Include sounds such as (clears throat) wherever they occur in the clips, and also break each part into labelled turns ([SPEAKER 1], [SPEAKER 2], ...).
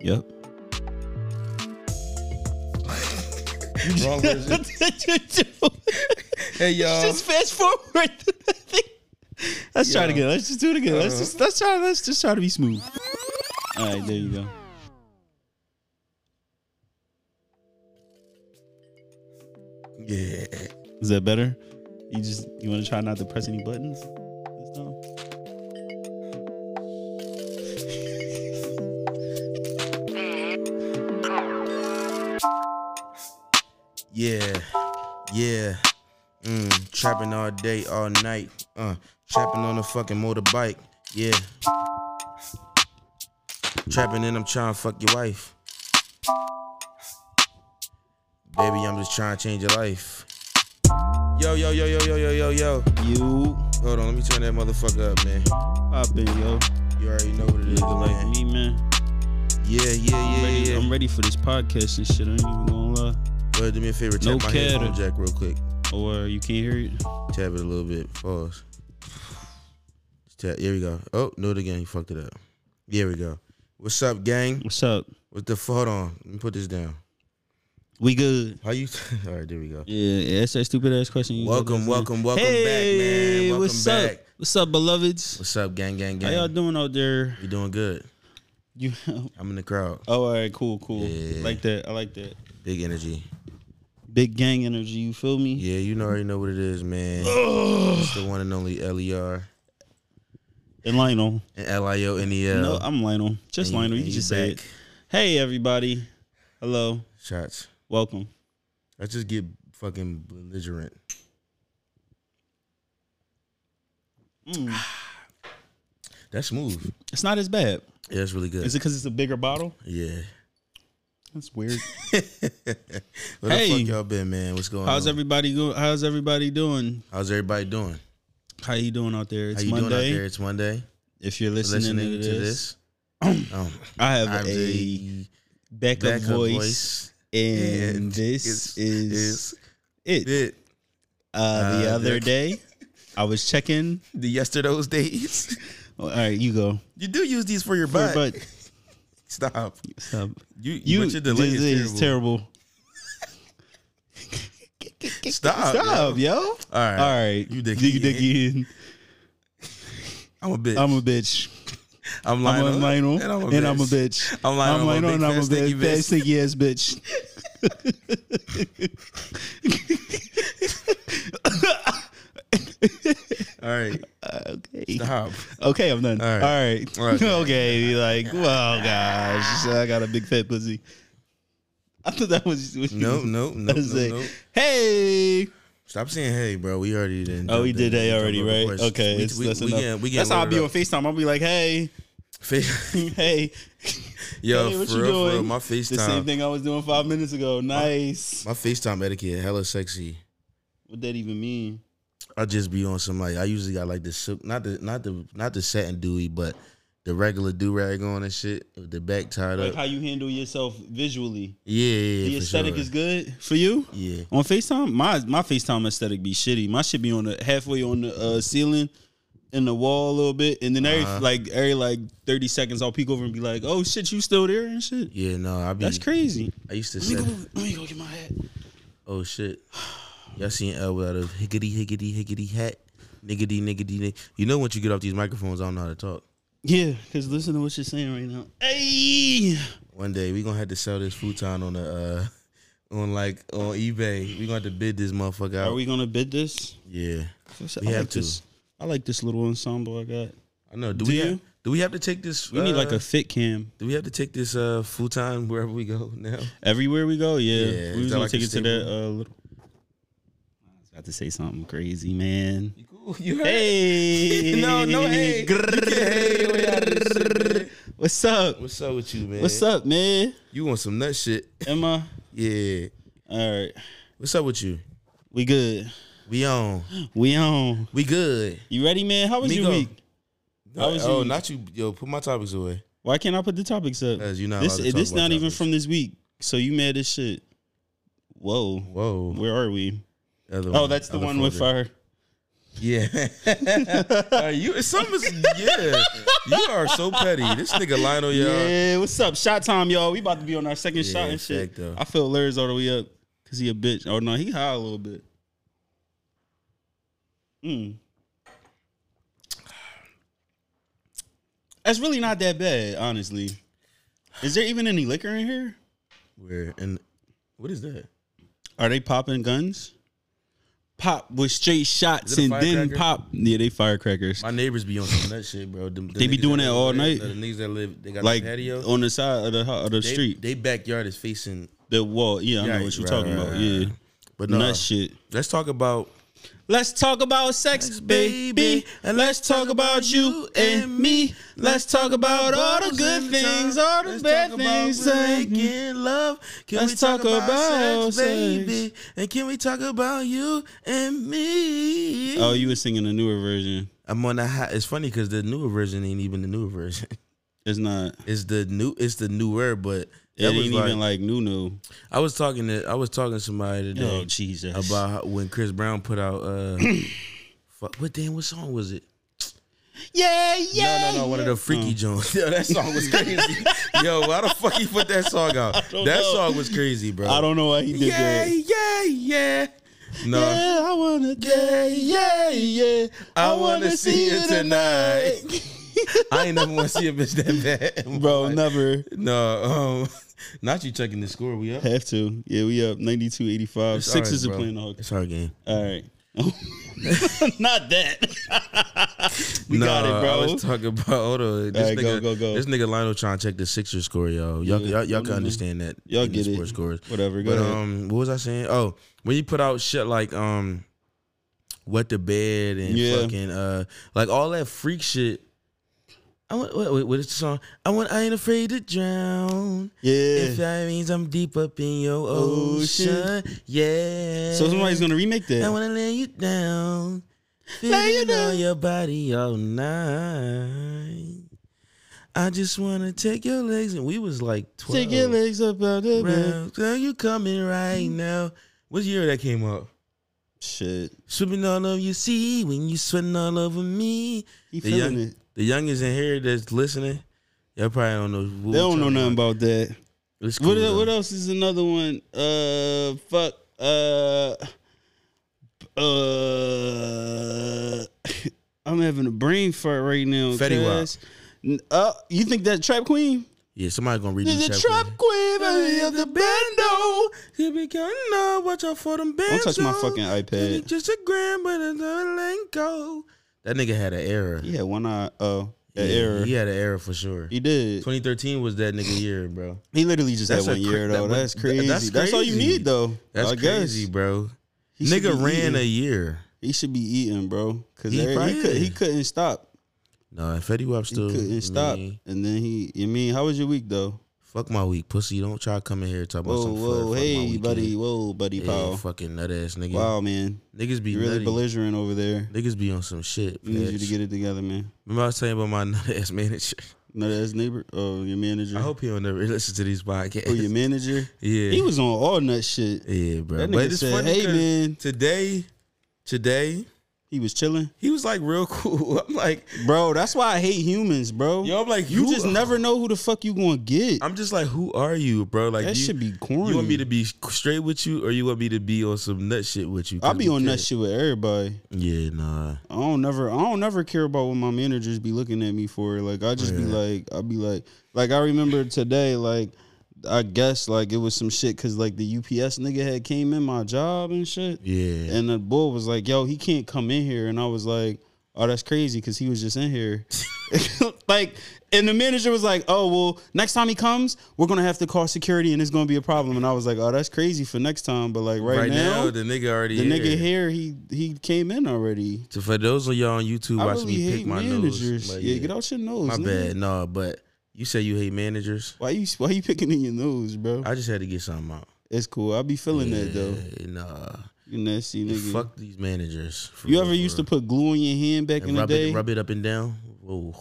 [SPEAKER 1] Yep. (laughs)
[SPEAKER 2] Wrong version. hey y'all.
[SPEAKER 1] just fast forward. (laughs) let's try it again. Let's just do it again. Let's just let's try let's just try to be smooth. All right, there you go.
[SPEAKER 2] yeah.
[SPEAKER 1] Is that better? You just you want to try not to press any buttons? this time?
[SPEAKER 2] Yeah. Yeah. Mm. Trapping all day, all night. Uh. Trapping on a fucking motorbike. Yeah. Trapping and I'm trying to fuck your wife. Baby, I'm just trying to change your life. Yo, yo, yo, yo, yo, yo, yo, yo.
[SPEAKER 1] You
[SPEAKER 2] Hold on, let me turn that motherfucker up, man.
[SPEAKER 1] popping, yo.
[SPEAKER 2] You already know what it is,
[SPEAKER 1] Looking like
[SPEAKER 2] man.
[SPEAKER 1] me, man.
[SPEAKER 2] Yeah, yeah,
[SPEAKER 1] I'm
[SPEAKER 2] yeah,
[SPEAKER 1] ready,
[SPEAKER 2] yeah.
[SPEAKER 1] I'm ready for this podcast and shit. I ain't even gonna lie.
[SPEAKER 2] Well, do me a favor, tap
[SPEAKER 1] No
[SPEAKER 2] my
[SPEAKER 1] care.
[SPEAKER 2] headphone jack real quick.
[SPEAKER 1] Or you can't hear it.
[SPEAKER 2] Tap it a little bit. Pause. Just Tap. Here we go. Oh, no, it again. You fucked it up. Here we go. What's up, gang?
[SPEAKER 1] What's up?
[SPEAKER 2] What the f- hold on? Let me put this down.
[SPEAKER 1] We good.
[SPEAKER 2] How you? (laughs) All right, there we go.
[SPEAKER 1] Yeah, yeah, that's that stupid ass question. You
[SPEAKER 2] Welcome, welcome, welcome back, man. Welcome
[SPEAKER 1] what's
[SPEAKER 2] back.
[SPEAKER 1] up? What's up, beloveds?
[SPEAKER 2] What's up, gang, gang, gang?
[SPEAKER 1] How y'all doing out there? (laughs)
[SPEAKER 2] You doing good?
[SPEAKER 1] You.
[SPEAKER 2] I'm in the crowd.
[SPEAKER 1] Oh, all right, cool, cool.
[SPEAKER 2] Yeah.
[SPEAKER 1] Like that. I like that.
[SPEAKER 2] Big energy.
[SPEAKER 1] Big gang energy. You feel me?
[SPEAKER 2] Yeah, you know, already know what it is, man.
[SPEAKER 1] Oh.
[SPEAKER 2] It's the one and only Ler
[SPEAKER 1] And Lionel.
[SPEAKER 2] and L I O N E L.
[SPEAKER 1] No, I'm Lionel. Just
[SPEAKER 2] And you-
[SPEAKER 1] Lionel. You
[SPEAKER 2] and
[SPEAKER 1] can
[SPEAKER 2] you
[SPEAKER 1] just say
[SPEAKER 2] back.
[SPEAKER 1] it. Hey, everybody. Hello.
[SPEAKER 2] Shots.
[SPEAKER 1] Welcome.
[SPEAKER 2] I just get fucking belligerent.
[SPEAKER 1] Mm.
[SPEAKER 2] (sighs) That's smooth.
[SPEAKER 1] It's not as bad.
[SPEAKER 2] Yeah, that's really good.
[SPEAKER 1] Is it because it's a bigger bottle?
[SPEAKER 2] yeah. (laughs)
[SPEAKER 1] That's weird.
[SPEAKER 2] Where the
[SPEAKER 1] Hey.
[SPEAKER 2] fuck y'all been, man? What's going
[SPEAKER 1] How's
[SPEAKER 2] on?
[SPEAKER 1] everybody go? How's everybody doing?
[SPEAKER 2] How's everybody doing?
[SPEAKER 1] How you doing out there? It's
[SPEAKER 2] How you
[SPEAKER 1] Monday.
[SPEAKER 2] doing out there? It's Monday.
[SPEAKER 1] If you're
[SPEAKER 2] Listening,
[SPEAKER 1] listening,
[SPEAKER 2] to this.
[SPEAKER 1] (clears throat)
[SPEAKER 2] um,
[SPEAKER 1] I have
[SPEAKER 2] I'm
[SPEAKER 1] a
[SPEAKER 2] the
[SPEAKER 1] backup,
[SPEAKER 2] backup
[SPEAKER 1] voice,
[SPEAKER 2] voice.
[SPEAKER 1] and, this
[SPEAKER 2] it's-
[SPEAKER 1] is, it.
[SPEAKER 2] is it.
[SPEAKER 1] Uh, the
[SPEAKER 2] uh,
[SPEAKER 1] other
[SPEAKER 2] the- (laughs)
[SPEAKER 1] day, I was checking.
[SPEAKER 2] The yesterday's days. (laughs)
[SPEAKER 1] All right, you go.
[SPEAKER 2] you do use these for your butt.
[SPEAKER 1] But, but
[SPEAKER 2] Stop.
[SPEAKER 1] stop.
[SPEAKER 2] You,
[SPEAKER 1] You,
[SPEAKER 2] you but your
[SPEAKER 1] this,
[SPEAKER 2] delay
[SPEAKER 1] is
[SPEAKER 2] is terrible.
[SPEAKER 1] terrible.
[SPEAKER 2] (laughs) Stop. yo.
[SPEAKER 1] Stop, yo. All
[SPEAKER 2] All right.
[SPEAKER 1] right,
[SPEAKER 2] You
[SPEAKER 1] you
[SPEAKER 2] dick
[SPEAKER 1] dick,
[SPEAKER 2] eating.
[SPEAKER 1] eating.
[SPEAKER 2] I'm a bitch.
[SPEAKER 1] I'm a bitch.
[SPEAKER 2] I'm
[SPEAKER 1] I'm
[SPEAKER 2] Lionel.
[SPEAKER 1] a Lionel, and I'm a bitch.
[SPEAKER 2] I'm Lionel, I'm a big
[SPEAKER 1] and I'm a
[SPEAKER 2] fat, stinky
[SPEAKER 1] bitch.
[SPEAKER 2] bitch.
[SPEAKER 1] Fat, stinky ass bitch.
[SPEAKER 2] All right.
[SPEAKER 1] Okay. (laughs)
[SPEAKER 2] Stop.
[SPEAKER 1] Okay, I'm done.
[SPEAKER 2] All
[SPEAKER 1] All
[SPEAKER 2] right.
[SPEAKER 1] right.
[SPEAKER 2] All
[SPEAKER 1] (laughs)
[SPEAKER 2] right.
[SPEAKER 1] Okay. be like, well, gosh, I got a big fat pussy. (laughs) I thought that was what you
[SPEAKER 2] No, no, no,
[SPEAKER 1] was
[SPEAKER 2] no,
[SPEAKER 1] saying.
[SPEAKER 2] no.
[SPEAKER 1] Hey.
[SPEAKER 2] Stop saying hey, bro. We already didn't.
[SPEAKER 1] Oh, we
[SPEAKER 2] jump
[SPEAKER 1] did
[SPEAKER 2] in.
[SPEAKER 1] that
[SPEAKER 2] Jump
[SPEAKER 1] already,
[SPEAKER 2] over
[SPEAKER 1] right?
[SPEAKER 2] questions.
[SPEAKER 1] Okay.
[SPEAKER 2] We,
[SPEAKER 1] it's-
[SPEAKER 2] we,
[SPEAKER 1] that's
[SPEAKER 2] we
[SPEAKER 1] enough.
[SPEAKER 2] getting- we getting
[SPEAKER 1] that's how I'll be on
[SPEAKER 2] loaded
[SPEAKER 1] FaceTime. I'll be like, hey, (laughs)
[SPEAKER 2] up.
[SPEAKER 1] hey.
[SPEAKER 2] (laughs)
[SPEAKER 1] (laughs)
[SPEAKER 2] Yo,
[SPEAKER 1] Hey, what
[SPEAKER 2] for real,
[SPEAKER 1] you
[SPEAKER 2] for real,
[SPEAKER 1] doing?
[SPEAKER 2] my
[SPEAKER 1] The same
[SPEAKER 2] FaceTime,
[SPEAKER 1] thing I was doing five minutes ago. Nice.
[SPEAKER 2] my FaceTime etiquette, hella sexy.
[SPEAKER 1] What that even mean?
[SPEAKER 2] I just be on some like I usually got like the silk, not the not the not the satin dewy, but the regular do rag on and shit, with the back tied
[SPEAKER 1] Like
[SPEAKER 2] up.
[SPEAKER 1] how you handle yourself visually.
[SPEAKER 2] yeah, yeah, yeah,
[SPEAKER 1] the
[SPEAKER 2] for
[SPEAKER 1] aesthetic
[SPEAKER 2] sure.
[SPEAKER 1] is good for you
[SPEAKER 2] yeah.
[SPEAKER 1] on FaceTime. My my FaceTime aesthetic be shitty. My shit be on the halfway on the uh, ceiling, in the wall a little bit, and then every like every like thirty seconds I'll peek over and be like, "Oh shit, you still there and shit."
[SPEAKER 2] Yeah, no, I be.
[SPEAKER 1] That's crazy.
[SPEAKER 2] I used to
[SPEAKER 1] Mm. Let me
[SPEAKER 2] say,
[SPEAKER 1] go. Let me go get my hat.
[SPEAKER 2] oh shit, y'all seen L without a higgity higgity higgity hat, niggity niggity. Nig- you know, once you get off these microphones, I don't know how to talk.
[SPEAKER 1] Yeah, cause listen to what you're saying right now. Hey,
[SPEAKER 2] One day we gonna have to sell this futon on the uh on like on eBay. We gonna have to bid this motherfucker out.
[SPEAKER 1] are we gonna bid this?
[SPEAKER 2] yeah,
[SPEAKER 1] I
[SPEAKER 2] have
[SPEAKER 1] like
[SPEAKER 2] to.
[SPEAKER 1] This, I like this little ensemble I got.
[SPEAKER 2] I know. Do,
[SPEAKER 1] Do
[SPEAKER 2] we
[SPEAKER 1] you?
[SPEAKER 2] have, do we have to take this?
[SPEAKER 1] We need like
[SPEAKER 2] uh,
[SPEAKER 1] a fit cam
[SPEAKER 2] Do we have to take this uh futon wherever we go now?
[SPEAKER 1] everywhere we go. Yeah,
[SPEAKER 2] Yeah,
[SPEAKER 1] we
[SPEAKER 2] is
[SPEAKER 1] was
[SPEAKER 2] that
[SPEAKER 1] gonna
[SPEAKER 2] like a
[SPEAKER 1] take it to
[SPEAKER 2] staple?
[SPEAKER 1] that uh, little. I was about to say something crazy, man.
[SPEAKER 2] You (laughs) cool? You heard?
[SPEAKER 1] Hey,
[SPEAKER 2] No, no, hey. You can't hey your way out of this shit, man.
[SPEAKER 1] What's up?
[SPEAKER 2] What's up with you, man?
[SPEAKER 1] What's up, man?
[SPEAKER 2] You want some nut shit? (laughs)
[SPEAKER 1] Emma.
[SPEAKER 2] yeah.
[SPEAKER 1] All right,
[SPEAKER 2] What's up with you?
[SPEAKER 1] we good.
[SPEAKER 2] We on.
[SPEAKER 1] We on.
[SPEAKER 2] We good.
[SPEAKER 1] You ready, man? How was your
[SPEAKER 2] Migo.
[SPEAKER 1] week? How was
[SPEAKER 2] oh,
[SPEAKER 1] you?
[SPEAKER 2] not you. Yo, put my topics away.
[SPEAKER 1] Why can't I put the topics up?
[SPEAKER 2] Cause you're not
[SPEAKER 1] This
[SPEAKER 2] allowed to
[SPEAKER 1] this
[SPEAKER 2] talk about
[SPEAKER 1] not even
[SPEAKER 2] topics.
[SPEAKER 1] from this week. So you mad as shit? Whoa,
[SPEAKER 2] Whoa.
[SPEAKER 1] where are we?
[SPEAKER 2] Other
[SPEAKER 1] Oh,
[SPEAKER 2] one.
[SPEAKER 1] that's the
[SPEAKER 2] Other
[SPEAKER 1] one with
[SPEAKER 2] folder.
[SPEAKER 1] our
[SPEAKER 2] Yeah. (laughs) Uh, you some is yeah. You are so petty. This nigga Lionel, y'all.
[SPEAKER 1] Yeah, what's up? Shot time, y'all. We about to be on our second
[SPEAKER 2] Yeah,
[SPEAKER 1] shot and shit.
[SPEAKER 2] fact, though.
[SPEAKER 1] I feel Larry's all the way up because he a bitch. Oh no, he high a little bit. Mm. That's really not that bad, honestly. Is there even any liquor in here?
[SPEAKER 2] Where and what is that?
[SPEAKER 1] Are they popping guns? Pop with straight shots
[SPEAKER 2] Is it a
[SPEAKER 1] and then
[SPEAKER 2] firecracker?
[SPEAKER 1] pop. Yeah, they firecrackers.
[SPEAKER 2] My neighbors be on some of that shit, bro. Them- the
[SPEAKER 1] They be
[SPEAKER 2] niggas
[SPEAKER 1] doing
[SPEAKER 2] that
[SPEAKER 1] that
[SPEAKER 2] live
[SPEAKER 1] all
[SPEAKER 2] there,
[SPEAKER 1] night?
[SPEAKER 2] The niggas that live, they got
[SPEAKER 1] Like
[SPEAKER 2] the patio
[SPEAKER 1] on the side of the ho- of the
[SPEAKER 2] They-
[SPEAKER 1] street,
[SPEAKER 2] They backyard is facing.
[SPEAKER 1] the wall. Yeah, I know
[SPEAKER 2] Yeah,
[SPEAKER 1] what you're
[SPEAKER 2] right,
[SPEAKER 1] talking
[SPEAKER 2] right,
[SPEAKER 1] about.
[SPEAKER 2] right,
[SPEAKER 1] Yeah,
[SPEAKER 2] right. But no,
[SPEAKER 1] nut shit.
[SPEAKER 2] let's talk about
[SPEAKER 1] Let's talk about sex, baby. And let's talk about you and me. Let's talk about all the good things, all the
[SPEAKER 2] Let's
[SPEAKER 1] bad
[SPEAKER 2] talk about
[SPEAKER 1] things.
[SPEAKER 2] Making love. Can
[SPEAKER 1] Let's
[SPEAKER 2] we talk,
[SPEAKER 1] talk
[SPEAKER 2] about,
[SPEAKER 1] about
[SPEAKER 2] sex,
[SPEAKER 1] sex.
[SPEAKER 2] baby? And can we talk about you and me?
[SPEAKER 1] Oh, you were singing the newer version.
[SPEAKER 2] I'm on a hot. It's funny because the newer version ain't even the newer version. (laughs)
[SPEAKER 1] It's not.
[SPEAKER 2] It's the new. It's the newer, but
[SPEAKER 1] It
[SPEAKER 2] that
[SPEAKER 1] ain't
[SPEAKER 2] was like,
[SPEAKER 1] even like new new.
[SPEAKER 2] I was talking to I was talking to somebody today
[SPEAKER 1] Oh Jesus!
[SPEAKER 2] about how, when Chris Brown put
[SPEAKER 1] (clears throat)
[SPEAKER 2] out. uh fuck, What damn? What song was it?
[SPEAKER 1] yeah, yeah.
[SPEAKER 2] No, no, no. One of the Freaky
[SPEAKER 1] Mm.
[SPEAKER 2] Jones. (laughs) Yo, that song was
[SPEAKER 1] (laughs)
[SPEAKER 2] crazy. Yo, why the fuck he put that song out? That
[SPEAKER 1] don't know.
[SPEAKER 2] song was crazy, bro.
[SPEAKER 1] I don't know why he did
[SPEAKER 2] Yeah,
[SPEAKER 1] that.
[SPEAKER 2] yeah, yeah. No.
[SPEAKER 1] Yeah, I wanna. Yeah, yeah, yeah.
[SPEAKER 2] I, wanna, see it tonight. I ain't never want to see a bitch that bad,
[SPEAKER 1] bro.
[SPEAKER 2] Like,
[SPEAKER 1] Never
[SPEAKER 2] No, um, (laughs) not you checking the score. We up?
[SPEAKER 1] have to. Yeah, we up 92-85.
[SPEAKER 2] It's
[SPEAKER 1] Sixes
[SPEAKER 2] all
[SPEAKER 1] are
[SPEAKER 2] right,
[SPEAKER 1] playing the
[SPEAKER 2] bro.
[SPEAKER 1] Hawks.
[SPEAKER 2] It's our game.
[SPEAKER 1] All right. (laughs) Not that. (laughs) we got
[SPEAKER 2] Nah,
[SPEAKER 1] it, bro.
[SPEAKER 2] I was talking about. Hold on. This
[SPEAKER 1] All right,
[SPEAKER 2] nigga,
[SPEAKER 1] go, go, go.
[SPEAKER 2] This nigga Lionel trying to check the Sixer score, yo.
[SPEAKER 1] Yeah,
[SPEAKER 2] Y'all, y'all, y'all can
[SPEAKER 1] whatever.
[SPEAKER 2] understand that.
[SPEAKER 1] Y'all
[SPEAKER 2] in the
[SPEAKER 1] get it.
[SPEAKER 2] Sports scores.
[SPEAKER 1] Whatever. Go
[SPEAKER 2] But
[SPEAKER 1] ahead.
[SPEAKER 2] um, what was I saying? Oh, when you put out shit like um, wet the bed and
[SPEAKER 1] Yeah.
[SPEAKER 2] fucking uh, like all that freak shit. I want. Wait, wait, what is the song? I want. I ain't afraid to drown. If
[SPEAKER 1] yeah.
[SPEAKER 2] that means I'm deep up in your
[SPEAKER 1] Ocean.
[SPEAKER 2] ocean, yeah.
[SPEAKER 1] So somebody's gonna remake
[SPEAKER 2] I
[SPEAKER 1] that.
[SPEAKER 2] wanna lay you down,
[SPEAKER 1] Lay you
[SPEAKER 2] feeling
[SPEAKER 1] down.
[SPEAKER 2] on your body all night. I just wanna take your legs, and we was like twelve.
[SPEAKER 1] Take your legs up out the bed.
[SPEAKER 2] Round. Girl, you coming right now? What year that came up?
[SPEAKER 1] Shit.
[SPEAKER 2] Swimming all over you see when you sweating all over me.
[SPEAKER 1] He
[SPEAKER 2] The
[SPEAKER 1] feeling
[SPEAKER 2] young-
[SPEAKER 1] it.
[SPEAKER 2] The youngest in here that's listening, y'all probably don't know. what
[SPEAKER 1] They
[SPEAKER 2] we
[SPEAKER 1] don't know
[SPEAKER 2] talking
[SPEAKER 1] nothing about that.
[SPEAKER 2] It's
[SPEAKER 1] What
[SPEAKER 2] cool,
[SPEAKER 1] el-
[SPEAKER 2] though.
[SPEAKER 1] what else is another one? Uh fuck. Uh uh (laughs) I'm having a brain fart right now.
[SPEAKER 2] Fetty Wap.
[SPEAKER 1] cuz. N- Uh, you think that Trap Queen?
[SPEAKER 2] Yeah, somebody gonna read
[SPEAKER 1] The
[SPEAKER 2] this
[SPEAKER 1] Trap Queen, baby, of the
[SPEAKER 2] bando. You be counting up, watch out for them bands.
[SPEAKER 1] Don't touch my fucking iPad.
[SPEAKER 2] Just a gram, but it doesn't go. That nigga had an error.
[SPEAKER 1] Yeah, one eye. Oh,
[SPEAKER 2] Yeah,
[SPEAKER 1] an error.
[SPEAKER 2] He had an error for sure.
[SPEAKER 1] He did.
[SPEAKER 2] 2013 was that nigga year, bro.
[SPEAKER 1] He literally just
[SPEAKER 2] That's
[SPEAKER 1] had
[SPEAKER 2] a
[SPEAKER 1] one
[SPEAKER 2] cra-
[SPEAKER 1] year though.
[SPEAKER 2] that was-
[SPEAKER 1] that's,
[SPEAKER 2] th-
[SPEAKER 1] crazy.
[SPEAKER 2] that's
[SPEAKER 1] that's all you
[SPEAKER 2] crazy.
[SPEAKER 1] need though.
[SPEAKER 2] That's
[SPEAKER 1] I guess.
[SPEAKER 2] crazy, bro.
[SPEAKER 1] He should
[SPEAKER 2] nigga
[SPEAKER 1] be
[SPEAKER 2] ran a
[SPEAKER 1] eating.
[SPEAKER 2] year.
[SPEAKER 1] He should be eating, bro. Cause
[SPEAKER 2] He
[SPEAKER 1] every- he,
[SPEAKER 2] probably
[SPEAKER 1] could,
[SPEAKER 2] is.
[SPEAKER 1] he couldn't stop.
[SPEAKER 2] Nah, Fetty Wap
[SPEAKER 1] He
[SPEAKER 2] still.
[SPEAKER 1] couldn't stop.
[SPEAKER 2] man,
[SPEAKER 1] And then he. You mean how was your week though?
[SPEAKER 2] Fuck my week, pussy. Don't try to come in here and talk about
[SPEAKER 1] Whoa,
[SPEAKER 2] some
[SPEAKER 1] whoa,
[SPEAKER 2] fuck- fuck my
[SPEAKER 1] hey,
[SPEAKER 2] weekend.
[SPEAKER 1] buddy, whoa, buddy,
[SPEAKER 2] Hey,
[SPEAKER 1] pal.
[SPEAKER 2] fucking nut ass nigga.
[SPEAKER 1] Wow, man,
[SPEAKER 2] Niggas be
[SPEAKER 1] you really
[SPEAKER 2] nutty.
[SPEAKER 1] belligerent over there.
[SPEAKER 2] Niggas be on some shit.
[SPEAKER 1] We need you to
[SPEAKER 2] bitch.
[SPEAKER 1] get it together, man.
[SPEAKER 2] Remember I was telling you about my (laughs) nut ass manager.
[SPEAKER 1] No, that's neighbor. Oh, your manager.
[SPEAKER 2] I hope he don't ever listen to these podcasts.
[SPEAKER 1] oh,
[SPEAKER 2] (laughs)
[SPEAKER 1] your manager.
[SPEAKER 2] yeah,
[SPEAKER 1] He was on all nut shit.
[SPEAKER 2] yeah, bro.
[SPEAKER 1] That
[SPEAKER 2] but
[SPEAKER 1] nigga
[SPEAKER 2] it's
[SPEAKER 1] said,
[SPEAKER 2] funny
[SPEAKER 1] "Hey,
[SPEAKER 2] 'cause
[SPEAKER 1] man."
[SPEAKER 2] today, today
[SPEAKER 1] He was chilling,
[SPEAKER 2] he was like real (laughs) cool. I'm like,
[SPEAKER 1] bro. That's why I hate humans, bro.
[SPEAKER 2] yo, I'm like,
[SPEAKER 1] you
[SPEAKER 2] who-
[SPEAKER 1] just never know who the fuck you gonna get.
[SPEAKER 2] I'm just like, who are you, bro? Like,
[SPEAKER 1] that
[SPEAKER 2] you,
[SPEAKER 1] should be corny.
[SPEAKER 2] you want me to be straight with you, or you want me to be on some nut shit with you?
[SPEAKER 1] I
[SPEAKER 2] 'Cause
[SPEAKER 1] be
[SPEAKER 2] we
[SPEAKER 1] on that
[SPEAKER 2] could-
[SPEAKER 1] shit with everybody.
[SPEAKER 2] Yeah, nah.
[SPEAKER 1] I don't never, I don't never care about what my managers be looking at me for. Like I just be
[SPEAKER 2] Yeah.
[SPEAKER 1] like, I be like, like I remember today, like I guess like it was some shit because like the UPS nigga had came in my job and shit,
[SPEAKER 2] Yeah,
[SPEAKER 1] and the boy was like, "Yo, he can't come in here," and I was like. Oh, that's crazy because he was just in
[SPEAKER 2] (laughs)
[SPEAKER 1] here. (laughs) like, and the manager was like, Oh, well, next time he comes, we're going to have to call security and it's going to be a problem. And I was like, Oh, that's crazy for next time. But, like, right,
[SPEAKER 2] right,
[SPEAKER 1] now,
[SPEAKER 2] now, the nigga already
[SPEAKER 1] the nigga here,
[SPEAKER 2] here.
[SPEAKER 1] he he came in already.
[SPEAKER 2] So for those of y'all on YouTube
[SPEAKER 1] I
[SPEAKER 2] watching
[SPEAKER 1] really
[SPEAKER 2] me
[SPEAKER 1] hate
[SPEAKER 2] pick my
[SPEAKER 1] managers.
[SPEAKER 2] nose, like,
[SPEAKER 1] yeah, get out your nose.
[SPEAKER 2] My
[SPEAKER 1] nigga.
[SPEAKER 2] bad, nah. But you say you hate managers.
[SPEAKER 1] Why you why you picking in your nose, bro?
[SPEAKER 2] I just had to get something out.
[SPEAKER 1] it's cool. I be feeling that though.
[SPEAKER 2] Yeah, Nah.
[SPEAKER 1] You nasty nigga.
[SPEAKER 2] Fuck these managers. for
[SPEAKER 1] you
[SPEAKER 2] real,
[SPEAKER 1] ever
[SPEAKER 2] for
[SPEAKER 1] used to
[SPEAKER 2] real.
[SPEAKER 1] put glue on your hand back
[SPEAKER 2] And
[SPEAKER 1] in the
[SPEAKER 2] rub
[SPEAKER 1] day?
[SPEAKER 2] It, rub it up and down. Whoa.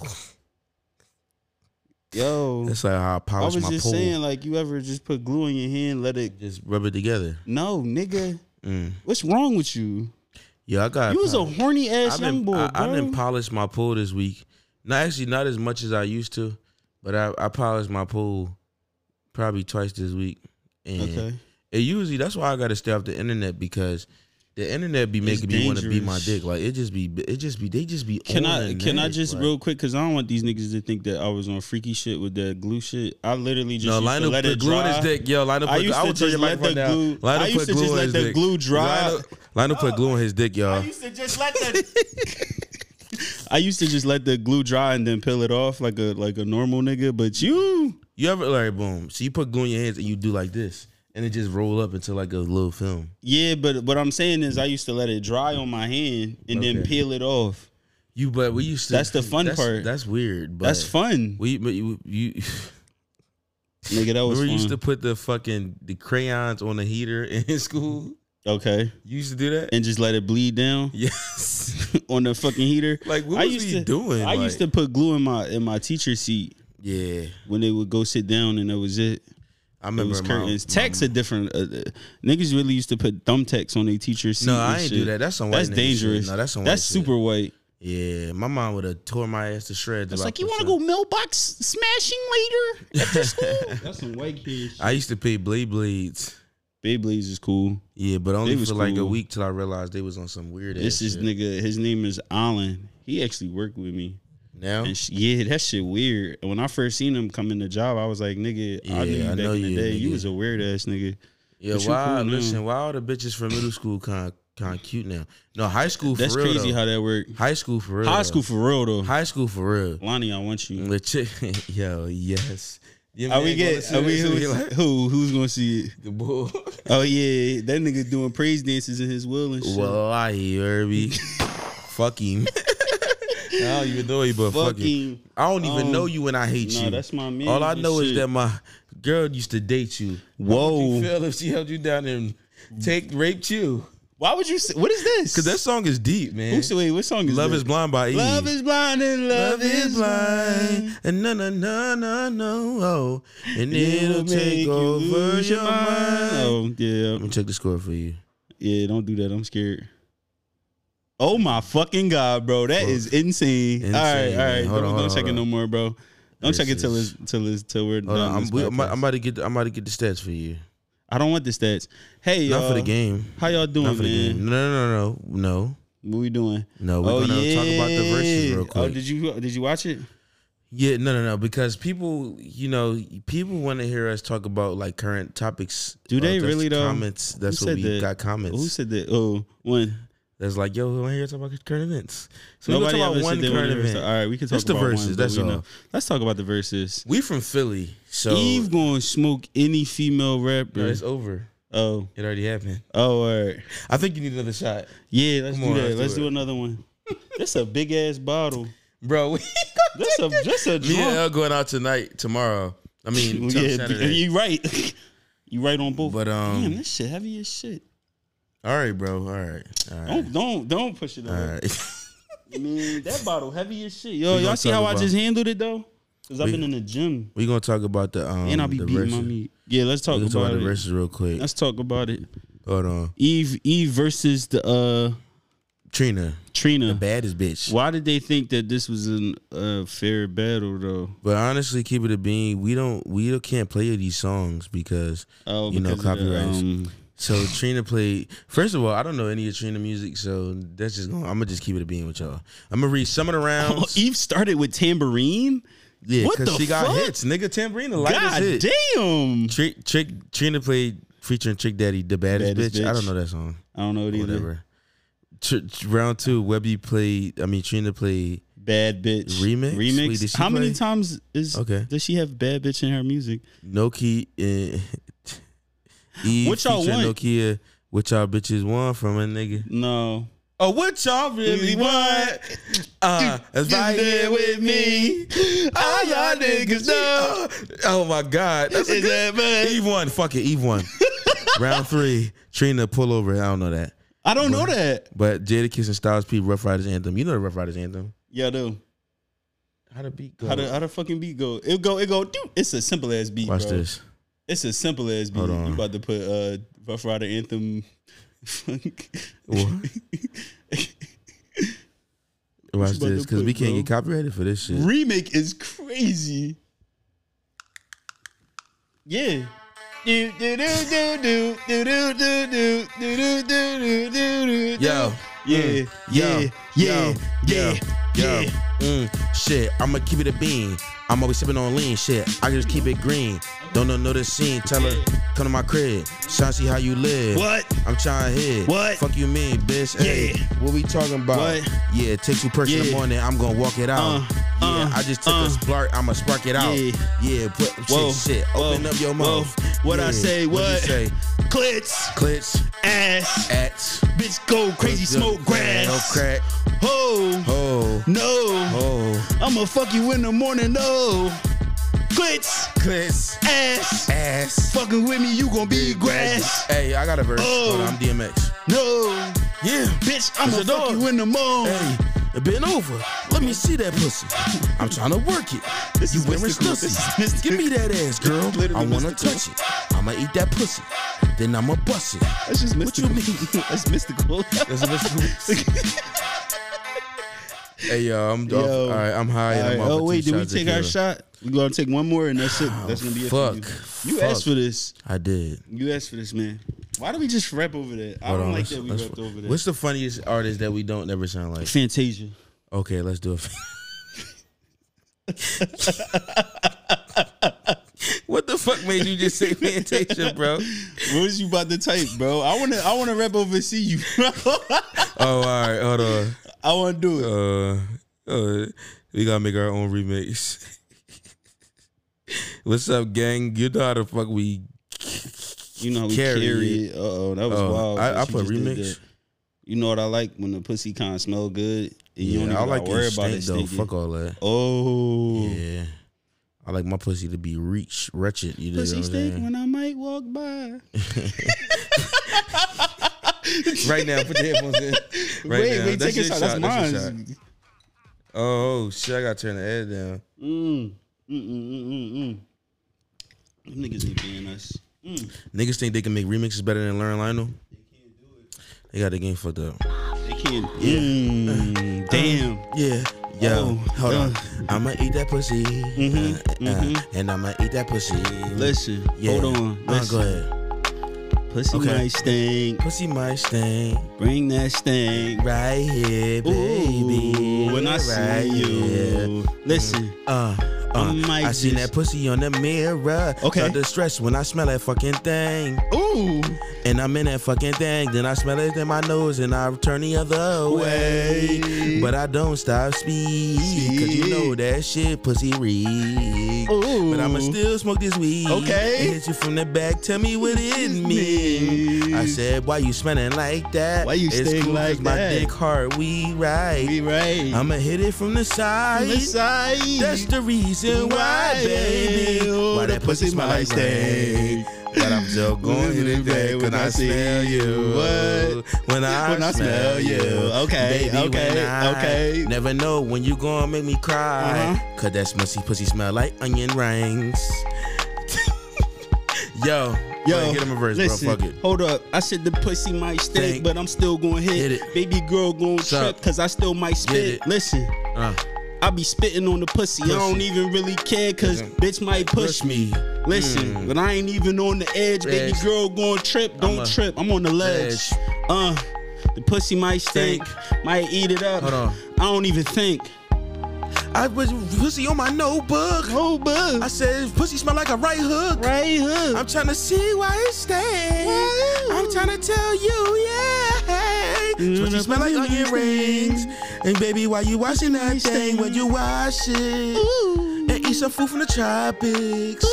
[SPEAKER 1] Yo,
[SPEAKER 2] That's like how I
[SPEAKER 1] I
[SPEAKER 2] polish
[SPEAKER 1] was
[SPEAKER 2] my
[SPEAKER 1] just
[SPEAKER 2] pole.
[SPEAKER 1] saying, like you ever just put glue on your hand, let it.
[SPEAKER 2] just rub it together.
[SPEAKER 1] No, nigga,
[SPEAKER 2] Mm.
[SPEAKER 1] what's wrong with you?
[SPEAKER 2] Yeah, I got.
[SPEAKER 1] You was a horny ass
[SPEAKER 2] I've
[SPEAKER 1] young
[SPEAKER 2] been,
[SPEAKER 1] boy,
[SPEAKER 2] I,
[SPEAKER 1] bro.
[SPEAKER 2] I didn't polish my pool this week. Not actually not as much as I used to, but I, I polished my pool probably twice this week. And
[SPEAKER 1] okay.
[SPEAKER 2] it usually that's why I gotta stay off the internet because the internet be making me want to beat my
[SPEAKER 1] dangerous.
[SPEAKER 2] dick. Like it just be it just be they just be
[SPEAKER 1] Can
[SPEAKER 2] on
[SPEAKER 1] I
[SPEAKER 2] the
[SPEAKER 1] can I
[SPEAKER 2] neck,
[SPEAKER 1] just
[SPEAKER 2] like-
[SPEAKER 1] real quick because I don't want these niggas to think that I was on freaky shit with that glue shit. I literally just
[SPEAKER 2] No,
[SPEAKER 1] used to
[SPEAKER 2] Lionel
[SPEAKER 1] let
[SPEAKER 2] put
[SPEAKER 1] it
[SPEAKER 2] glue on
[SPEAKER 1] dry.
[SPEAKER 2] his
[SPEAKER 1] (laughs)
[SPEAKER 2] dick. Yo, Lionel
[SPEAKER 1] I
[SPEAKER 2] put.
[SPEAKER 1] used
[SPEAKER 2] I
[SPEAKER 1] to
[SPEAKER 2] would turn your
[SPEAKER 1] just let
[SPEAKER 2] microphone
[SPEAKER 1] the
[SPEAKER 2] down.
[SPEAKER 1] glue- I
[SPEAKER 2] Lionel
[SPEAKER 1] used
[SPEAKER 2] put
[SPEAKER 1] to
[SPEAKER 2] glue
[SPEAKER 1] just
[SPEAKER 2] on
[SPEAKER 1] let
[SPEAKER 2] his
[SPEAKER 1] the
[SPEAKER 2] dick.
[SPEAKER 1] glue dry.
[SPEAKER 2] Lionel- Lionel put glue on his dick, y'all.
[SPEAKER 1] used to just let the (laughs) I used to just let the glue dry and then peel it off like a like a normal nigga. But you,
[SPEAKER 2] You ever like boom? So you put glue on your hands and you do like this, and it just roll up into like a little film.
[SPEAKER 1] yeah. But what I'm saying is, I used to let it dry on my hand and then
[SPEAKER 2] Okay.
[SPEAKER 1] peel it off.
[SPEAKER 2] You but we used to.
[SPEAKER 1] That's the fun
[SPEAKER 2] that's-
[SPEAKER 1] part.
[SPEAKER 2] That's weird. But
[SPEAKER 1] That's fun,
[SPEAKER 2] We but you you. (laughs)
[SPEAKER 1] nigga. That was
[SPEAKER 2] Remember, you used to
[SPEAKER 1] fun.
[SPEAKER 2] put the fucking the crayons on the heater (laughs) in school.
[SPEAKER 1] Okay,
[SPEAKER 2] You used to do
[SPEAKER 1] (laughs)
[SPEAKER 2] that.
[SPEAKER 1] and just let it bleed down (laughs)
[SPEAKER 2] Yes.
[SPEAKER 1] on the fucking heater.
[SPEAKER 2] Like what
[SPEAKER 1] I
[SPEAKER 2] was
[SPEAKER 1] used
[SPEAKER 2] we
[SPEAKER 1] to-
[SPEAKER 2] doing?
[SPEAKER 1] I used to
[SPEAKER 2] Like,
[SPEAKER 1] put glue in my in my teacher seat
[SPEAKER 2] Yeah,
[SPEAKER 1] when they would go sit down, and that was it.
[SPEAKER 2] I
[SPEAKER 1] It
[SPEAKER 2] remember
[SPEAKER 1] was
[SPEAKER 2] my-
[SPEAKER 1] curtains.
[SPEAKER 2] my-
[SPEAKER 1] Texts are different. Uh, uh, niggas really used to put thumbtacks on their teacher's seat.
[SPEAKER 2] No,
[SPEAKER 1] and
[SPEAKER 2] I ain't
[SPEAKER 1] shit.
[SPEAKER 2] do that. That's some. White
[SPEAKER 1] That's
[SPEAKER 2] nigga shit.
[SPEAKER 1] dangerous.
[SPEAKER 2] No, that's some.
[SPEAKER 1] That's
[SPEAKER 2] white shit.
[SPEAKER 1] super white.
[SPEAKER 2] Yeah, my mom would have tore my ass to shreds.
[SPEAKER 1] It's
[SPEAKER 2] about
[SPEAKER 1] like you
[SPEAKER 2] that
[SPEAKER 1] want to
[SPEAKER 2] shit.
[SPEAKER 1] go mailbox smashing (laughs) later
[SPEAKER 2] (laughs)
[SPEAKER 1] after school. That's some white kids.
[SPEAKER 2] I used to pay Blade Blades.
[SPEAKER 1] Beyblades is cool.
[SPEAKER 2] Yeah, but only
[SPEAKER 1] They
[SPEAKER 2] for
[SPEAKER 1] was
[SPEAKER 2] like a
[SPEAKER 1] cool.
[SPEAKER 2] week till I realized they was on some weird
[SPEAKER 1] This
[SPEAKER 2] ass
[SPEAKER 1] is
[SPEAKER 2] shit.
[SPEAKER 1] nigga. His name is Allen. He actually worked with me.
[SPEAKER 2] now.
[SPEAKER 1] And sh- yeah, that shit weird. When I first seen him come in the job, I was like, nigga,
[SPEAKER 2] Yeah,
[SPEAKER 1] I knew you
[SPEAKER 2] I
[SPEAKER 1] back
[SPEAKER 2] know
[SPEAKER 1] in the
[SPEAKER 2] you,
[SPEAKER 1] day. You
[SPEAKER 2] nigga.
[SPEAKER 1] was a weird ass nigga.
[SPEAKER 2] Yeah,
[SPEAKER 1] but you
[SPEAKER 2] why?
[SPEAKER 1] cool now.
[SPEAKER 2] listen, why all the bitches from middle school kind kind cute now? No, high school for
[SPEAKER 1] That's
[SPEAKER 2] real.
[SPEAKER 1] crazy
[SPEAKER 2] though.
[SPEAKER 1] how that worked.
[SPEAKER 2] high school for real.
[SPEAKER 1] High
[SPEAKER 2] though.
[SPEAKER 1] school for real though.
[SPEAKER 2] High school for real.
[SPEAKER 1] Lonnie, I want you.
[SPEAKER 2] The chick, (laughs) yo, yes. Your
[SPEAKER 1] Are
[SPEAKER 2] man
[SPEAKER 1] we
[SPEAKER 2] gonna
[SPEAKER 1] get?
[SPEAKER 2] see
[SPEAKER 1] Are we
[SPEAKER 2] this and
[SPEAKER 1] who,
[SPEAKER 2] be (laughs) like,
[SPEAKER 1] who? Who's gonna see it?
[SPEAKER 2] the bull?
[SPEAKER 1] Oh yeah, that nigga doing praise dances in his will and shit.
[SPEAKER 2] Well, I
[SPEAKER 1] (laughs)
[SPEAKER 2] hear me. Fuck him. (laughs) I don't even know you, but fuck,
[SPEAKER 1] Fuck
[SPEAKER 2] him.
[SPEAKER 1] him.
[SPEAKER 2] I don't even
[SPEAKER 1] Um,
[SPEAKER 2] know you, and I hate
[SPEAKER 1] Nah,
[SPEAKER 2] you.
[SPEAKER 1] that's my man.
[SPEAKER 2] All I
[SPEAKER 1] and
[SPEAKER 2] know is
[SPEAKER 1] shit.
[SPEAKER 2] that my girl used to date you. How would you
[SPEAKER 1] Whoa.
[SPEAKER 2] feel if she held you down and take raped you?
[SPEAKER 1] Why would you? Say, what is this?
[SPEAKER 2] Cause that song is deep, man.
[SPEAKER 1] Who's, wait, what song is
[SPEAKER 2] Love
[SPEAKER 1] that?
[SPEAKER 2] is blind by E. Eve.
[SPEAKER 1] Love is blind and love, is blind.
[SPEAKER 2] and no no no no no, oh, and
[SPEAKER 1] It'll
[SPEAKER 2] it'll
[SPEAKER 1] make
[SPEAKER 2] take
[SPEAKER 1] you
[SPEAKER 2] over
[SPEAKER 1] lose
[SPEAKER 2] your mind.
[SPEAKER 1] Oh yeah,
[SPEAKER 2] Let me check the score for you.
[SPEAKER 1] yeah. Don't do that. I'm scared. Oh my fucking god, bro, that
[SPEAKER 2] Fuck.
[SPEAKER 1] is insane.
[SPEAKER 2] Insane,
[SPEAKER 1] all right, all
[SPEAKER 2] man.
[SPEAKER 1] right.
[SPEAKER 2] Hold
[SPEAKER 1] don't
[SPEAKER 2] on, hold
[SPEAKER 1] don't
[SPEAKER 2] on,
[SPEAKER 1] check
[SPEAKER 2] hold
[SPEAKER 1] it
[SPEAKER 2] on.
[SPEAKER 1] no more, bro. Don't
[SPEAKER 2] This
[SPEAKER 1] check it till
[SPEAKER 2] is-
[SPEAKER 1] it's till it's till we're
[SPEAKER 2] Hold
[SPEAKER 1] done.
[SPEAKER 2] on, I'm,
[SPEAKER 1] this
[SPEAKER 2] we, I'm,
[SPEAKER 1] podcast.
[SPEAKER 2] I'm about to get the, I'm about to get the stats for you.
[SPEAKER 1] I don't want the stats. Hey,
[SPEAKER 2] Not for the
[SPEAKER 1] y'all.
[SPEAKER 2] game.
[SPEAKER 1] How y'all doing,
[SPEAKER 2] Not for the
[SPEAKER 1] man?
[SPEAKER 2] game. No no no no no
[SPEAKER 1] What we doing?
[SPEAKER 2] no. We're gonna talk about the verses real quick.
[SPEAKER 1] Oh, did you did you watch it?
[SPEAKER 2] Yeah, no, no, no. Because people, you know, people want to hear us talk about like current topics. uh,
[SPEAKER 1] Do they
[SPEAKER 2] that's
[SPEAKER 1] really, though?
[SPEAKER 2] Comments. That's
[SPEAKER 1] Who said
[SPEAKER 2] what we
[SPEAKER 1] that?
[SPEAKER 2] got. Comments.
[SPEAKER 1] Who said that? Oh, one.
[SPEAKER 2] that's like, yo, we want to hear us talk about current events. So
[SPEAKER 1] Nobody
[SPEAKER 2] we gonna
[SPEAKER 1] ever
[SPEAKER 2] talk
[SPEAKER 1] said
[SPEAKER 2] about one
[SPEAKER 1] they
[SPEAKER 2] current
[SPEAKER 1] wanted to verse-
[SPEAKER 2] event.
[SPEAKER 1] All right, we can talk
[SPEAKER 2] It's the
[SPEAKER 1] about one,
[SPEAKER 2] verses,
[SPEAKER 1] but
[SPEAKER 2] that's
[SPEAKER 1] we
[SPEAKER 2] all.
[SPEAKER 1] know. Let's talk about the verses.
[SPEAKER 2] We from Philly, so
[SPEAKER 1] Eve gonna smoke any female
[SPEAKER 2] no,
[SPEAKER 1] rapper.
[SPEAKER 2] it's over.
[SPEAKER 1] Oh,
[SPEAKER 2] It already happened.
[SPEAKER 1] oh, all right.
[SPEAKER 2] I think you need another shot,
[SPEAKER 1] Yeah, let's
[SPEAKER 2] Come
[SPEAKER 1] do
[SPEAKER 2] on,
[SPEAKER 1] that.
[SPEAKER 2] let's
[SPEAKER 1] Let's,
[SPEAKER 2] do it.
[SPEAKER 1] do, another one. That's a big ass bottle.
[SPEAKER 2] bro. we- (laughs)
[SPEAKER 1] That's a that's a
[SPEAKER 2] Me and
[SPEAKER 1] drunk.
[SPEAKER 2] Elle going out tonight, tomorrow. I (laughs) mean, t-
[SPEAKER 1] yeah,
[SPEAKER 2] Saturday.
[SPEAKER 1] you right. (laughs) you right on both.
[SPEAKER 2] But um,
[SPEAKER 1] Damn, this shit heavy as shit.
[SPEAKER 2] all right, bro. All right, all right,
[SPEAKER 1] Don't don't don't push it. Over.
[SPEAKER 2] all right. (laughs)
[SPEAKER 1] Man, that bottle heavy as shit. Yo,
[SPEAKER 2] We
[SPEAKER 1] y'all
[SPEAKER 2] gonna
[SPEAKER 1] see
[SPEAKER 2] talk
[SPEAKER 1] how I
[SPEAKER 2] about-
[SPEAKER 1] just handled it though? Cause I've
[SPEAKER 2] We-
[SPEAKER 1] been in the gym
[SPEAKER 2] we gonna talk about the um
[SPEAKER 1] and I'll be
[SPEAKER 2] the
[SPEAKER 1] beating
[SPEAKER 2] verses.
[SPEAKER 1] my meat. Yeah, let's talk
[SPEAKER 2] We gonna
[SPEAKER 1] about,
[SPEAKER 2] talk about
[SPEAKER 1] it.
[SPEAKER 2] the verses real quick.
[SPEAKER 1] Let's talk about it.
[SPEAKER 2] Hold on,
[SPEAKER 1] Eve Eve versus the uh
[SPEAKER 2] Trina.
[SPEAKER 1] Trina.
[SPEAKER 2] baddest bitch.
[SPEAKER 1] Why did they think that this was an uh, fair battle though?
[SPEAKER 2] But honestly, keep it a being. We don't. We can't play these songs because
[SPEAKER 1] Oh,
[SPEAKER 2] You know,
[SPEAKER 1] because of the,
[SPEAKER 2] copyrights.
[SPEAKER 1] um,
[SPEAKER 2] so Trina played. First of all, I don't know any of Trina music, so that's just. Gonna, I'm gonna just keep it a being with y'all. I'm gonna read some of the
[SPEAKER 1] oh,
[SPEAKER 2] rounds.
[SPEAKER 1] Eve started with tambourine.
[SPEAKER 2] yeah,
[SPEAKER 1] what
[SPEAKER 2] because
[SPEAKER 1] the
[SPEAKER 2] she got
[SPEAKER 1] fuck?
[SPEAKER 2] hits. Nigga, Tambourine the lightest
[SPEAKER 1] God
[SPEAKER 2] hit.
[SPEAKER 1] damn!
[SPEAKER 2] Tri- Trick Trina played featuring Trick Daddy, the baddest,
[SPEAKER 1] Baddest
[SPEAKER 2] bitch. I
[SPEAKER 1] bitch.
[SPEAKER 2] don't know that song.
[SPEAKER 1] I don't know it either.
[SPEAKER 2] Whatever. Tr- tr- round two, Webby played. I mean, Trina played.
[SPEAKER 1] Bad bitch
[SPEAKER 2] Remix?
[SPEAKER 1] Remix.
[SPEAKER 2] Wait, did she
[SPEAKER 1] How many
[SPEAKER 2] play?
[SPEAKER 1] times is
[SPEAKER 2] Okay.
[SPEAKER 1] does she have bad bitch in her music?
[SPEAKER 2] Nokia (laughs) and Eve
[SPEAKER 1] What y'all
[SPEAKER 2] featuring
[SPEAKER 1] want?
[SPEAKER 2] Nokia. What y'all bitches want from a nigga?
[SPEAKER 1] No.
[SPEAKER 2] Oh, what y'all really want? Uh, is right here with me. All y'all niggas know. Oh my God, that's a
[SPEAKER 1] Is
[SPEAKER 2] good.
[SPEAKER 1] that bad?
[SPEAKER 2] Eve one, fuck it,
[SPEAKER 1] (laughs)
[SPEAKER 2] Eve one. Round three, Trina pull over. I don't know that,
[SPEAKER 1] I don't know that.
[SPEAKER 2] but Jada Kiss and Styles P, Rough Riders anthem. You know the Rough Riders anthem.
[SPEAKER 1] Yeah, I do.
[SPEAKER 2] How to beat go?
[SPEAKER 1] How the how the fucking beat go? It go it go. doo. It's a simple ass beat.
[SPEAKER 2] Watch
[SPEAKER 1] bro.
[SPEAKER 2] this.
[SPEAKER 1] It's a simple ass beat.
[SPEAKER 2] Hold on.
[SPEAKER 1] You about to put uh Rough Rider anthem (laughs)
[SPEAKER 2] Watch
[SPEAKER 1] about to
[SPEAKER 2] this, because we
[SPEAKER 1] quit,
[SPEAKER 2] can't
[SPEAKER 1] bro.
[SPEAKER 2] get copyrighted for this shit.
[SPEAKER 1] Remake is crazy. Yeah. Do, do, do, do, do, do, do, do, do, do, do, do, do, do, do.
[SPEAKER 2] Yo.
[SPEAKER 1] Yeah.
[SPEAKER 2] Mm.
[SPEAKER 1] Yeah.
[SPEAKER 2] Yo.
[SPEAKER 1] Yeah.
[SPEAKER 2] Yo.
[SPEAKER 1] Yeah.
[SPEAKER 2] Yo.
[SPEAKER 1] Yeah.
[SPEAKER 2] Mm. Shit, I'ma keep it a bean. I'm always sipping on lean. Shit, I can just keep it green. Don't know, know the scene. Tell her, come to my crib. Tryna see how you live.
[SPEAKER 1] What?
[SPEAKER 2] I'm trying to hit.
[SPEAKER 1] What?
[SPEAKER 2] Fuck you mean, bitch. Hey,
[SPEAKER 1] Yeah.
[SPEAKER 2] What we talking about?
[SPEAKER 1] What?
[SPEAKER 2] Yeah, it takes you person in the
[SPEAKER 1] Yeah.
[SPEAKER 2] morning. I'm gonna walk it out.
[SPEAKER 1] Uh,
[SPEAKER 2] yeah,
[SPEAKER 1] uh,
[SPEAKER 2] I just took
[SPEAKER 1] uh.
[SPEAKER 2] a spark. I'ma spark it out.
[SPEAKER 1] Yeah.
[SPEAKER 2] Yeah, put
[SPEAKER 1] Whoa.
[SPEAKER 2] shit, shit.
[SPEAKER 1] Whoa.
[SPEAKER 2] Open up your
[SPEAKER 1] Whoa.
[SPEAKER 2] mouth.
[SPEAKER 1] What I
[SPEAKER 2] Yeah.
[SPEAKER 1] say,
[SPEAKER 2] What
[SPEAKER 1] what?
[SPEAKER 2] you say?
[SPEAKER 1] Clits.
[SPEAKER 2] Clits,
[SPEAKER 1] Ass.
[SPEAKER 2] ats,
[SPEAKER 1] Bitch go crazy smoke grass.
[SPEAKER 2] crack.
[SPEAKER 1] Ho.
[SPEAKER 2] Oh,
[SPEAKER 1] No.
[SPEAKER 2] oh,
[SPEAKER 1] I'ma fuck you in the morning, no. Clits.
[SPEAKER 2] clits,
[SPEAKER 1] Ass.
[SPEAKER 2] ass.
[SPEAKER 1] Fucking with me, you gon' be grass. Oh.
[SPEAKER 2] Hey, I got a verse. Hold on, I'm DMX.
[SPEAKER 1] No.
[SPEAKER 2] Yeah.
[SPEAKER 1] Bitch, I'ma
[SPEAKER 2] It's
[SPEAKER 1] fuck
[SPEAKER 2] a dog.
[SPEAKER 1] you in the morning.
[SPEAKER 2] Hey, it been over. Let me see that pussy. I'm trying to work it.
[SPEAKER 1] This
[SPEAKER 2] you
[SPEAKER 1] is
[SPEAKER 2] wearing
[SPEAKER 1] mystical.
[SPEAKER 2] stussy.
[SPEAKER 1] This is mystical.
[SPEAKER 2] Give me that ass, girl.
[SPEAKER 1] Literally
[SPEAKER 2] I wanna
[SPEAKER 1] mystical.
[SPEAKER 2] touch it. I'ma eat that pussy. Then I'ma bust it.
[SPEAKER 1] That's just
[SPEAKER 2] What you
[SPEAKER 1] mystical.
[SPEAKER 2] mean?
[SPEAKER 1] (laughs) That's mystical.
[SPEAKER 2] That's a (laughs) Hey, yo, I'm
[SPEAKER 1] Yo.
[SPEAKER 2] off. All right, I'm high. and I'm off
[SPEAKER 1] oh
[SPEAKER 2] with
[SPEAKER 1] wait,
[SPEAKER 2] two
[SPEAKER 1] did we
[SPEAKER 2] shots of
[SPEAKER 1] take our
[SPEAKER 2] tequila.
[SPEAKER 1] shot? We gonna take one more and that's it. That's gonna be it. for
[SPEAKER 2] Ah, fuck.
[SPEAKER 1] You, you
[SPEAKER 2] Fuck.
[SPEAKER 1] asked for this.
[SPEAKER 2] I did.
[SPEAKER 1] You asked for this, man. Why do we just rap over that? I
[SPEAKER 2] Hold
[SPEAKER 1] don't
[SPEAKER 2] on,
[SPEAKER 1] like
[SPEAKER 2] let's-
[SPEAKER 1] that we
[SPEAKER 2] let's-
[SPEAKER 1] rapped over that.
[SPEAKER 2] What's the funniest artist that we don't ever sound like?
[SPEAKER 1] Fantasia?
[SPEAKER 2] Okay, let's do it. (laughs) what the fuck made you just say (laughs) Fantasia, bro?
[SPEAKER 1] What was you about to type, bro? I wanna I wanna rap over see you. (laughs)
[SPEAKER 2] Oh, all right, hold on.
[SPEAKER 1] I wanna do it.
[SPEAKER 2] Uh, uh, we gotta make our own remakes. (laughs) What's up, gang? You know how the fuck we?
[SPEAKER 1] You know how we
[SPEAKER 2] carry
[SPEAKER 1] carry, it. Uh oh, that was
[SPEAKER 2] Oh,
[SPEAKER 1] wild.
[SPEAKER 2] I-
[SPEAKER 1] that
[SPEAKER 2] I
[SPEAKER 1] you
[SPEAKER 2] put
[SPEAKER 1] just did
[SPEAKER 2] remix.
[SPEAKER 1] that. You know what I like when the pussy kind of smell good. And you
[SPEAKER 2] Yeah,
[SPEAKER 1] don't even
[SPEAKER 2] I like
[SPEAKER 1] gotta worry about it
[SPEAKER 2] it though.
[SPEAKER 1] stinking.
[SPEAKER 2] Fuck all that.
[SPEAKER 1] Oh,
[SPEAKER 2] Yeah, I like my pussy to be reach wretched. You know
[SPEAKER 1] pussy
[SPEAKER 2] what I'm
[SPEAKER 1] stink
[SPEAKER 2] saying?
[SPEAKER 1] when I might walk by.
[SPEAKER 2] (laughs) Right now, put the headphones in. Right
[SPEAKER 1] wait,
[SPEAKER 2] now.
[SPEAKER 1] wait,
[SPEAKER 2] That's
[SPEAKER 1] take a
[SPEAKER 2] your
[SPEAKER 1] shot. That's
[SPEAKER 2] shot. That's your
[SPEAKER 1] mine.
[SPEAKER 2] Oh shit! I gotta turn the ad down.
[SPEAKER 1] Mm. Mm, mm, mm, mm, mm. Them niggas ain't playing us. Mm.
[SPEAKER 2] Niggas think they can make remixes better than Lauren Lionel. They got the game fucked up.
[SPEAKER 1] They can't. Mm. Damn.
[SPEAKER 2] Yeah, yo,
[SPEAKER 1] Oh,
[SPEAKER 2] hold on.
[SPEAKER 1] uh.
[SPEAKER 2] I'ma eat that pussy, uh, uh, and I'ma eat that pussy.
[SPEAKER 1] Listen,
[SPEAKER 2] Yeah.
[SPEAKER 1] hold on.
[SPEAKER 2] Uh, go
[SPEAKER 1] Listen.
[SPEAKER 2] ahead.
[SPEAKER 1] Pussy
[SPEAKER 2] Okay.
[SPEAKER 1] might stink.
[SPEAKER 2] Pussy my thing
[SPEAKER 1] Bring that stink.
[SPEAKER 2] right here, baby.
[SPEAKER 1] Ooh, when I
[SPEAKER 2] right
[SPEAKER 1] see
[SPEAKER 2] here.
[SPEAKER 1] you. Listen.
[SPEAKER 2] Uh, uh,
[SPEAKER 1] might
[SPEAKER 2] I seen
[SPEAKER 1] just-
[SPEAKER 2] that pussy on the mirror.
[SPEAKER 1] Okay.
[SPEAKER 2] Felt the stress when I smell that fucking thing.
[SPEAKER 1] Ooh.
[SPEAKER 2] And I'm in that fucking thing. Then I smell it in my nose and I turn the other way.
[SPEAKER 1] Way.
[SPEAKER 2] But I don't stop speed. Cause you know that shit pussy reek.
[SPEAKER 1] Ooh.
[SPEAKER 2] But I'ma still smoke this weed.
[SPEAKER 1] Okay.
[SPEAKER 2] And hit you from the back. Tell me what it means. I said, why you smelling like that?
[SPEAKER 1] Why you
[SPEAKER 2] it's
[SPEAKER 1] stink
[SPEAKER 2] cool 'cause
[SPEAKER 1] like
[SPEAKER 2] my
[SPEAKER 1] that?
[SPEAKER 2] dick hard. We right.
[SPEAKER 1] Be right.
[SPEAKER 2] I'ma hit it from the
[SPEAKER 1] on
[SPEAKER 2] side.
[SPEAKER 1] the side.
[SPEAKER 2] That's the reason why, baby.
[SPEAKER 1] Oh,
[SPEAKER 2] Why that pussy smell like rain.
[SPEAKER 1] steak.
[SPEAKER 2] But I'm
[SPEAKER 1] (laughs)
[SPEAKER 2] still going to the bed when I smell you.
[SPEAKER 1] What?
[SPEAKER 2] When I,
[SPEAKER 1] When I smell you. Okay,
[SPEAKER 2] Baby,
[SPEAKER 1] okay,
[SPEAKER 2] when I
[SPEAKER 1] okay.
[SPEAKER 2] Never know when you gonna make me cry.
[SPEAKER 1] Uh-huh.
[SPEAKER 2] Cause that smushy pussy smell like onion rings. (laughs) Yo, go ahead,
[SPEAKER 1] Yo,
[SPEAKER 2] get him a verse,
[SPEAKER 1] listen,
[SPEAKER 2] bro. Fuck it.
[SPEAKER 1] Hold up. I said the pussy might
[SPEAKER 2] Think.
[SPEAKER 1] stink, but I'm still gonna hit.
[SPEAKER 2] Hit it.
[SPEAKER 1] Baby girl gonna
[SPEAKER 2] Suck.
[SPEAKER 1] trip, cause I still might spit.
[SPEAKER 2] it.
[SPEAKER 1] Listen,
[SPEAKER 2] Uh,
[SPEAKER 1] I be spitting on the pussy. I don't even really care, cause
[SPEAKER 2] Yeah.
[SPEAKER 1] bitch might push
[SPEAKER 2] push
[SPEAKER 1] me.
[SPEAKER 2] me. Mm.
[SPEAKER 1] Listen, but I ain't even on the edge. Baby
[SPEAKER 2] Edge.
[SPEAKER 1] girl going trip, don't
[SPEAKER 2] I'ma
[SPEAKER 1] trip. I'm on the ledge.
[SPEAKER 2] ledge.
[SPEAKER 1] Uh, the pussy might stink, might eat it up.
[SPEAKER 2] Hold on.
[SPEAKER 1] I don't even think.
[SPEAKER 2] I was pussy on my notebook.
[SPEAKER 1] Oh,
[SPEAKER 2] I
[SPEAKER 1] bug.
[SPEAKER 2] said pussy smell like a right hook.
[SPEAKER 1] Right hook.
[SPEAKER 2] I'm trying to see why it stays. I'm trying to tell you, yeah.
[SPEAKER 1] Mm,
[SPEAKER 2] But you smell like
[SPEAKER 1] mm,
[SPEAKER 2] onion
[SPEAKER 1] mm,
[SPEAKER 2] rings. And baby, why you washing that
[SPEAKER 1] Nice
[SPEAKER 2] thing
[SPEAKER 1] thing.
[SPEAKER 2] when you wash it?
[SPEAKER 1] Ooh.
[SPEAKER 2] And eat some food from the tropics.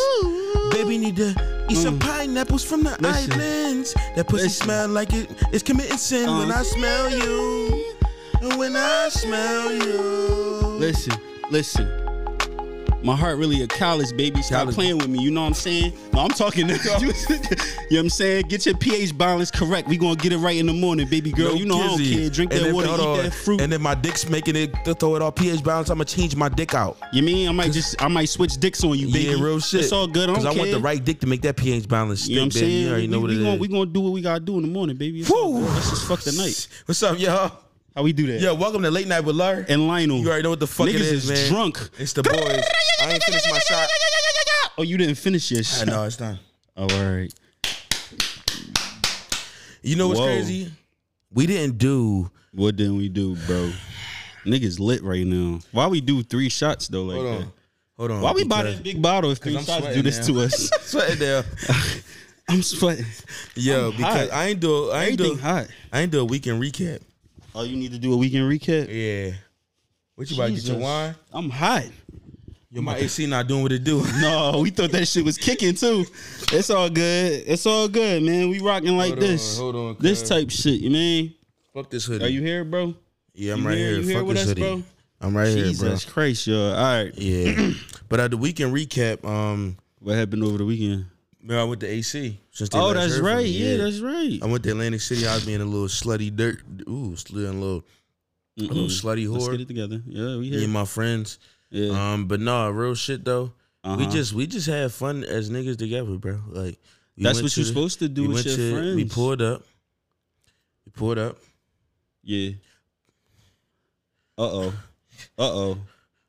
[SPEAKER 2] Baby need to eat some pineapples from the
[SPEAKER 1] Mm. Listen.
[SPEAKER 2] islands. That pussy
[SPEAKER 1] Listen.
[SPEAKER 2] smell like it is committing sin when
[SPEAKER 1] Uh.
[SPEAKER 2] I smell you. And when I smell you.
[SPEAKER 1] Listen, listen. My heart really a college baby. Stop
[SPEAKER 2] College.
[SPEAKER 1] playing with me. You know what I'm saying? No, I'm talking.
[SPEAKER 2] (laughs)
[SPEAKER 1] To you, you know what I'm saying? Get your pH balance correct. We gonna get it right in the morning, baby girl.
[SPEAKER 2] No
[SPEAKER 1] you know I don't
[SPEAKER 2] kizzy.
[SPEAKER 1] care. Drink
[SPEAKER 2] And
[SPEAKER 1] that
[SPEAKER 2] if-
[SPEAKER 1] water,
[SPEAKER 2] hold
[SPEAKER 1] eat
[SPEAKER 2] on.
[SPEAKER 1] that fruit.
[SPEAKER 2] And if my dick's making it th- throw it off pH balance, I'ma change my dick out.
[SPEAKER 1] you mean I might just I might switch dicks on you, baby.
[SPEAKER 2] Yeah, real shit.
[SPEAKER 1] It's all good. I
[SPEAKER 2] Cause
[SPEAKER 1] don't
[SPEAKER 2] I
[SPEAKER 1] care.
[SPEAKER 2] want the right dick to make that pH balance.
[SPEAKER 1] You know what I'm
[SPEAKER 2] stick, baby.
[SPEAKER 1] saying?
[SPEAKER 2] You already
[SPEAKER 1] we,
[SPEAKER 2] know
[SPEAKER 1] we,
[SPEAKER 2] what
[SPEAKER 1] we
[SPEAKER 2] it
[SPEAKER 1] gonna,
[SPEAKER 2] is.
[SPEAKER 1] we gonna do what we gotta do in the morning, baby. It's all
[SPEAKER 2] Woo.
[SPEAKER 1] good. Let's just fuck the night.
[SPEAKER 2] What's up, y'all?
[SPEAKER 1] How we do that?
[SPEAKER 2] Yo, welcome to Late Night with Lar.
[SPEAKER 1] And Lionel,
[SPEAKER 2] You already know what the fuck
[SPEAKER 1] niggas
[SPEAKER 2] it is,
[SPEAKER 1] is
[SPEAKER 2] man.
[SPEAKER 1] drunk.
[SPEAKER 2] It's the boys. I ain't finished my
[SPEAKER 1] (laughs)
[SPEAKER 2] shot.
[SPEAKER 1] Oh, you didn't finish your shit.
[SPEAKER 2] no, it's not.
[SPEAKER 1] Oh, all right.
[SPEAKER 2] You know what's
[SPEAKER 1] Whoa.
[SPEAKER 2] crazy? We didn't do.
[SPEAKER 1] What didn't we do, bro? Niggas lit right now. Why we do three shots though? Like,
[SPEAKER 2] Hold
[SPEAKER 1] that?
[SPEAKER 2] on. Hold on.
[SPEAKER 1] why we buy
[SPEAKER 2] because-
[SPEAKER 1] that big bottle if three
[SPEAKER 2] I'm
[SPEAKER 1] shots do
[SPEAKER 2] sweating
[SPEAKER 1] this
[SPEAKER 2] now.
[SPEAKER 1] to us? (laughs)
[SPEAKER 2] Sweat there.
[SPEAKER 1] I'm sweating.
[SPEAKER 2] (laughs) Yo, because
[SPEAKER 1] hot.
[SPEAKER 2] I ain't do. I ain't
[SPEAKER 1] Everything
[SPEAKER 2] do.
[SPEAKER 1] hot.
[SPEAKER 2] I ain't do a weekend recap.
[SPEAKER 1] Oh, you need to do a weekend recap.
[SPEAKER 2] Yeah. What you about to get
[SPEAKER 1] Jesus.
[SPEAKER 2] your wine?
[SPEAKER 1] I'm hot.
[SPEAKER 2] Yo, my AC not doing what it do.
[SPEAKER 1] No, we thought that shit was kicking too. It's all good. It's all good, man. We rocking like
[SPEAKER 2] Hold on,
[SPEAKER 1] this.
[SPEAKER 2] hold on,
[SPEAKER 1] This
[SPEAKER 2] cuz.
[SPEAKER 1] type shit, you mean?
[SPEAKER 2] Fuck this hoodie.
[SPEAKER 1] Are you here, bro?
[SPEAKER 2] yeah, I'm
[SPEAKER 1] you
[SPEAKER 2] right
[SPEAKER 1] here?
[SPEAKER 2] here.
[SPEAKER 1] You here
[SPEAKER 2] Fuck
[SPEAKER 1] with
[SPEAKER 2] this
[SPEAKER 1] us,
[SPEAKER 2] hoodie.
[SPEAKER 1] bro?
[SPEAKER 2] I'm right here, bro.
[SPEAKER 1] Jesus Christ, y'all. All right.
[SPEAKER 2] Yeah. but at the weekend recap, um,
[SPEAKER 1] What happened over the weekend?
[SPEAKER 2] man, I went to AC. Since they
[SPEAKER 1] Oh,
[SPEAKER 2] last
[SPEAKER 1] that's
[SPEAKER 2] heard from me,
[SPEAKER 1] right. Yeah, that's right.
[SPEAKER 2] I went to Atlantic City. I was being a little slutty dirt. Ooh, slutty and little, a little
[SPEAKER 1] Mm-mm.
[SPEAKER 2] slutty
[SPEAKER 1] Mm-hmm. Let's get
[SPEAKER 2] whore.
[SPEAKER 1] it together. Yeah, we
[SPEAKER 2] Me
[SPEAKER 1] here.
[SPEAKER 2] and my friends.
[SPEAKER 1] Yeah.
[SPEAKER 2] Um, but nah, real shit though. We
[SPEAKER 1] Uh-huh.
[SPEAKER 2] just we just had fun as niggas together, bro. Like we
[SPEAKER 1] That's
[SPEAKER 2] went
[SPEAKER 1] what
[SPEAKER 2] to
[SPEAKER 1] you're
[SPEAKER 2] the-
[SPEAKER 1] supposed to do
[SPEAKER 2] we
[SPEAKER 1] with
[SPEAKER 2] went
[SPEAKER 1] your
[SPEAKER 2] to-
[SPEAKER 1] friends.
[SPEAKER 2] We pulled up. We pulled up.
[SPEAKER 1] Yeah. Uh oh. Uh oh.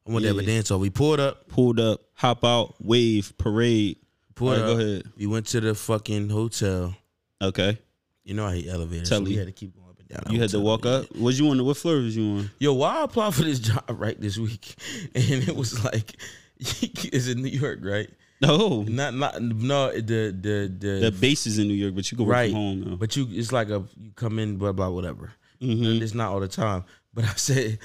[SPEAKER 2] I went to have
[SPEAKER 1] Yeah.
[SPEAKER 2] a dance off. We pulled up.
[SPEAKER 1] Pulled up. Hop out. Wave. Parade. All
[SPEAKER 2] Pulled
[SPEAKER 1] right,
[SPEAKER 2] up.
[SPEAKER 1] go ahead.
[SPEAKER 2] We went to the fucking hotel.
[SPEAKER 1] Okay.
[SPEAKER 2] You know I hate elevators.
[SPEAKER 1] Tell
[SPEAKER 2] so we
[SPEAKER 1] you.
[SPEAKER 2] had to keep going up and down.
[SPEAKER 1] You had to
[SPEAKER 2] Hotel
[SPEAKER 1] walk
[SPEAKER 2] elevator.
[SPEAKER 1] up. Was you on? the- What floor was you on?
[SPEAKER 2] Yo, why I applied for this job right this week? (laughs) And it was like, (laughs) it's in New York, right?
[SPEAKER 1] No.
[SPEAKER 2] Not not no the the the,
[SPEAKER 1] Oh, The base is in New York, but you can work
[SPEAKER 2] right.
[SPEAKER 1] from home now.
[SPEAKER 2] But you, it's like a you come in blah blah whatever.
[SPEAKER 1] Mhm.
[SPEAKER 2] It's not all the time. But I (laughs) said,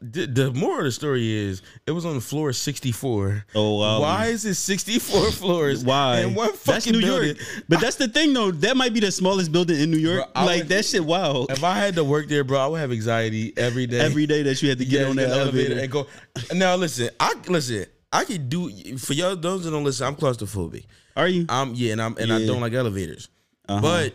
[SPEAKER 2] the, the moral of the story is it was on floor sixty four.
[SPEAKER 1] Oh, wow.
[SPEAKER 2] Why is it sixty four floors?
[SPEAKER 1] Why?
[SPEAKER 2] And one
[SPEAKER 1] that's
[SPEAKER 2] fucking
[SPEAKER 1] New
[SPEAKER 2] building?
[SPEAKER 1] York. But that's the thing, though. That might be the smallest building in New York.
[SPEAKER 2] Bro, I
[SPEAKER 1] like
[SPEAKER 2] would-
[SPEAKER 1] that shit. Wow.
[SPEAKER 2] If I had to work there, bro, I would have anxiety every day.
[SPEAKER 1] Every day that you had to get
[SPEAKER 2] Yeah,
[SPEAKER 1] on
[SPEAKER 2] you
[SPEAKER 1] that
[SPEAKER 2] get in the
[SPEAKER 1] elevator.
[SPEAKER 2] and go. Now listen, I listen. I could do for y'all those that don't listen. I'm claustrophobic.
[SPEAKER 1] Are you?
[SPEAKER 2] I'm yeah, and I'm and I
[SPEAKER 1] Yeah.
[SPEAKER 2] don't like elevators.
[SPEAKER 1] Uh-huh.
[SPEAKER 2] But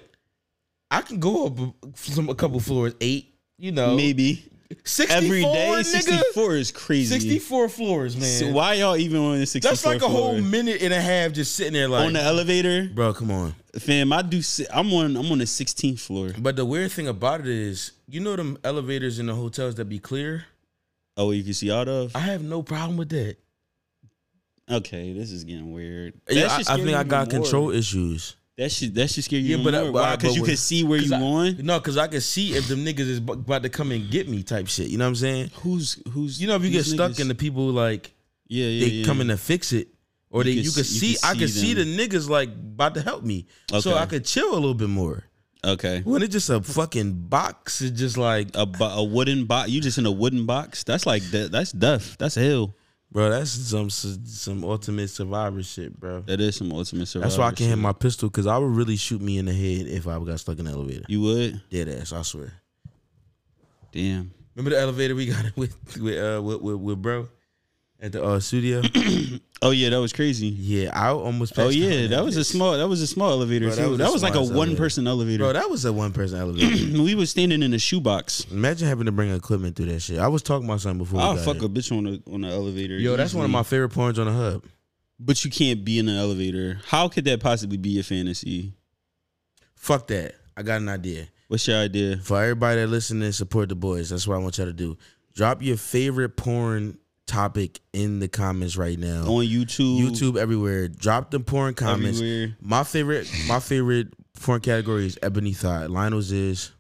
[SPEAKER 2] I can go up some a couple floors, eight. You know,
[SPEAKER 1] Maybe.
[SPEAKER 2] 64,
[SPEAKER 1] Every day,
[SPEAKER 2] nigga.
[SPEAKER 1] 64 is crazy.
[SPEAKER 2] 64 floors, man.
[SPEAKER 1] So why y'all even on the 64
[SPEAKER 2] That's like a
[SPEAKER 1] floor?
[SPEAKER 2] whole minute and a half just sitting there, like,
[SPEAKER 1] on the elevator,
[SPEAKER 2] bro, come on.
[SPEAKER 1] fam. I do. si- I'm on. I'm on the 16th floor.
[SPEAKER 2] But the weird thing about it is, you know, them elevators in the hotels that be clear.
[SPEAKER 1] Oh, you can see out of.
[SPEAKER 2] I have no problem with that.
[SPEAKER 1] Okay, this is getting weird.
[SPEAKER 2] yeah,
[SPEAKER 1] That should
[SPEAKER 2] I, I
[SPEAKER 1] scare
[SPEAKER 2] think
[SPEAKER 1] you
[SPEAKER 2] I
[SPEAKER 1] even
[SPEAKER 2] got
[SPEAKER 1] more.
[SPEAKER 2] control issues.
[SPEAKER 1] That should that should scare you.
[SPEAKER 2] Yeah,
[SPEAKER 1] even
[SPEAKER 2] but, uh,
[SPEAKER 1] more.
[SPEAKER 2] but-
[SPEAKER 1] why? Because
[SPEAKER 2] but
[SPEAKER 1] you
[SPEAKER 2] with-
[SPEAKER 1] can see where you
[SPEAKER 2] I,
[SPEAKER 1] on.
[SPEAKER 2] No, because I can see if them niggas is bu- about to come and get me, type shit. You know what I'm saying?
[SPEAKER 1] Who's who's?
[SPEAKER 2] You know, if you get
[SPEAKER 1] these
[SPEAKER 2] stuck
[SPEAKER 1] niggas-
[SPEAKER 2] and the people like
[SPEAKER 1] yeah, yeah,
[SPEAKER 2] they
[SPEAKER 1] yeah.
[SPEAKER 2] coming to fix it, or they
[SPEAKER 1] can
[SPEAKER 2] you can
[SPEAKER 1] see-
[SPEAKER 2] see,
[SPEAKER 1] you can
[SPEAKER 2] I can
[SPEAKER 1] see
[SPEAKER 2] see the niggas like about to help me,
[SPEAKER 1] Okay.
[SPEAKER 2] so I could chill a little bit more.
[SPEAKER 1] Okay,
[SPEAKER 2] When it's just a fucking box, it's just like, uh,
[SPEAKER 1] a, bo- a wooden box. You just in a wooden box. That's like de- that's death. That's hell.
[SPEAKER 2] bro, that's some some ultimate survivor shit, bro.
[SPEAKER 1] That is some ultimate survival.
[SPEAKER 2] That's why I can't
[SPEAKER 1] shit.
[SPEAKER 2] have my pistol because I would really shoot me in the head if I got stuck in the elevator.
[SPEAKER 1] You would.
[SPEAKER 2] Dead ass, I swear.
[SPEAKER 1] Damn.
[SPEAKER 2] Remember the elevator we got (laughs) it with with uh with, with, with bro at the uh, studio?
[SPEAKER 1] Oh yeah, that was crazy.
[SPEAKER 2] yeah, I almost. Passed
[SPEAKER 1] Oh
[SPEAKER 2] out in
[SPEAKER 1] yeah, that was a
[SPEAKER 2] bitch.
[SPEAKER 1] small. That was a small elevator
[SPEAKER 2] Bro, that
[SPEAKER 1] too.
[SPEAKER 2] was
[SPEAKER 1] That
[SPEAKER 2] the
[SPEAKER 1] was, like a
[SPEAKER 2] smallest elevator.
[SPEAKER 1] one person elevator.
[SPEAKER 2] bro. That was a one
[SPEAKER 1] (clears throat)
[SPEAKER 2] person elevator.
[SPEAKER 1] we was standing in a shoebox.
[SPEAKER 2] Imagine having to bring equipment through that shit. I was talking about something before. We
[SPEAKER 1] I'll
[SPEAKER 2] got
[SPEAKER 1] fuck
[SPEAKER 2] here.
[SPEAKER 1] a bitch on the on the elevator.
[SPEAKER 2] Yo, that's one of
[SPEAKER 1] easily.
[SPEAKER 2] my favorite porns on the hub.
[SPEAKER 1] But you can't be in an elevator. How could that possibly be a fantasy?
[SPEAKER 2] Fuck that. I got an idea.
[SPEAKER 1] What's your idea?
[SPEAKER 2] For everybody that listen and support the boys, that's what I want y'all to do. Drop your favorite porn topic in the comments right now.
[SPEAKER 1] On YouTube,
[SPEAKER 2] YouTube everywhere. Drop the porn comments.
[SPEAKER 1] everywhere.
[SPEAKER 2] My favorite, my favorite porn category is ebony thigh. Lionel's is.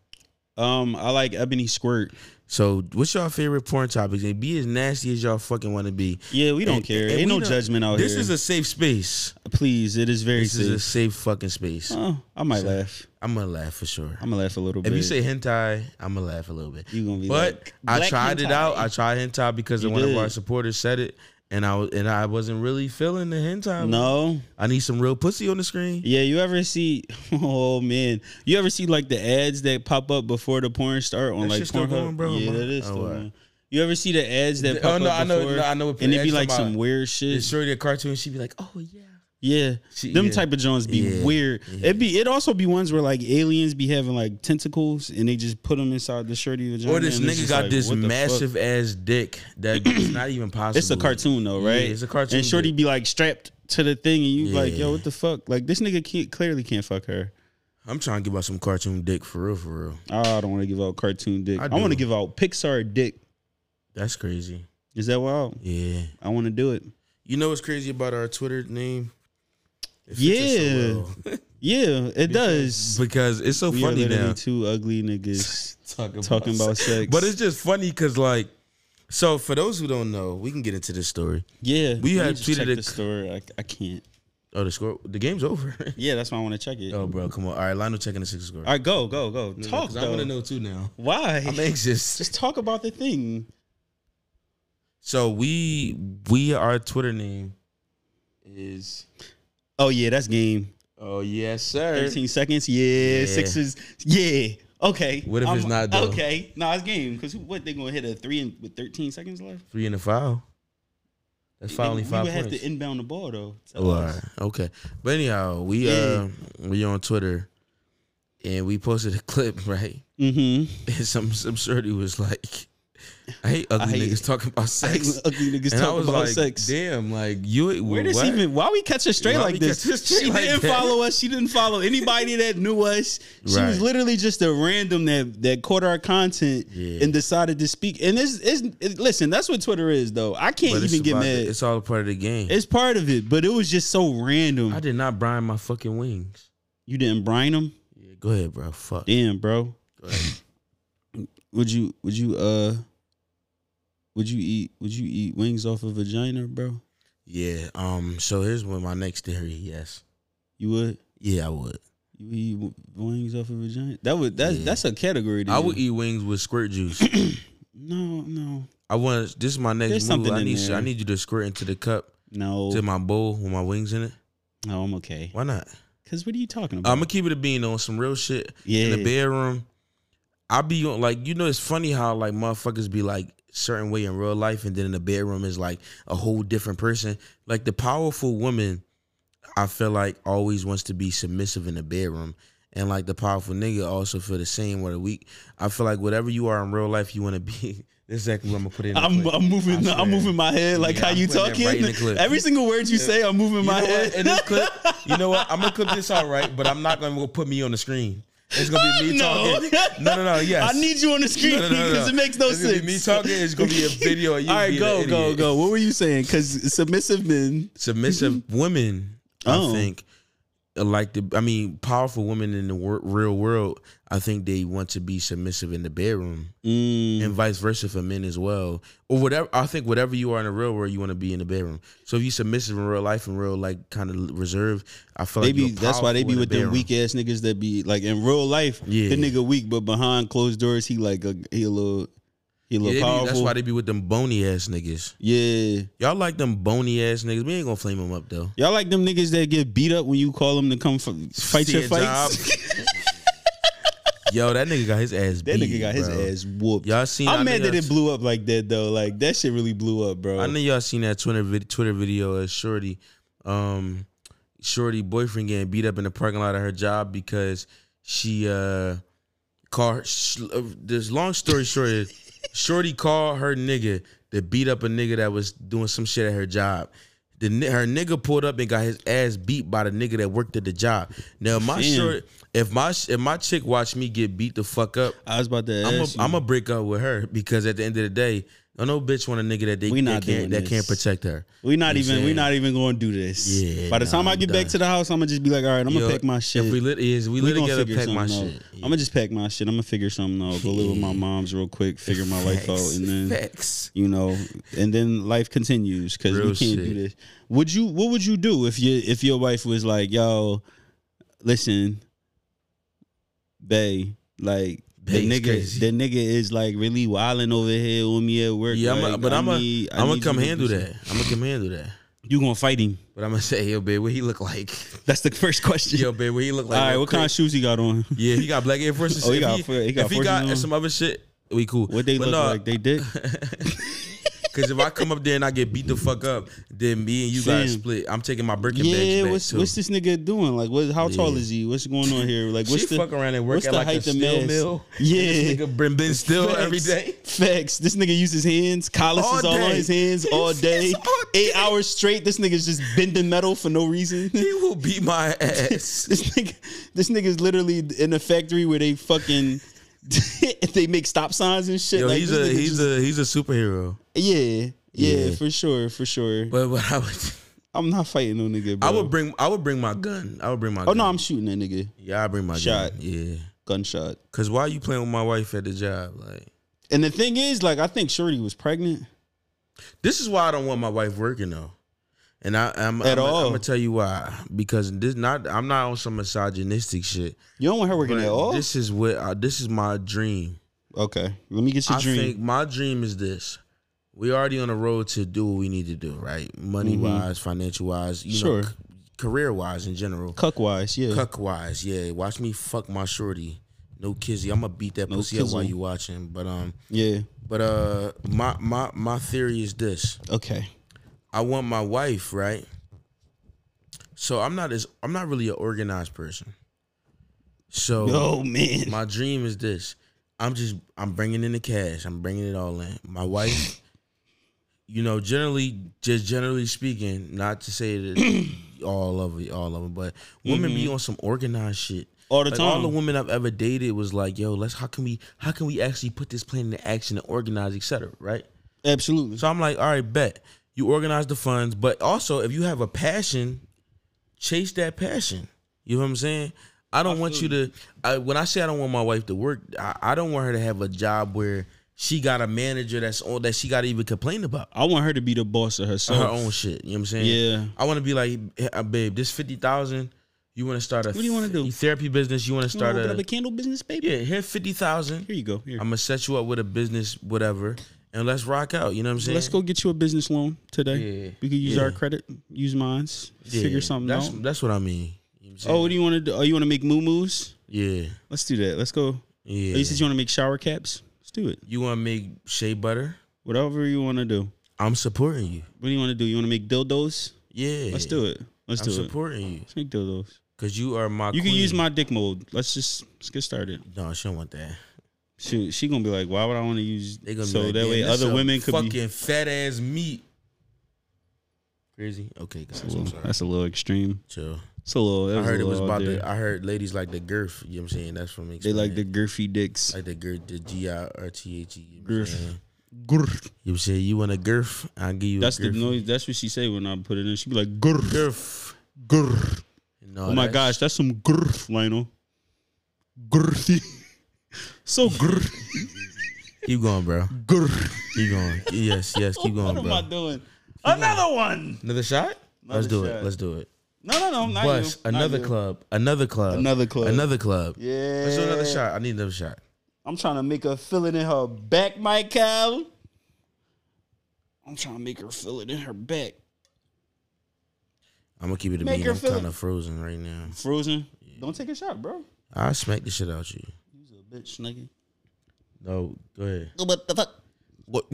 [SPEAKER 1] Um, I like Ebony Squirt.
[SPEAKER 2] So, what's y'all favorite porn topics? And be as nasty as y'all fucking want to be.
[SPEAKER 1] Yeah, we don't
[SPEAKER 2] And-
[SPEAKER 1] care.
[SPEAKER 2] and
[SPEAKER 1] Ain't
[SPEAKER 2] we
[SPEAKER 1] no
[SPEAKER 2] don't-
[SPEAKER 1] judgment out
[SPEAKER 2] This
[SPEAKER 1] here.
[SPEAKER 2] is a safe space.
[SPEAKER 1] please. It is very
[SPEAKER 2] This is a
[SPEAKER 1] safe.
[SPEAKER 2] safe fucking space.
[SPEAKER 1] oh, I might laugh.
[SPEAKER 2] I'm gonna laugh for sure.
[SPEAKER 1] I'm gonna laugh a little
[SPEAKER 2] If
[SPEAKER 1] bit.
[SPEAKER 2] you say hentai, I'm gonna laugh a little bit.
[SPEAKER 1] You gonna be
[SPEAKER 2] But
[SPEAKER 1] like,
[SPEAKER 2] I
[SPEAKER 1] "Black
[SPEAKER 2] tried it
[SPEAKER 1] hentai."
[SPEAKER 2] out. I tried hentai because
[SPEAKER 1] You
[SPEAKER 2] one
[SPEAKER 1] did.
[SPEAKER 2] of our supporters said it, and I was and I wasn't really feeling the hentai.
[SPEAKER 1] no,
[SPEAKER 2] I need some real pussy on the screen.
[SPEAKER 1] yeah, you ever see? (laughs) Oh man, you ever see like the ads that pop up before the porn start on
[SPEAKER 2] That
[SPEAKER 1] like
[SPEAKER 2] shit still
[SPEAKER 1] Pornhub?
[SPEAKER 2] going, bro?
[SPEAKER 1] Yeah,
[SPEAKER 2] Am I-
[SPEAKER 1] that is
[SPEAKER 2] Oh,
[SPEAKER 1] still
[SPEAKER 2] wow.
[SPEAKER 1] going. You ever see the ads that
[SPEAKER 2] The-
[SPEAKER 1] pop
[SPEAKER 2] oh, no,
[SPEAKER 1] up
[SPEAKER 2] I know-
[SPEAKER 1] before?
[SPEAKER 2] no, I know what
[SPEAKER 1] and it
[SPEAKER 2] ads
[SPEAKER 1] be
[SPEAKER 2] you're
[SPEAKER 1] like
[SPEAKER 2] talking
[SPEAKER 1] some
[SPEAKER 2] about.
[SPEAKER 1] weird shit.
[SPEAKER 2] The shorty a cartoon, she'd be like, "Oh yeah,
[SPEAKER 1] Yeah,
[SPEAKER 2] She-
[SPEAKER 1] them
[SPEAKER 2] yeah.
[SPEAKER 1] type of Jones be
[SPEAKER 2] Yeah.
[SPEAKER 1] weird.
[SPEAKER 2] Yeah.
[SPEAKER 1] It be it also be ones where like aliens be having like tentacles and they just put them inside the shirt of your
[SPEAKER 2] Or
[SPEAKER 1] vagina,
[SPEAKER 2] this
[SPEAKER 1] and it's
[SPEAKER 2] nigga
[SPEAKER 1] just
[SPEAKER 2] got
[SPEAKER 1] like,
[SPEAKER 2] this
[SPEAKER 1] what the fuck?
[SPEAKER 2] massive ass dick
[SPEAKER 1] (clears throat)
[SPEAKER 2] that it's not even possible.
[SPEAKER 1] It's a cartoon though, right?
[SPEAKER 2] Yeah, it's a cartoon
[SPEAKER 1] And Shorty
[SPEAKER 2] dick.
[SPEAKER 1] be like strapped to the thing, and you like,
[SPEAKER 2] Yeah.
[SPEAKER 1] yo, what the fuck? Like this nigga can't, clearly can't fuck her.
[SPEAKER 2] I'm trying to give out some cartoon dick for real, for real.
[SPEAKER 1] Oh, I don't want to give out cartoon dick.
[SPEAKER 2] I
[SPEAKER 1] I, want to
[SPEAKER 2] do.
[SPEAKER 1] give out Pixar dick.
[SPEAKER 2] That's crazy.
[SPEAKER 1] Is that wild?
[SPEAKER 2] Yeah.
[SPEAKER 1] I want to do it.
[SPEAKER 2] You know what's crazy about our Twitter name? It fits us
[SPEAKER 1] Yeah.
[SPEAKER 2] so well.
[SPEAKER 1] Yeah, it does.
[SPEAKER 2] (laughs) because it's so
[SPEAKER 1] We are
[SPEAKER 2] funny
[SPEAKER 1] literally
[SPEAKER 2] now.
[SPEAKER 1] two ugly niggas
[SPEAKER 2] (laughs) Talking,
[SPEAKER 1] talking about sex.
[SPEAKER 2] But it's just funny because like, so for those who don't know, we can get into this story.
[SPEAKER 1] yeah,
[SPEAKER 2] we
[SPEAKER 1] let me
[SPEAKER 2] had
[SPEAKER 1] just
[SPEAKER 2] tweeted
[SPEAKER 1] check
[SPEAKER 2] a-
[SPEAKER 1] the story. I, I can't.
[SPEAKER 2] Oh, the score, the game's over. (laughs)
[SPEAKER 1] Yeah, that's why I want to check it.
[SPEAKER 2] oh, bro, come on. All right, Lionel checking the six score.
[SPEAKER 1] All right, go, go, go. Talk
[SPEAKER 2] I
[SPEAKER 1] though.
[SPEAKER 2] want to know too now.
[SPEAKER 1] Why?
[SPEAKER 2] (laughs) I'm
[SPEAKER 1] (laughs)
[SPEAKER 2] anxious. (laughs)
[SPEAKER 1] Just talk about the thing.
[SPEAKER 2] So we we our Twitter name is
[SPEAKER 1] Oh yeah, that's game.
[SPEAKER 2] oh yes sir.
[SPEAKER 1] Thirteen seconds. Yeah,
[SPEAKER 2] Yeah.
[SPEAKER 1] sixes. Yeah. Okay.
[SPEAKER 2] What if it's not, though?
[SPEAKER 1] Okay. No, it's game. Cause who- what they gonna hit a three and, with thirteen seconds left?
[SPEAKER 2] Three in the foul. That's finally
[SPEAKER 1] we
[SPEAKER 2] five
[SPEAKER 1] would have
[SPEAKER 2] points.
[SPEAKER 1] to inbound the ball though. Tell
[SPEAKER 2] Oh, all
[SPEAKER 1] us.
[SPEAKER 2] right. Okay. But anyhow, we
[SPEAKER 1] Yeah.
[SPEAKER 2] uh we on Twitter and we posted a (laughs) clip, right?
[SPEAKER 1] Mm-hmm.
[SPEAKER 2] And some some shorty was like, I hate ugly
[SPEAKER 1] I hate-
[SPEAKER 2] niggas talking about sex.
[SPEAKER 1] Ugly niggas
[SPEAKER 2] and I
[SPEAKER 1] talk
[SPEAKER 2] was
[SPEAKER 1] about
[SPEAKER 2] like,
[SPEAKER 1] sex.
[SPEAKER 2] damn, like you
[SPEAKER 1] Where does
[SPEAKER 2] what?
[SPEAKER 1] even? Why we catch her straight
[SPEAKER 2] Why we
[SPEAKER 1] like
[SPEAKER 2] catch
[SPEAKER 1] this? (laughs)
[SPEAKER 2] her straight
[SPEAKER 1] she
[SPEAKER 2] like
[SPEAKER 1] didn't
[SPEAKER 2] that?
[SPEAKER 1] follow us. She didn't follow anybody that knew us. She
[SPEAKER 2] Right.
[SPEAKER 1] was literally just a random that that caught our content
[SPEAKER 2] Yeah.
[SPEAKER 1] and decided to speak. And it's, it's it- listen, that's what Twitter is though. I can't
[SPEAKER 2] But it's
[SPEAKER 1] even get
[SPEAKER 2] about
[SPEAKER 1] mad.
[SPEAKER 2] the-
[SPEAKER 1] it's,
[SPEAKER 2] it's all a part of the game.
[SPEAKER 1] part of it, but it was just so random.
[SPEAKER 2] I did not brine my fucking wings.
[SPEAKER 1] you didn't brine them,
[SPEAKER 2] Yeah, go ahead, bro. Fuck.
[SPEAKER 1] damn, bro.
[SPEAKER 2] Go ahead.
[SPEAKER 1] Would you? Would you? Uh, would you eat? Would you eat wings off a vagina, bro?
[SPEAKER 2] Yeah. Um. So here's what my next theory. Yes.
[SPEAKER 1] You would.
[SPEAKER 2] Yeah, I would.
[SPEAKER 1] You would eat w- wings off a vagina? That would. That's
[SPEAKER 2] Yeah.
[SPEAKER 1] that's a category. to
[SPEAKER 2] I
[SPEAKER 1] me.
[SPEAKER 2] would eat wings with squirt juice.
[SPEAKER 1] No, no,
[SPEAKER 2] I want. This is my next
[SPEAKER 1] There's
[SPEAKER 2] move.
[SPEAKER 1] something
[SPEAKER 2] I
[SPEAKER 1] in
[SPEAKER 2] need.
[SPEAKER 1] there.
[SPEAKER 2] I need you to squirt into the cup,
[SPEAKER 1] no.
[SPEAKER 2] to my bowl with my wings in it.
[SPEAKER 1] no, I'm okay.
[SPEAKER 2] Why not?
[SPEAKER 1] Cause what are you talking about?
[SPEAKER 2] I'm gonna keep it a bean on some real shit in
[SPEAKER 1] yeah,
[SPEAKER 2] the bedroom. I be on like you know it's funny how like motherfuckers be like certain way in real life and then in the bedroom is like a whole different person. Like the powerful woman, I feel like always wants to be submissive in the bedroom. And like the powerful nigga also feel the same or the weak. I feel like whatever you are in real life, you want to be. (laughs) This is exactly what I'm gonna put in. the
[SPEAKER 1] I'm,
[SPEAKER 2] clip.
[SPEAKER 1] I'm moving.
[SPEAKER 2] I
[SPEAKER 1] I'm
[SPEAKER 2] swear.
[SPEAKER 1] moving my head like
[SPEAKER 2] Yeah,
[SPEAKER 1] how
[SPEAKER 2] I'm
[SPEAKER 1] you
[SPEAKER 2] putting that
[SPEAKER 1] talking.
[SPEAKER 2] right in the clip.
[SPEAKER 1] Every single word you say, I'm moving
[SPEAKER 2] You
[SPEAKER 1] my
[SPEAKER 2] know
[SPEAKER 1] head.
[SPEAKER 2] what? In this clip, you know what? I'm gonna clip this out right, but I'm not gonna go put me on the screen. It's gonna be me
[SPEAKER 1] Oh, No.
[SPEAKER 2] talking. No,
[SPEAKER 1] (laughs)
[SPEAKER 2] no, no. Yes.
[SPEAKER 1] I need you on the screen
[SPEAKER 2] No,
[SPEAKER 1] because
[SPEAKER 2] no, no, no.
[SPEAKER 1] it makes no
[SPEAKER 2] It's gonna
[SPEAKER 1] sense.
[SPEAKER 2] be me talking. It's
[SPEAKER 1] (laughs)
[SPEAKER 2] gonna be a video of you
[SPEAKER 1] All right,
[SPEAKER 2] being
[SPEAKER 1] go,
[SPEAKER 2] an
[SPEAKER 1] go,
[SPEAKER 2] idiot.
[SPEAKER 1] go. What were you saying? Because submissive men. (laughs)
[SPEAKER 2] Submissive women, I
[SPEAKER 1] Oh.
[SPEAKER 2] think, uh, like the. I mean, powerful women in the wor- real world. I think they want to be submissive in the bedroom,
[SPEAKER 1] Mm,
[SPEAKER 2] and vice versa for men as well, or whatever. I think whatever you are in the real world, you want to be in the bedroom. So if you submissive in real life and real like kind of reserved, I feel
[SPEAKER 1] They
[SPEAKER 2] like
[SPEAKER 1] be,
[SPEAKER 2] you're
[SPEAKER 1] that's why they
[SPEAKER 2] powerful
[SPEAKER 1] be
[SPEAKER 2] in
[SPEAKER 1] with them
[SPEAKER 2] bedroom.
[SPEAKER 1] weak ass niggas that be like in real life,
[SPEAKER 2] Yeah.
[SPEAKER 1] the nigga weak, but behind closed doors he like a he a little he a
[SPEAKER 2] Yeah,
[SPEAKER 1] little
[SPEAKER 2] they be-
[SPEAKER 1] powerful.
[SPEAKER 2] that's why they be with them bony ass niggas.
[SPEAKER 1] yeah.
[SPEAKER 2] Y'all like them bony ass niggas. We ain't gonna flame them up though.
[SPEAKER 1] Y'all like them niggas that get beat up when you call them to come f- fight
[SPEAKER 2] See
[SPEAKER 1] your
[SPEAKER 2] a
[SPEAKER 1] fights?
[SPEAKER 2] Yo, that nigga got his
[SPEAKER 1] (laughs)
[SPEAKER 2] ass
[SPEAKER 1] that
[SPEAKER 2] beat.
[SPEAKER 1] nigga got his
[SPEAKER 2] bro.
[SPEAKER 1] ass whooped.
[SPEAKER 2] Y'all seen? I
[SPEAKER 1] I'm
[SPEAKER 2] know
[SPEAKER 1] mad that
[SPEAKER 2] y'all-
[SPEAKER 1] it blew up like that though. Like that shit really blew up, bro.
[SPEAKER 2] I know y'all seen that Twitter vid- Twitter video of Shorty, um, Shorty boyfriend getting beat up in the parking lot of her job because she uh car. Sh- uh, this long story short is, Shorty called her nigga to beat up a nigga that was doing some shit at her job. The ni- her nigga pulled up and got his ass beat by the nigga that worked at the job. Now my
[SPEAKER 1] Damn.
[SPEAKER 2] short, if my sh- if my chick watched me get beat the fuck up,
[SPEAKER 1] I was about to
[SPEAKER 2] I'm a,
[SPEAKER 1] ask
[SPEAKER 2] I'm
[SPEAKER 1] you.
[SPEAKER 2] a break up with her because at the end of the day, no no bitch want a nigga that they
[SPEAKER 1] We
[SPEAKER 2] that
[SPEAKER 1] not
[SPEAKER 2] can't
[SPEAKER 1] doing
[SPEAKER 2] that can't
[SPEAKER 1] this.
[SPEAKER 2] protect her.
[SPEAKER 1] we not
[SPEAKER 2] You
[SPEAKER 1] even we
[SPEAKER 2] saying?
[SPEAKER 1] not even going to do this.
[SPEAKER 2] Yeah,
[SPEAKER 1] By the
[SPEAKER 2] nah,
[SPEAKER 1] time I
[SPEAKER 2] I'm
[SPEAKER 1] get back
[SPEAKER 2] done.
[SPEAKER 1] to the house, I'm gonna just be like, all right, I'm gonna
[SPEAKER 2] Yo,
[SPEAKER 1] pack my shit.
[SPEAKER 2] If we lit is we,
[SPEAKER 1] We
[SPEAKER 2] lit
[SPEAKER 1] gonna
[SPEAKER 2] together,
[SPEAKER 1] figure
[SPEAKER 2] pack my
[SPEAKER 1] something out.
[SPEAKER 2] shit.
[SPEAKER 1] I'm gonna just pack my shit. I'm gonna figure something out. Go live with my mom's real quick. Figure my life out, and then
[SPEAKER 2] Facts.
[SPEAKER 1] you know, and then life continues because
[SPEAKER 2] Real
[SPEAKER 1] we can't do
[SPEAKER 2] shit.
[SPEAKER 1] this. Would you? What would you do if your if your wife was like, "Yo, listen, bae, like
[SPEAKER 2] Bae's
[SPEAKER 1] the nigga,
[SPEAKER 2] crazy.
[SPEAKER 1] the nigga is like really wilding over here on me at work.
[SPEAKER 2] Yeah,
[SPEAKER 1] like,
[SPEAKER 2] I'm a, but
[SPEAKER 1] I
[SPEAKER 2] I'm
[SPEAKER 1] need-
[SPEAKER 2] a,
[SPEAKER 1] I
[SPEAKER 2] I'm gonna
[SPEAKER 1] need
[SPEAKER 2] come
[SPEAKER 1] you to
[SPEAKER 2] handle
[SPEAKER 1] do
[SPEAKER 2] that. I'm gonna come handle that.
[SPEAKER 1] some- You gonna fight him? (laughs)
[SPEAKER 2] But I'm gonna (laughs) say, yo, babe, what he look like?
[SPEAKER 1] That's the first question.
[SPEAKER 2] Yo, babe, what he look like?
[SPEAKER 1] All right,
[SPEAKER 2] real
[SPEAKER 1] what kind
[SPEAKER 2] (laughs) quick?
[SPEAKER 1] of shoes he got on?
[SPEAKER 2] Yeah, he got black Air Forces.
[SPEAKER 1] Oh, he
[SPEAKER 2] If
[SPEAKER 1] got- he got
[SPEAKER 2] if he got
[SPEAKER 1] forces on?
[SPEAKER 2] some other shit, We cool.
[SPEAKER 1] What they
[SPEAKER 2] But
[SPEAKER 1] look
[SPEAKER 2] no,
[SPEAKER 1] like? They dick.
[SPEAKER 2] Cause if I come up there and I get beat the fuck up, then me and you guys
[SPEAKER 1] Fam.
[SPEAKER 2] split. I'm taking my Birkin
[SPEAKER 1] Yeah,
[SPEAKER 2] bags back
[SPEAKER 1] what's
[SPEAKER 2] too.
[SPEAKER 1] what's this nigga doing? Like, what? How tall is he? What's going on here? Like, what's
[SPEAKER 2] she
[SPEAKER 1] the
[SPEAKER 2] fuck around and work
[SPEAKER 1] what's
[SPEAKER 2] at
[SPEAKER 1] the
[SPEAKER 2] like a
[SPEAKER 1] height of
[SPEAKER 2] steel
[SPEAKER 1] mass? (laughs)
[SPEAKER 2] mill.
[SPEAKER 1] Yeah.
[SPEAKER 2] And this nigga been,
[SPEAKER 1] (laughs)
[SPEAKER 2] been still every
[SPEAKER 1] Facts.
[SPEAKER 2] day.
[SPEAKER 1] Facts. This nigga uses hands, collises
[SPEAKER 2] All
[SPEAKER 1] all, on
[SPEAKER 2] day.
[SPEAKER 1] his hands all day.
[SPEAKER 2] all day.
[SPEAKER 1] Eight hours straight. This nigga's just bending metal for no reason. (laughs)
[SPEAKER 2] He will beat my (laughs) ass.
[SPEAKER 1] this nigga, this nigga's literally in a factory where they fucking (laughs) they make stop signs and shit.
[SPEAKER 2] Yo,
[SPEAKER 1] like
[SPEAKER 2] he's a
[SPEAKER 1] this nigga
[SPEAKER 2] he's
[SPEAKER 1] just-
[SPEAKER 2] a he's a superhero.
[SPEAKER 1] yeah, yeah,
[SPEAKER 2] Yeah.
[SPEAKER 1] for sure, for sure.
[SPEAKER 2] But but I would
[SPEAKER 1] I'm not fighting no nigga, bro.
[SPEAKER 2] I would bring I would bring my gun. I would bring my
[SPEAKER 1] oh
[SPEAKER 2] gun.
[SPEAKER 1] no, I'm shooting that nigga.
[SPEAKER 2] yeah, I bring my
[SPEAKER 1] Shot.
[SPEAKER 2] gun. Yeah.
[SPEAKER 1] Gunshot.
[SPEAKER 2] Cause why you playing with my wife at the job? Like
[SPEAKER 1] And the thing is, like, I think Shorty was pregnant.
[SPEAKER 2] this is why I don't want my wife working though. And I, I'm
[SPEAKER 1] At
[SPEAKER 2] I'm,
[SPEAKER 1] all.
[SPEAKER 2] I'm gonna tell you why because this not I'm not on some misogynistic shit.
[SPEAKER 1] You don't want her working
[SPEAKER 2] But
[SPEAKER 1] at all.
[SPEAKER 2] This is what I, this is my dream.
[SPEAKER 1] okay, let me get your
[SPEAKER 2] I
[SPEAKER 1] dream.
[SPEAKER 2] think my dream is this. We already on the road to do what we need to do, right? Money wise, financial wise, you
[SPEAKER 1] Mm-hmm. Sure.
[SPEAKER 2] know, c- career wise in general.
[SPEAKER 1] Cuck wise, yeah.
[SPEAKER 2] Cuck wise, yeah. Watch me fuck my shorty. No kizzy. I'm gonna beat that pussy up
[SPEAKER 1] kizzle.
[SPEAKER 2] while you watching. But um
[SPEAKER 1] Yeah.
[SPEAKER 2] but uh my my my theory is this.
[SPEAKER 1] Okay.
[SPEAKER 2] I want my wife, right? So I'm not as I'm not really an organized person. So
[SPEAKER 1] Oh man.
[SPEAKER 2] (laughs) my dream is this. I'm just I'm bringing in the cash. I'm bringing it all in. My wife, you know, generally just generally speaking, not to say that all of it, all of them, but women be on some organized shit.
[SPEAKER 1] All the
[SPEAKER 2] Like,
[SPEAKER 1] time.
[SPEAKER 2] all the women I've ever dated was like, "Yo, let's how can we how can we actually put this plan into action and organize, etc." Right?
[SPEAKER 1] Absolutely.
[SPEAKER 2] So I'm like, all right, bet you organize the funds, but also if you have a passion, chase that passion. You know what I'm saying? I don't want you to. I, when I say I don't want my wife to work, I, I don't want her to have a job where she got a manager that's all that she got to even complain about
[SPEAKER 1] I want her to be the boss of herself.
[SPEAKER 2] her own shit. You know what I'm saying?
[SPEAKER 1] Yeah.
[SPEAKER 2] I want to be like, "Hey, uh, babe, this fifty thousand. You want to start a
[SPEAKER 1] What do you wanna do?
[SPEAKER 2] Therapy business. You want to
[SPEAKER 1] You wanna
[SPEAKER 2] start
[SPEAKER 1] open up a
[SPEAKER 2] a
[SPEAKER 1] candle business, baby.
[SPEAKER 2] yeah. Here fifty thousand.
[SPEAKER 1] Here you go. Here.
[SPEAKER 2] I'm gonna set you up with a business, whatever, and let's rock out. You know what I'm saying?
[SPEAKER 1] Let's go get you a business loan today.
[SPEAKER 2] Yeah.
[SPEAKER 1] We could use
[SPEAKER 2] Yeah.
[SPEAKER 1] our credit, use mine's, figure something
[SPEAKER 2] that's,
[SPEAKER 1] out.
[SPEAKER 2] That's what I mean. You know what I'm
[SPEAKER 1] Oh,
[SPEAKER 2] saying?
[SPEAKER 1] what do you want to do? Oh, you want to make moo-moos?
[SPEAKER 2] yeah,
[SPEAKER 1] Let's do that. Let's go.
[SPEAKER 2] yeah.
[SPEAKER 1] Oh, you said you want to make shower caps? Let's do it.
[SPEAKER 2] you want to make shea butter?
[SPEAKER 1] Whatever you want to do.
[SPEAKER 2] I'm supporting you.
[SPEAKER 1] What do you want to do? You want to make dildos?
[SPEAKER 2] Yeah,
[SPEAKER 1] Let's do it. Let's
[SPEAKER 2] I'm
[SPEAKER 1] do it.
[SPEAKER 2] supporting you
[SPEAKER 1] Let's make dildos.
[SPEAKER 2] because you are my.
[SPEAKER 1] You can
[SPEAKER 2] queen.
[SPEAKER 1] use my dick mold. Let's just let's get started.
[SPEAKER 2] No, she don't want that.
[SPEAKER 1] She she gonna be like, why would I want to use?
[SPEAKER 2] They gonna
[SPEAKER 1] so
[SPEAKER 2] be like,
[SPEAKER 1] that
[SPEAKER 2] "Damn,
[SPEAKER 1] way
[SPEAKER 2] this
[SPEAKER 1] other
[SPEAKER 2] some
[SPEAKER 1] women could
[SPEAKER 2] fucking
[SPEAKER 1] be.
[SPEAKER 2] fat ass meat. Crazy. Okay, guys, I'm sorry.
[SPEAKER 1] That's a little extreme.
[SPEAKER 2] Chill.
[SPEAKER 1] It's a little. that
[SPEAKER 2] I heard it
[SPEAKER 1] a
[SPEAKER 2] was
[SPEAKER 1] little
[SPEAKER 2] about
[SPEAKER 1] out there.
[SPEAKER 2] the. I heard ladies like the girth. You know what I'm saying? That's from
[SPEAKER 1] They like the
[SPEAKER 2] experience.
[SPEAKER 1] girthy dicks.
[SPEAKER 2] like the girth, the G I R T H E. You know
[SPEAKER 1] Girth.
[SPEAKER 2] what I'm saying? You know what I'm saying? You want a girth? I'll give you.
[SPEAKER 1] That's
[SPEAKER 2] a
[SPEAKER 1] the
[SPEAKER 2] girth.
[SPEAKER 1] noise. That's what she say when I put it in. She be like, "Grr,
[SPEAKER 2] girth.
[SPEAKER 1] grr."
[SPEAKER 2] No,
[SPEAKER 1] Oh my
[SPEAKER 2] that's-
[SPEAKER 1] gosh, that's some grr, Lionel. Grrthy, (laughs) so grr,
[SPEAKER 2] Keep going, bro.
[SPEAKER 1] grr.
[SPEAKER 2] Keep going. Yes, yes,
[SPEAKER 1] (laughs)
[SPEAKER 2] keep going,
[SPEAKER 1] What am I
[SPEAKER 2] bro.
[SPEAKER 1] doing? Another one.
[SPEAKER 2] Another shot?
[SPEAKER 1] Another
[SPEAKER 2] Let's do it.
[SPEAKER 1] shot.
[SPEAKER 2] Let's do it.
[SPEAKER 1] No, no, no. Not
[SPEAKER 2] Plus,
[SPEAKER 1] you. Not
[SPEAKER 2] another
[SPEAKER 1] you.
[SPEAKER 2] club. Another club.
[SPEAKER 1] Another club.
[SPEAKER 2] Another club.
[SPEAKER 1] Yeah.
[SPEAKER 2] Let's do another shot. I need another shot.
[SPEAKER 1] I'm trying to make her feel it in her back, Michael. I'm trying to make her feel it in her back.
[SPEAKER 2] I'm gonna keep it a
[SPEAKER 1] Make
[SPEAKER 2] bean.
[SPEAKER 1] her
[SPEAKER 2] I'm
[SPEAKER 1] feel
[SPEAKER 2] kind of frozen right now.
[SPEAKER 1] Frozen. Don't take a shot, bro.
[SPEAKER 2] I smack the shit out you.
[SPEAKER 1] He's a bitch, nigga.
[SPEAKER 2] No, go ahead.
[SPEAKER 1] What the fuck? (laughs)
[SPEAKER 2] What? (laughs)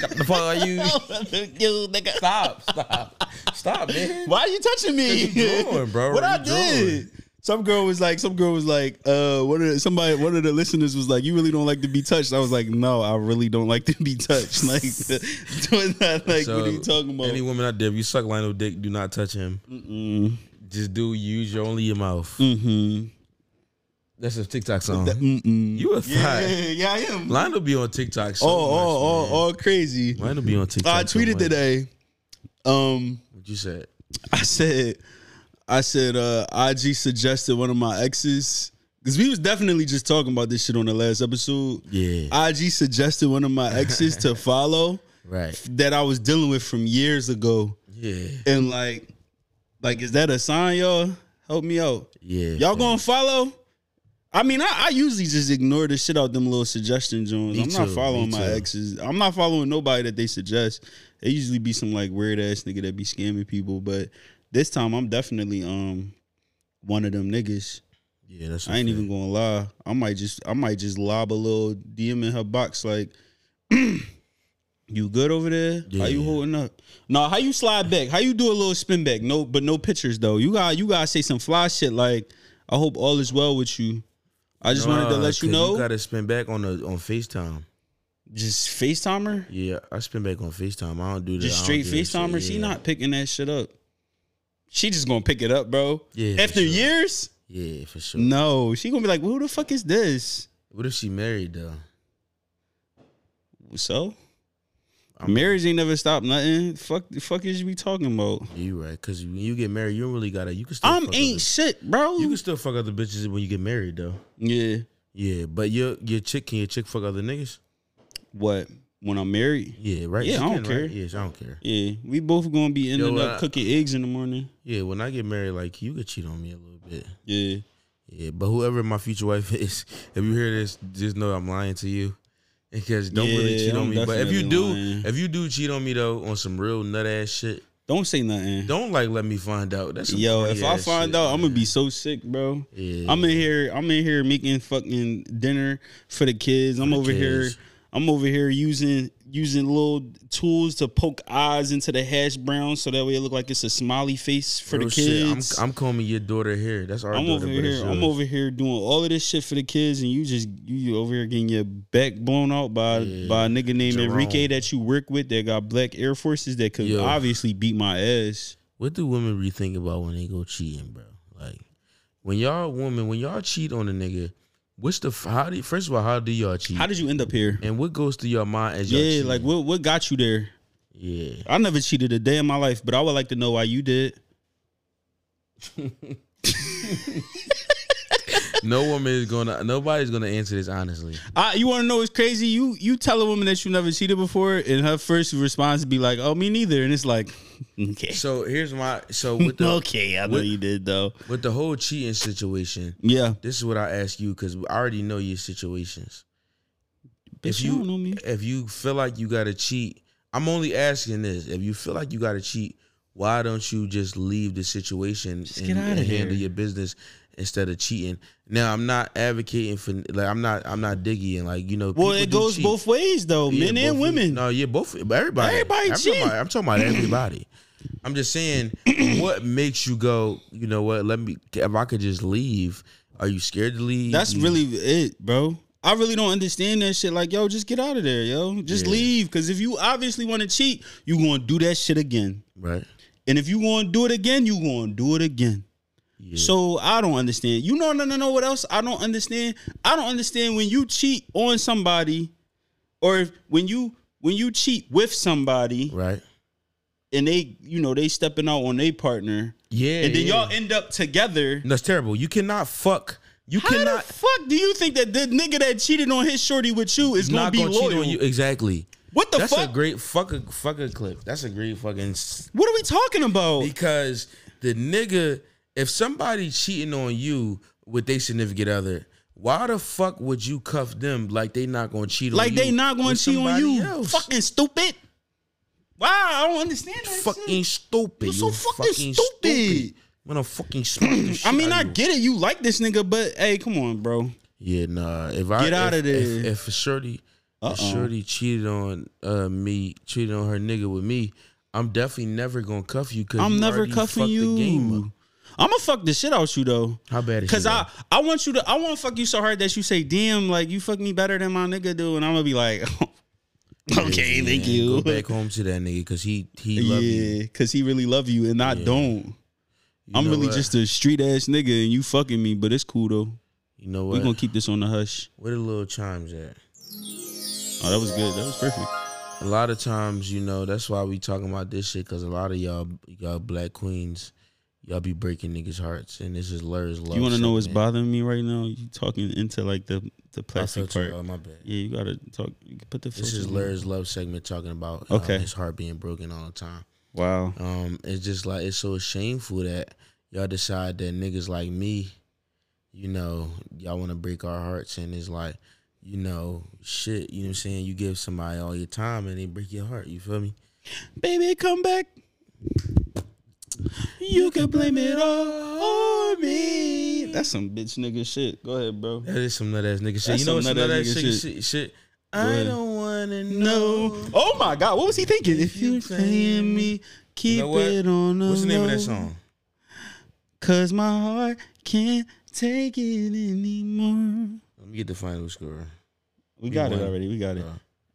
[SPEAKER 2] Got the fuck are you?
[SPEAKER 1] you, nigga.
[SPEAKER 2] Stop! Stop! Stop, (laughs) man.
[SPEAKER 1] Why are you touching me?
[SPEAKER 2] you
[SPEAKER 1] (laughs)
[SPEAKER 2] drawing, bro?
[SPEAKER 1] what
[SPEAKER 2] You
[SPEAKER 1] I did. Some girl was like, some girl was like, uh, one of the, somebody, one of the listeners was like, you really don't like to be touched. I was like, no, I really don't like to be touched. (laughs) Like, doing that, like,
[SPEAKER 2] So,
[SPEAKER 1] what are you talking about?
[SPEAKER 2] Any woman out there, if you suck Lionel dick, do not touch him. Just do use your only your mouth.
[SPEAKER 1] mm-hmm.
[SPEAKER 2] That's a TikTok song.
[SPEAKER 1] Mm-mm.
[SPEAKER 2] you
[SPEAKER 1] Yeah,
[SPEAKER 2] a thot.
[SPEAKER 1] yeah, I am.
[SPEAKER 2] Lionel be on TikTok. So
[SPEAKER 1] Oh,
[SPEAKER 2] much,
[SPEAKER 1] oh,
[SPEAKER 2] man.
[SPEAKER 1] oh, oh, crazy.
[SPEAKER 2] Lionel be on TikTok.
[SPEAKER 1] I
[SPEAKER 2] so
[SPEAKER 1] tweeted
[SPEAKER 2] much.
[SPEAKER 1] today. Um,
[SPEAKER 2] What you said?
[SPEAKER 1] I said, I said, uh, IG suggested one of my exes because we was definitely just talking about this shit on the last episode.
[SPEAKER 2] Yeah.
[SPEAKER 1] IG suggested one of my exes (laughs) to follow
[SPEAKER 2] right.
[SPEAKER 1] that I was dealing with from years ago,
[SPEAKER 2] Yeah.
[SPEAKER 1] and like, like, is that a sign, y'all? Help me out.
[SPEAKER 2] Yeah.
[SPEAKER 1] Y'all gonna follow? I mean, I, I usually just ignore the shit out them little suggestion joints.
[SPEAKER 2] Me
[SPEAKER 1] I'm not
[SPEAKER 2] too,
[SPEAKER 1] following
[SPEAKER 2] me
[SPEAKER 1] my
[SPEAKER 2] too.
[SPEAKER 1] exes. I'm not following nobody that they suggest. They usually be some like weird ass nigga that be scamming people. But this time, I'm definitely um one of them niggas.
[SPEAKER 2] Yeah, that's.
[SPEAKER 1] I ain't even gonna lie. I might just I might just lob a little DM in her box like (clears throat) you good over there? How you
[SPEAKER 2] Yeah.
[SPEAKER 1] holding up? No, how you slide back? How you do a little spin back? No, but no pictures though. You got you gotta say some fly shit like I hope all is well with you. I just wanted to let you know.
[SPEAKER 2] You gotta spin back on the on Facetime.
[SPEAKER 1] just FaceTime her?
[SPEAKER 2] Yeah, I spin back on Facetime. I don't do that.
[SPEAKER 1] Just
[SPEAKER 2] I don't
[SPEAKER 1] straight
[SPEAKER 2] do that shit.
[SPEAKER 1] FaceTime her? She
[SPEAKER 2] Yeah.
[SPEAKER 1] not picking that shit up. She just gonna pick it up, bro.
[SPEAKER 2] Yeah, for
[SPEAKER 1] After
[SPEAKER 2] sure.
[SPEAKER 1] years?
[SPEAKER 2] Yeah, for sure.
[SPEAKER 1] No. She gonna be like, who the fuck is this?
[SPEAKER 2] What if she married though?
[SPEAKER 1] So,
[SPEAKER 2] I'm-
[SPEAKER 1] marriage ain't never stopped nothing. Fuck, the fuck is we talking about?
[SPEAKER 2] Yeah, you right? Because when you get married, you don't really gotta. You can still.
[SPEAKER 1] I'm
[SPEAKER 2] fuck
[SPEAKER 1] ain't
[SPEAKER 2] Other,
[SPEAKER 1] shit, bro.
[SPEAKER 2] you can still fuck other bitches when you get married though.
[SPEAKER 1] yeah.
[SPEAKER 2] Yeah, but your your chick can your chick fuck other niggas?
[SPEAKER 1] What? When I'm married?
[SPEAKER 2] Yeah, right.
[SPEAKER 1] Yeah,
[SPEAKER 2] She
[SPEAKER 1] I don't
[SPEAKER 2] can,
[SPEAKER 1] care.
[SPEAKER 2] Right? Yes, I don't care.
[SPEAKER 1] Yeah, we both gonna be ending
[SPEAKER 2] Yo, uh,
[SPEAKER 1] up
[SPEAKER 2] I-
[SPEAKER 1] cooking eggs in the morning.
[SPEAKER 2] Yeah, when I get married, like you could cheat on me a little bit.
[SPEAKER 1] Yeah.
[SPEAKER 2] Yeah, but whoever my future wife (laughs) is, if you hear this, just know I'm lying to you. Because don't really
[SPEAKER 1] Yeah,
[SPEAKER 2] cheat on
[SPEAKER 1] I'm
[SPEAKER 2] me. But if you
[SPEAKER 1] definitely
[SPEAKER 2] do,
[SPEAKER 1] lying.
[SPEAKER 2] if you do cheat on me though, on some real nut ass shit,
[SPEAKER 1] Don't say nothing.
[SPEAKER 2] don't like let me find out. That's some
[SPEAKER 1] Yo,
[SPEAKER 2] corny
[SPEAKER 1] if I
[SPEAKER 2] ass
[SPEAKER 1] find
[SPEAKER 2] shit,
[SPEAKER 1] out, I'm
[SPEAKER 2] man.
[SPEAKER 1] gonna be so sick, bro.
[SPEAKER 2] Yeah.
[SPEAKER 1] I'm in here. I'm in here making fucking dinner for the kids. I'm
[SPEAKER 2] the
[SPEAKER 1] over here.
[SPEAKER 2] kids.
[SPEAKER 1] I'm over here using using little tools to poke eyes into the hash brown, so that way it look like it's a smiley face for
[SPEAKER 2] Real
[SPEAKER 1] the
[SPEAKER 2] shit, I'm-
[SPEAKER 1] kids.
[SPEAKER 2] I'm, combing your daughter hair. That's our
[SPEAKER 1] I'm over
[SPEAKER 2] daughter. but it's
[SPEAKER 1] here. I'm
[SPEAKER 2] yours.
[SPEAKER 1] over here doing all of this shit for the kids, and you just you, you over here getting your back blown out by
[SPEAKER 2] Yeah.
[SPEAKER 1] by a nigga named
[SPEAKER 2] Jerome.
[SPEAKER 1] Enrique that you work with that got black Air Forces that could
[SPEAKER 2] Yo.
[SPEAKER 1] obviously beat my ass.
[SPEAKER 2] What do women rethink about when they go cheating, bro? Like when y'all a woman, when y'all cheat on a nigga, what's the f- how do you, first of all how do y'all cheat?
[SPEAKER 1] How did you end up here?
[SPEAKER 2] and what goes through your mind as y'all
[SPEAKER 1] Yeah,
[SPEAKER 2] cheating?
[SPEAKER 1] like what what got you there?
[SPEAKER 2] yeah.
[SPEAKER 1] I never cheated a day in my life, but I would like to know why you did.
[SPEAKER 2] No woman is gonna nobody's gonna answer this honestly.
[SPEAKER 1] I, you want to know what's crazy? You you tell a woman that you never cheated before, and her first response be like, "Oh, me neither," and it's like, (laughs) okay,
[SPEAKER 2] So here's my
[SPEAKER 1] (laughs)
[SPEAKER 2] so with the
[SPEAKER 1] okay, I know
[SPEAKER 2] what-
[SPEAKER 1] you did though.
[SPEAKER 2] with the whole cheating situation.
[SPEAKER 1] Yeah,
[SPEAKER 2] This is what I ask you because I already know your situations.
[SPEAKER 1] bitch, you,
[SPEAKER 2] you-
[SPEAKER 1] don't know me.
[SPEAKER 2] If you feel like you gotta cheat, I'm only asking this. If you feel like you gotta cheat, why don't you just leave the situation
[SPEAKER 1] Just
[SPEAKER 2] and,
[SPEAKER 1] get outta
[SPEAKER 2] and handle
[SPEAKER 1] here.
[SPEAKER 2] your business instead of cheating? Now I'm not advocating for like I'm not I'm not diggy and like you know.
[SPEAKER 1] Well,
[SPEAKER 2] people
[SPEAKER 1] it
[SPEAKER 2] do
[SPEAKER 1] goes
[SPEAKER 2] cheat.
[SPEAKER 1] both ways though,
[SPEAKER 2] Yeah,
[SPEAKER 1] Oh, men
[SPEAKER 2] both
[SPEAKER 1] and
[SPEAKER 2] of-
[SPEAKER 1] women.
[SPEAKER 2] No, yeah, both everybody.
[SPEAKER 1] Everybody
[SPEAKER 2] I'm
[SPEAKER 1] cheat.
[SPEAKER 2] talking, about, I'm talking about everybody.
[SPEAKER 1] (clears throat)
[SPEAKER 2] I'm just saying, what makes you go? You know what? Let me. If I could just leave, are you scared to leave?
[SPEAKER 1] That's
[SPEAKER 2] You-
[SPEAKER 1] really it, bro. I really don't understand that shit. Like, yo, just get out of there, yo. Just
[SPEAKER 2] Yeah.
[SPEAKER 1] leave. Cause if you obviously want to cheat, you gonna do that shit again.
[SPEAKER 2] right.
[SPEAKER 1] And if you gonna do it again, you gonna do it again.
[SPEAKER 2] Yeah.
[SPEAKER 1] So I don't understand. You know, no, no, no. What else? I don't understand. I don't understand when you cheat on somebody, or if, when you when you cheat with somebody,
[SPEAKER 2] right.
[SPEAKER 1] and they, you know, they stepping out on their partner,
[SPEAKER 2] Yeah.
[SPEAKER 1] and then
[SPEAKER 2] yeah.
[SPEAKER 1] y'all end up together.
[SPEAKER 2] That's terrible. You cannot fuck. You
[SPEAKER 1] How
[SPEAKER 2] cannot
[SPEAKER 1] the fuck do you think that the nigga that cheated on his shorty with you is gonna
[SPEAKER 2] not
[SPEAKER 1] be
[SPEAKER 2] gonna
[SPEAKER 1] loyal?
[SPEAKER 2] cheat on you. Exactly.
[SPEAKER 1] What the
[SPEAKER 2] That's
[SPEAKER 1] fuck?
[SPEAKER 2] a great fuck a, fuck a clip. That's a great fucking s-
[SPEAKER 1] what are we talking about?
[SPEAKER 2] because the nigga. If somebody cheating on you with their significant other, why the fuck would you cuff them like they not gonna cheat on
[SPEAKER 1] like
[SPEAKER 2] you?
[SPEAKER 1] they not gonna
[SPEAKER 2] with
[SPEAKER 1] cheat on
[SPEAKER 2] somebody
[SPEAKER 1] you?
[SPEAKER 2] else?
[SPEAKER 1] Fucking stupid. Wow, I don't understand that.
[SPEAKER 2] fucking
[SPEAKER 1] shit.
[SPEAKER 2] stupid.
[SPEAKER 1] You're so fucking stupid.
[SPEAKER 2] I'm gonna fucking
[SPEAKER 1] (clears throat)
[SPEAKER 2] smack the shit
[SPEAKER 1] I mean,
[SPEAKER 2] out
[SPEAKER 1] I
[SPEAKER 2] of you.
[SPEAKER 1] get it. You like this nigga, but hey, come on, bro.
[SPEAKER 2] Yeah, nah. If I
[SPEAKER 1] Get outta
[SPEAKER 2] if-
[SPEAKER 1] there. Uh-uh.
[SPEAKER 2] if, if a shorty,
[SPEAKER 1] Uh-oh.
[SPEAKER 2] if shorty cheated on uh, me, cheated on her nigga with me, I'm definitely never gonna cuff you because
[SPEAKER 1] I'm
[SPEAKER 2] you
[SPEAKER 1] never
[SPEAKER 2] already
[SPEAKER 1] cuffing
[SPEAKER 2] fucked
[SPEAKER 1] you.
[SPEAKER 2] The game up.
[SPEAKER 1] I'ma fuck the shit out you though.
[SPEAKER 2] How bad is
[SPEAKER 1] Cause
[SPEAKER 2] she,
[SPEAKER 1] I, I want you to I want to fuck you so hard that you say damn like you fuck me better than my nigga do and I'm gonna be like (laughs)
[SPEAKER 2] though?
[SPEAKER 1] okay
[SPEAKER 2] Yeah,
[SPEAKER 1] thank
[SPEAKER 2] man,
[SPEAKER 1] you
[SPEAKER 2] Go back home to that nigga because he he love you.
[SPEAKER 1] yeah cause he really love you and I don't
[SPEAKER 2] You
[SPEAKER 1] I'm
[SPEAKER 2] know
[SPEAKER 1] really
[SPEAKER 2] what?
[SPEAKER 1] just a street ass nigga and you fucking me but it's cool though
[SPEAKER 2] you know
[SPEAKER 1] we
[SPEAKER 2] what?
[SPEAKER 1] gonna keep this on the hush
[SPEAKER 2] Where the little chimes at?
[SPEAKER 1] oh that was good that was perfect
[SPEAKER 2] A lot of times, you know, that's why we talking about this shit because a lot of y'all y'all black queens, y'all be breaking niggas' hearts and this is Lur's love.
[SPEAKER 1] you want to know what's
[SPEAKER 2] segment.
[SPEAKER 1] bothering me right now you talking into like the the
[SPEAKER 2] I
[SPEAKER 1] plastic
[SPEAKER 2] felt you.
[SPEAKER 1] part
[SPEAKER 2] Oh, my bad.
[SPEAKER 1] yeah you gotta talk you can put the
[SPEAKER 2] This
[SPEAKER 1] filter
[SPEAKER 2] is
[SPEAKER 1] on.
[SPEAKER 2] Larry's love segment talking about
[SPEAKER 1] Okay.
[SPEAKER 2] um, his heart being broken all the time.
[SPEAKER 1] wow
[SPEAKER 2] Um, it's just like it's so shameful that y'all decide that niggas like me, you know, y'all want to break our hearts, and it's like, you know, shit. You know what I'm saying? You give somebody all your time, and they break your heart. You feel me?
[SPEAKER 1] baby come back You can blame it all on me. That's some bitch nigga shit. Go ahead, bro.
[SPEAKER 2] That is some nut ass nigga shit.
[SPEAKER 1] That's
[SPEAKER 2] you know
[SPEAKER 1] some
[SPEAKER 2] what's some nut
[SPEAKER 1] nut-ass
[SPEAKER 2] ass
[SPEAKER 1] nigga
[SPEAKER 2] shit?
[SPEAKER 1] shit.
[SPEAKER 2] shit, shit. I
[SPEAKER 1] ahead.
[SPEAKER 2] don't wanna know.
[SPEAKER 1] No. Oh my God. What was he thinking? If you playing me, keep
[SPEAKER 2] You know what?
[SPEAKER 1] it on the
[SPEAKER 2] Oh, What's the name of
[SPEAKER 1] low.
[SPEAKER 2] that song?
[SPEAKER 1] Cause my heart can't take it anymore.
[SPEAKER 2] Let me get the final score.
[SPEAKER 1] We got it
[SPEAKER 2] won.
[SPEAKER 1] already. We got it.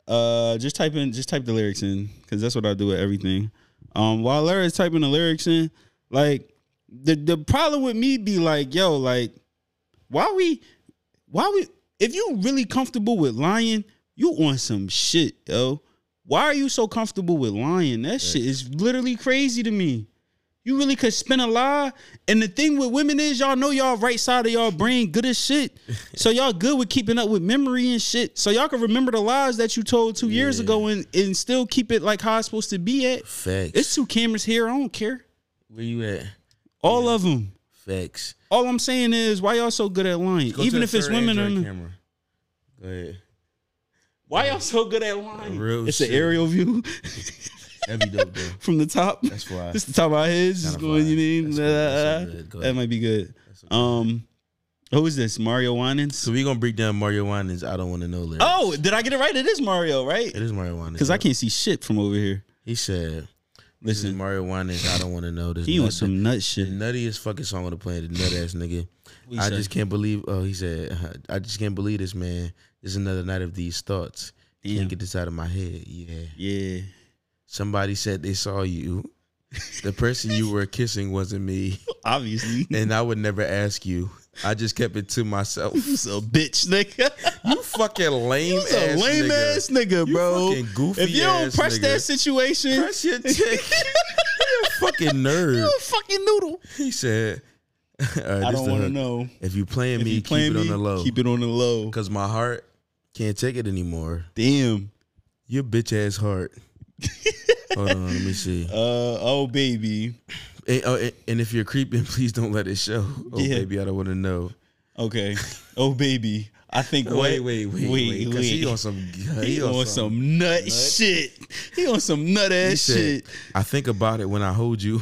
[SPEAKER 1] Uh, just type in, just type the lyrics in, cause that's what I do with everything. Um, while Lara is typing the lyrics in, like the the problem with me be like, yo, like why we, why we, if you really comfortable with lying, you on some shit, yo. Why are you so comfortable with lying? That shit is literally crazy to me. You really could spin a lie. And the thing with women is y'all know y'all right side of y'all brain good as shit. So y'all good with keeping up with memory and shit. So y'all can remember the lies that you told two years ago and, and still keep it like how it's supposed to be at.
[SPEAKER 2] Facts.
[SPEAKER 1] It's two cameras here. I don't care.
[SPEAKER 2] Where you at?
[SPEAKER 1] All of 'em. of them.
[SPEAKER 2] Facts.
[SPEAKER 1] All I'm saying is why y'all so good at lying?
[SPEAKER 2] Go to
[SPEAKER 1] Even
[SPEAKER 2] the
[SPEAKER 1] if it's
[SPEAKER 2] third
[SPEAKER 1] women or
[SPEAKER 2] Android
[SPEAKER 1] not.
[SPEAKER 2] camera. Go ahead.
[SPEAKER 1] Why y'all so good at lying?
[SPEAKER 2] Real
[SPEAKER 1] it's an
[SPEAKER 2] shit.
[SPEAKER 1] aerial view (laughs)
[SPEAKER 2] That'd be dope though.
[SPEAKER 1] from the top.
[SPEAKER 2] That's why.
[SPEAKER 1] (laughs) Just the top of our heads. Just
[SPEAKER 2] Kinda
[SPEAKER 1] going,
[SPEAKER 2] fly.
[SPEAKER 1] you know,
[SPEAKER 2] That's
[SPEAKER 1] da-
[SPEAKER 2] good. That's
[SPEAKER 1] da-
[SPEAKER 2] so
[SPEAKER 1] da-
[SPEAKER 2] good. Go
[SPEAKER 1] that
[SPEAKER 2] ahead.
[SPEAKER 1] might be good. Um, who is this? Mario Winans.
[SPEAKER 2] So we gonna break down Mario Winans. I don't want to know lyrics.
[SPEAKER 1] Oh, did I get it right? It is Mario, right?
[SPEAKER 2] It is Mario Winans.
[SPEAKER 1] Because I can't see shit from over here.
[SPEAKER 2] He said, "This is
[SPEAKER 1] Listen,
[SPEAKER 2] Mario Winans. I don't want to know this."
[SPEAKER 1] he on
[SPEAKER 2] nut-
[SPEAKER 1] some nut shit.
[SPEAKER 2] the nuttiest fucking song on the planet. Nut ass nigga.
[SPEAKER 1] What he
[SPEAKER 2] I
[SPEAKER 1] say?
[SPEAKER 2] just can't believe. Oh, he said, (laughs) "I just can't believe this man. It's another night of these thoughts.
[SPEAKER 1] Damn.
[SPEAKER 2] Can't get this out of my head. Yeah.
[SPEAKER 1] Yeah.
[SPEAKER 2] Somebody said they saw you. The person you were kissing wasn't me, (laughs)
[SPEAKER 1] Obviously.
[SPEAKER 2] and I would never ask you. I just kept it
[SPEAKER 1] (laughs)
[SPEAKER 2] to myself.
[SPEAKER 1] He's a bitch, nigga. (laughs)
[SPEAKER 2] You fucking lame
[SPEAKER 1] He's a
[SPEAKER 2] ass
[SPEAKER 1] lame
[SPEAKER 2] nigga.
[SPEAKER 1] ass nigga,
[SPEAKER 2] You
[SPEAKER 1] bro.
[SPEAKER 2] fucking goofy
[SPEAKER 1] if you don't
[SPEAKER 2] ass
[SPEAKER 1] press
[SPEAKER 2] nigga.
[SPEAKER 1] that situation, (laughs)
[SPEAKER 2] Press your dick. You're a fucking nerd.
[SPEAKER 1] you a fucking noodle.
[SPEAKER 2] He said, all right,
[SPEAKER 1] I
[SPEAKER 2] this
[SPEAKER 1] don't
[SPEAKER 2] the
[SPEAKER 1] want to
[SPEAKER 2] hook.
[SPEAKER 1] know.
[SPEAKER 2] If you playing
[SPEAKER 1] If
[SPEAKER 2] me,
[SPEAKER 1] you playing
[SPEAKER 2] keep
[SPEAKER 1] me,
[SPEAKER 2] it on the low.
[SPEAKER 1] keep it on the low.
[SPEAKER 2] Because my heart can't take it anymore.
[SPEAKER 1] Damn.
[SPEAKER 2] Your bitch ass
[SPEAKER 1] (laughs)
[SPEAKER 2] heart. Hold on, let me see.
[SPEAKER 1] Uh oh, baby.
[SPEAKER 2] And, oh, and- and if you're creeping, please don't let it show. Oh,
[SPEAKER 1] Yeah.
[SPEAKER 2] baby, I don't want to know.
[SPEAKER 1] Okay. Oh, baby. I think.
[SPEAKER 2] Wait,
[SPEAKER 1] what-
[SPEAKER 2] wait, wait,
[SPEAKER 1] wait,
[SPEAKER 2] wait. Because he
[SPEAKER 1] wait.
[SPEAKER 2] on some. He,
[SPEAKER 1] He on some nut shit. He on some nut
[SPEAKER 2] He
[SPEAKER 1] ass
[SPEAKER 2] said,
[SPEAKER 1] shit.
[SPEAKER 2] I think about it when I hold you.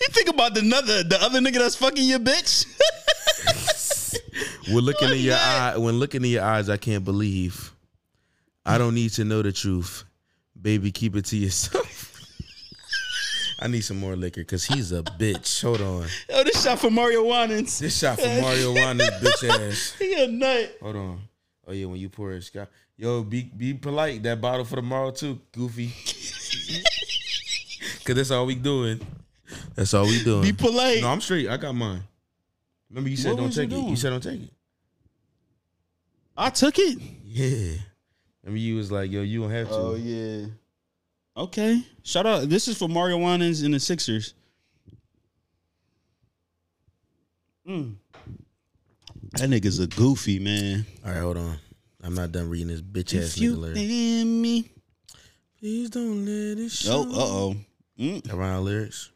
[SPEAKER 1] You think about the other the other nigga that's fucking your bitch? (laughs)
[SPEAKER 2] When looking in your
[SPEAKER 1] that.
[SPEAKER 2] eye, when looking in your eyes, I can't believe. I don't need to know the truth, baby. Keep it to yourself. (laughs) I need some more liquor because he's a bitch. Hold on,
[SPEAKER 1] Yo, Oh, this shot for Mario Winans.
[SPEAKER 2] this shot from Mario Wanda's bitch
[SPEAKER 1] (laughs)
[SPEAKER 2] ass.
[SPEAKER 1] He a nut.
[SPEAKER 2] Hold on. Oh yeah, when you pour it, Scott. Yo, be be polite. That bottle for tomorrow too,
[SPEAKER 1] (laughs)
[SPEAKER 2] Goofy. Cause that's all we doing. That's all we doing.
[SPEAKER 1] Be polite.
[SPEAKER 2] No, I'm straight. I got mine. Remember you said
[SPEAKER 1] What
[SPEAKER 2] don't
[SPEAKER 1] was you
[SPEAKER 2] take it.
[SPEAKER 1] doing?
[SPEAKER 2] You said don't take it.
[SPEAKER 1] I took it.
[SPEAKER 2] Yeah. I mean, you was like, yo, you don't have to.
[SPEAKER 1] Oh, yeah. Okay. Shout out. This is for Mario Winans and the Sixers. Mm. That nigga's a goofy man.
[SPEAKER 2] All right, hold on. I'm not done reading this bitch ass
[SPEAKER 1] If you
[SPEAKER 2] nigga lyric.
[SPEAKER 1] in me.
[SPEAKER 2] Please don't let it show.
[SPEAKER 1] Oh, uh oh. Mm.
[SPEAKER 2] Around lyrics,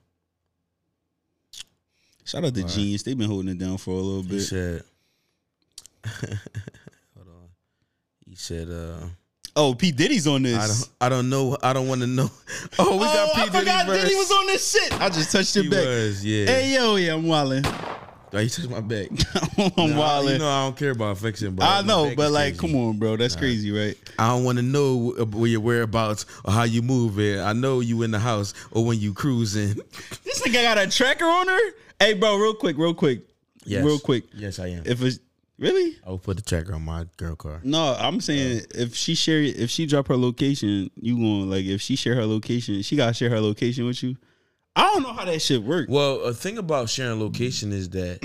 [SPEAKER 1] Shout out to
[SPEAKER 2] Alright.
[SPEAKER 1] Genius. They've been holding it down for a little
[SPEAKER 2] he
[SPEAKER 1] bit.
[SPEAKER 2] said. (laughs) hold on. He said, uh,
[SPEAKER 1] Oh, P. Diddy's on this.
[SPEAKER 2] I don't, I don't know, I don't want to know. (laughs) Oh, we got P
[SPEAKER 1] I
[SPEAKER 2] Diddy
[SPEAKER 1] forgot
[SPEAKER 2] verse.
[SPEAKER 1] Diddy was on this shit. I just touched
[SPEAKER 2] He
[SPEAKER 1] it back.
[SPEAKER 2] was, yeah.
[SPEAKER 1] Hey yo, yeah, I'm wilding.
[SPEAKER 2] Oh, you touched my back.
[SPEAKER 1] (laughs) I'm
[SPEAKER 2] Nah,
[SPEAKER 1] wilding.
[SPEAKER 2] You know, I don't care about affection, but
[SPEAKER 1] I
[SPEAKER 2] my
[SPEAKER 1] know,
[SPEAKER 2] back
[SPEAKER 1] but
[SPEAKER 2] is
[SPEAKER 1] like,
[SPEAKER 2] crazy.
[SPEAKER 1] come on, bro, that's crazy, right?
[SPEAKER 2] I don't want to know wh- where your whereabouts or how you move it. I know you in the house or when you cruising. (laughs)
[SPEAKER 1] This nigga got a tracker on her. Hey, bro, real quick, real quick,
[SPEAKER 2] Yes.
[SPEAKER 1] real quick.
[SPEAKER 2] Yes, I am.
[SPEAKER 1] If it's really
[SPEAKER 2] I will put the tracker on my girl car.
[SPEAKER 1] no, I'm saying if she share, if she drop her location, you going like if she share her location, she gotta share her location with you. I don't know how that shit work.
[SPEAKER 2] Well, a thing about sharing location
[SPEAKER 1] (clears throat)
[SPEAKER 2] is that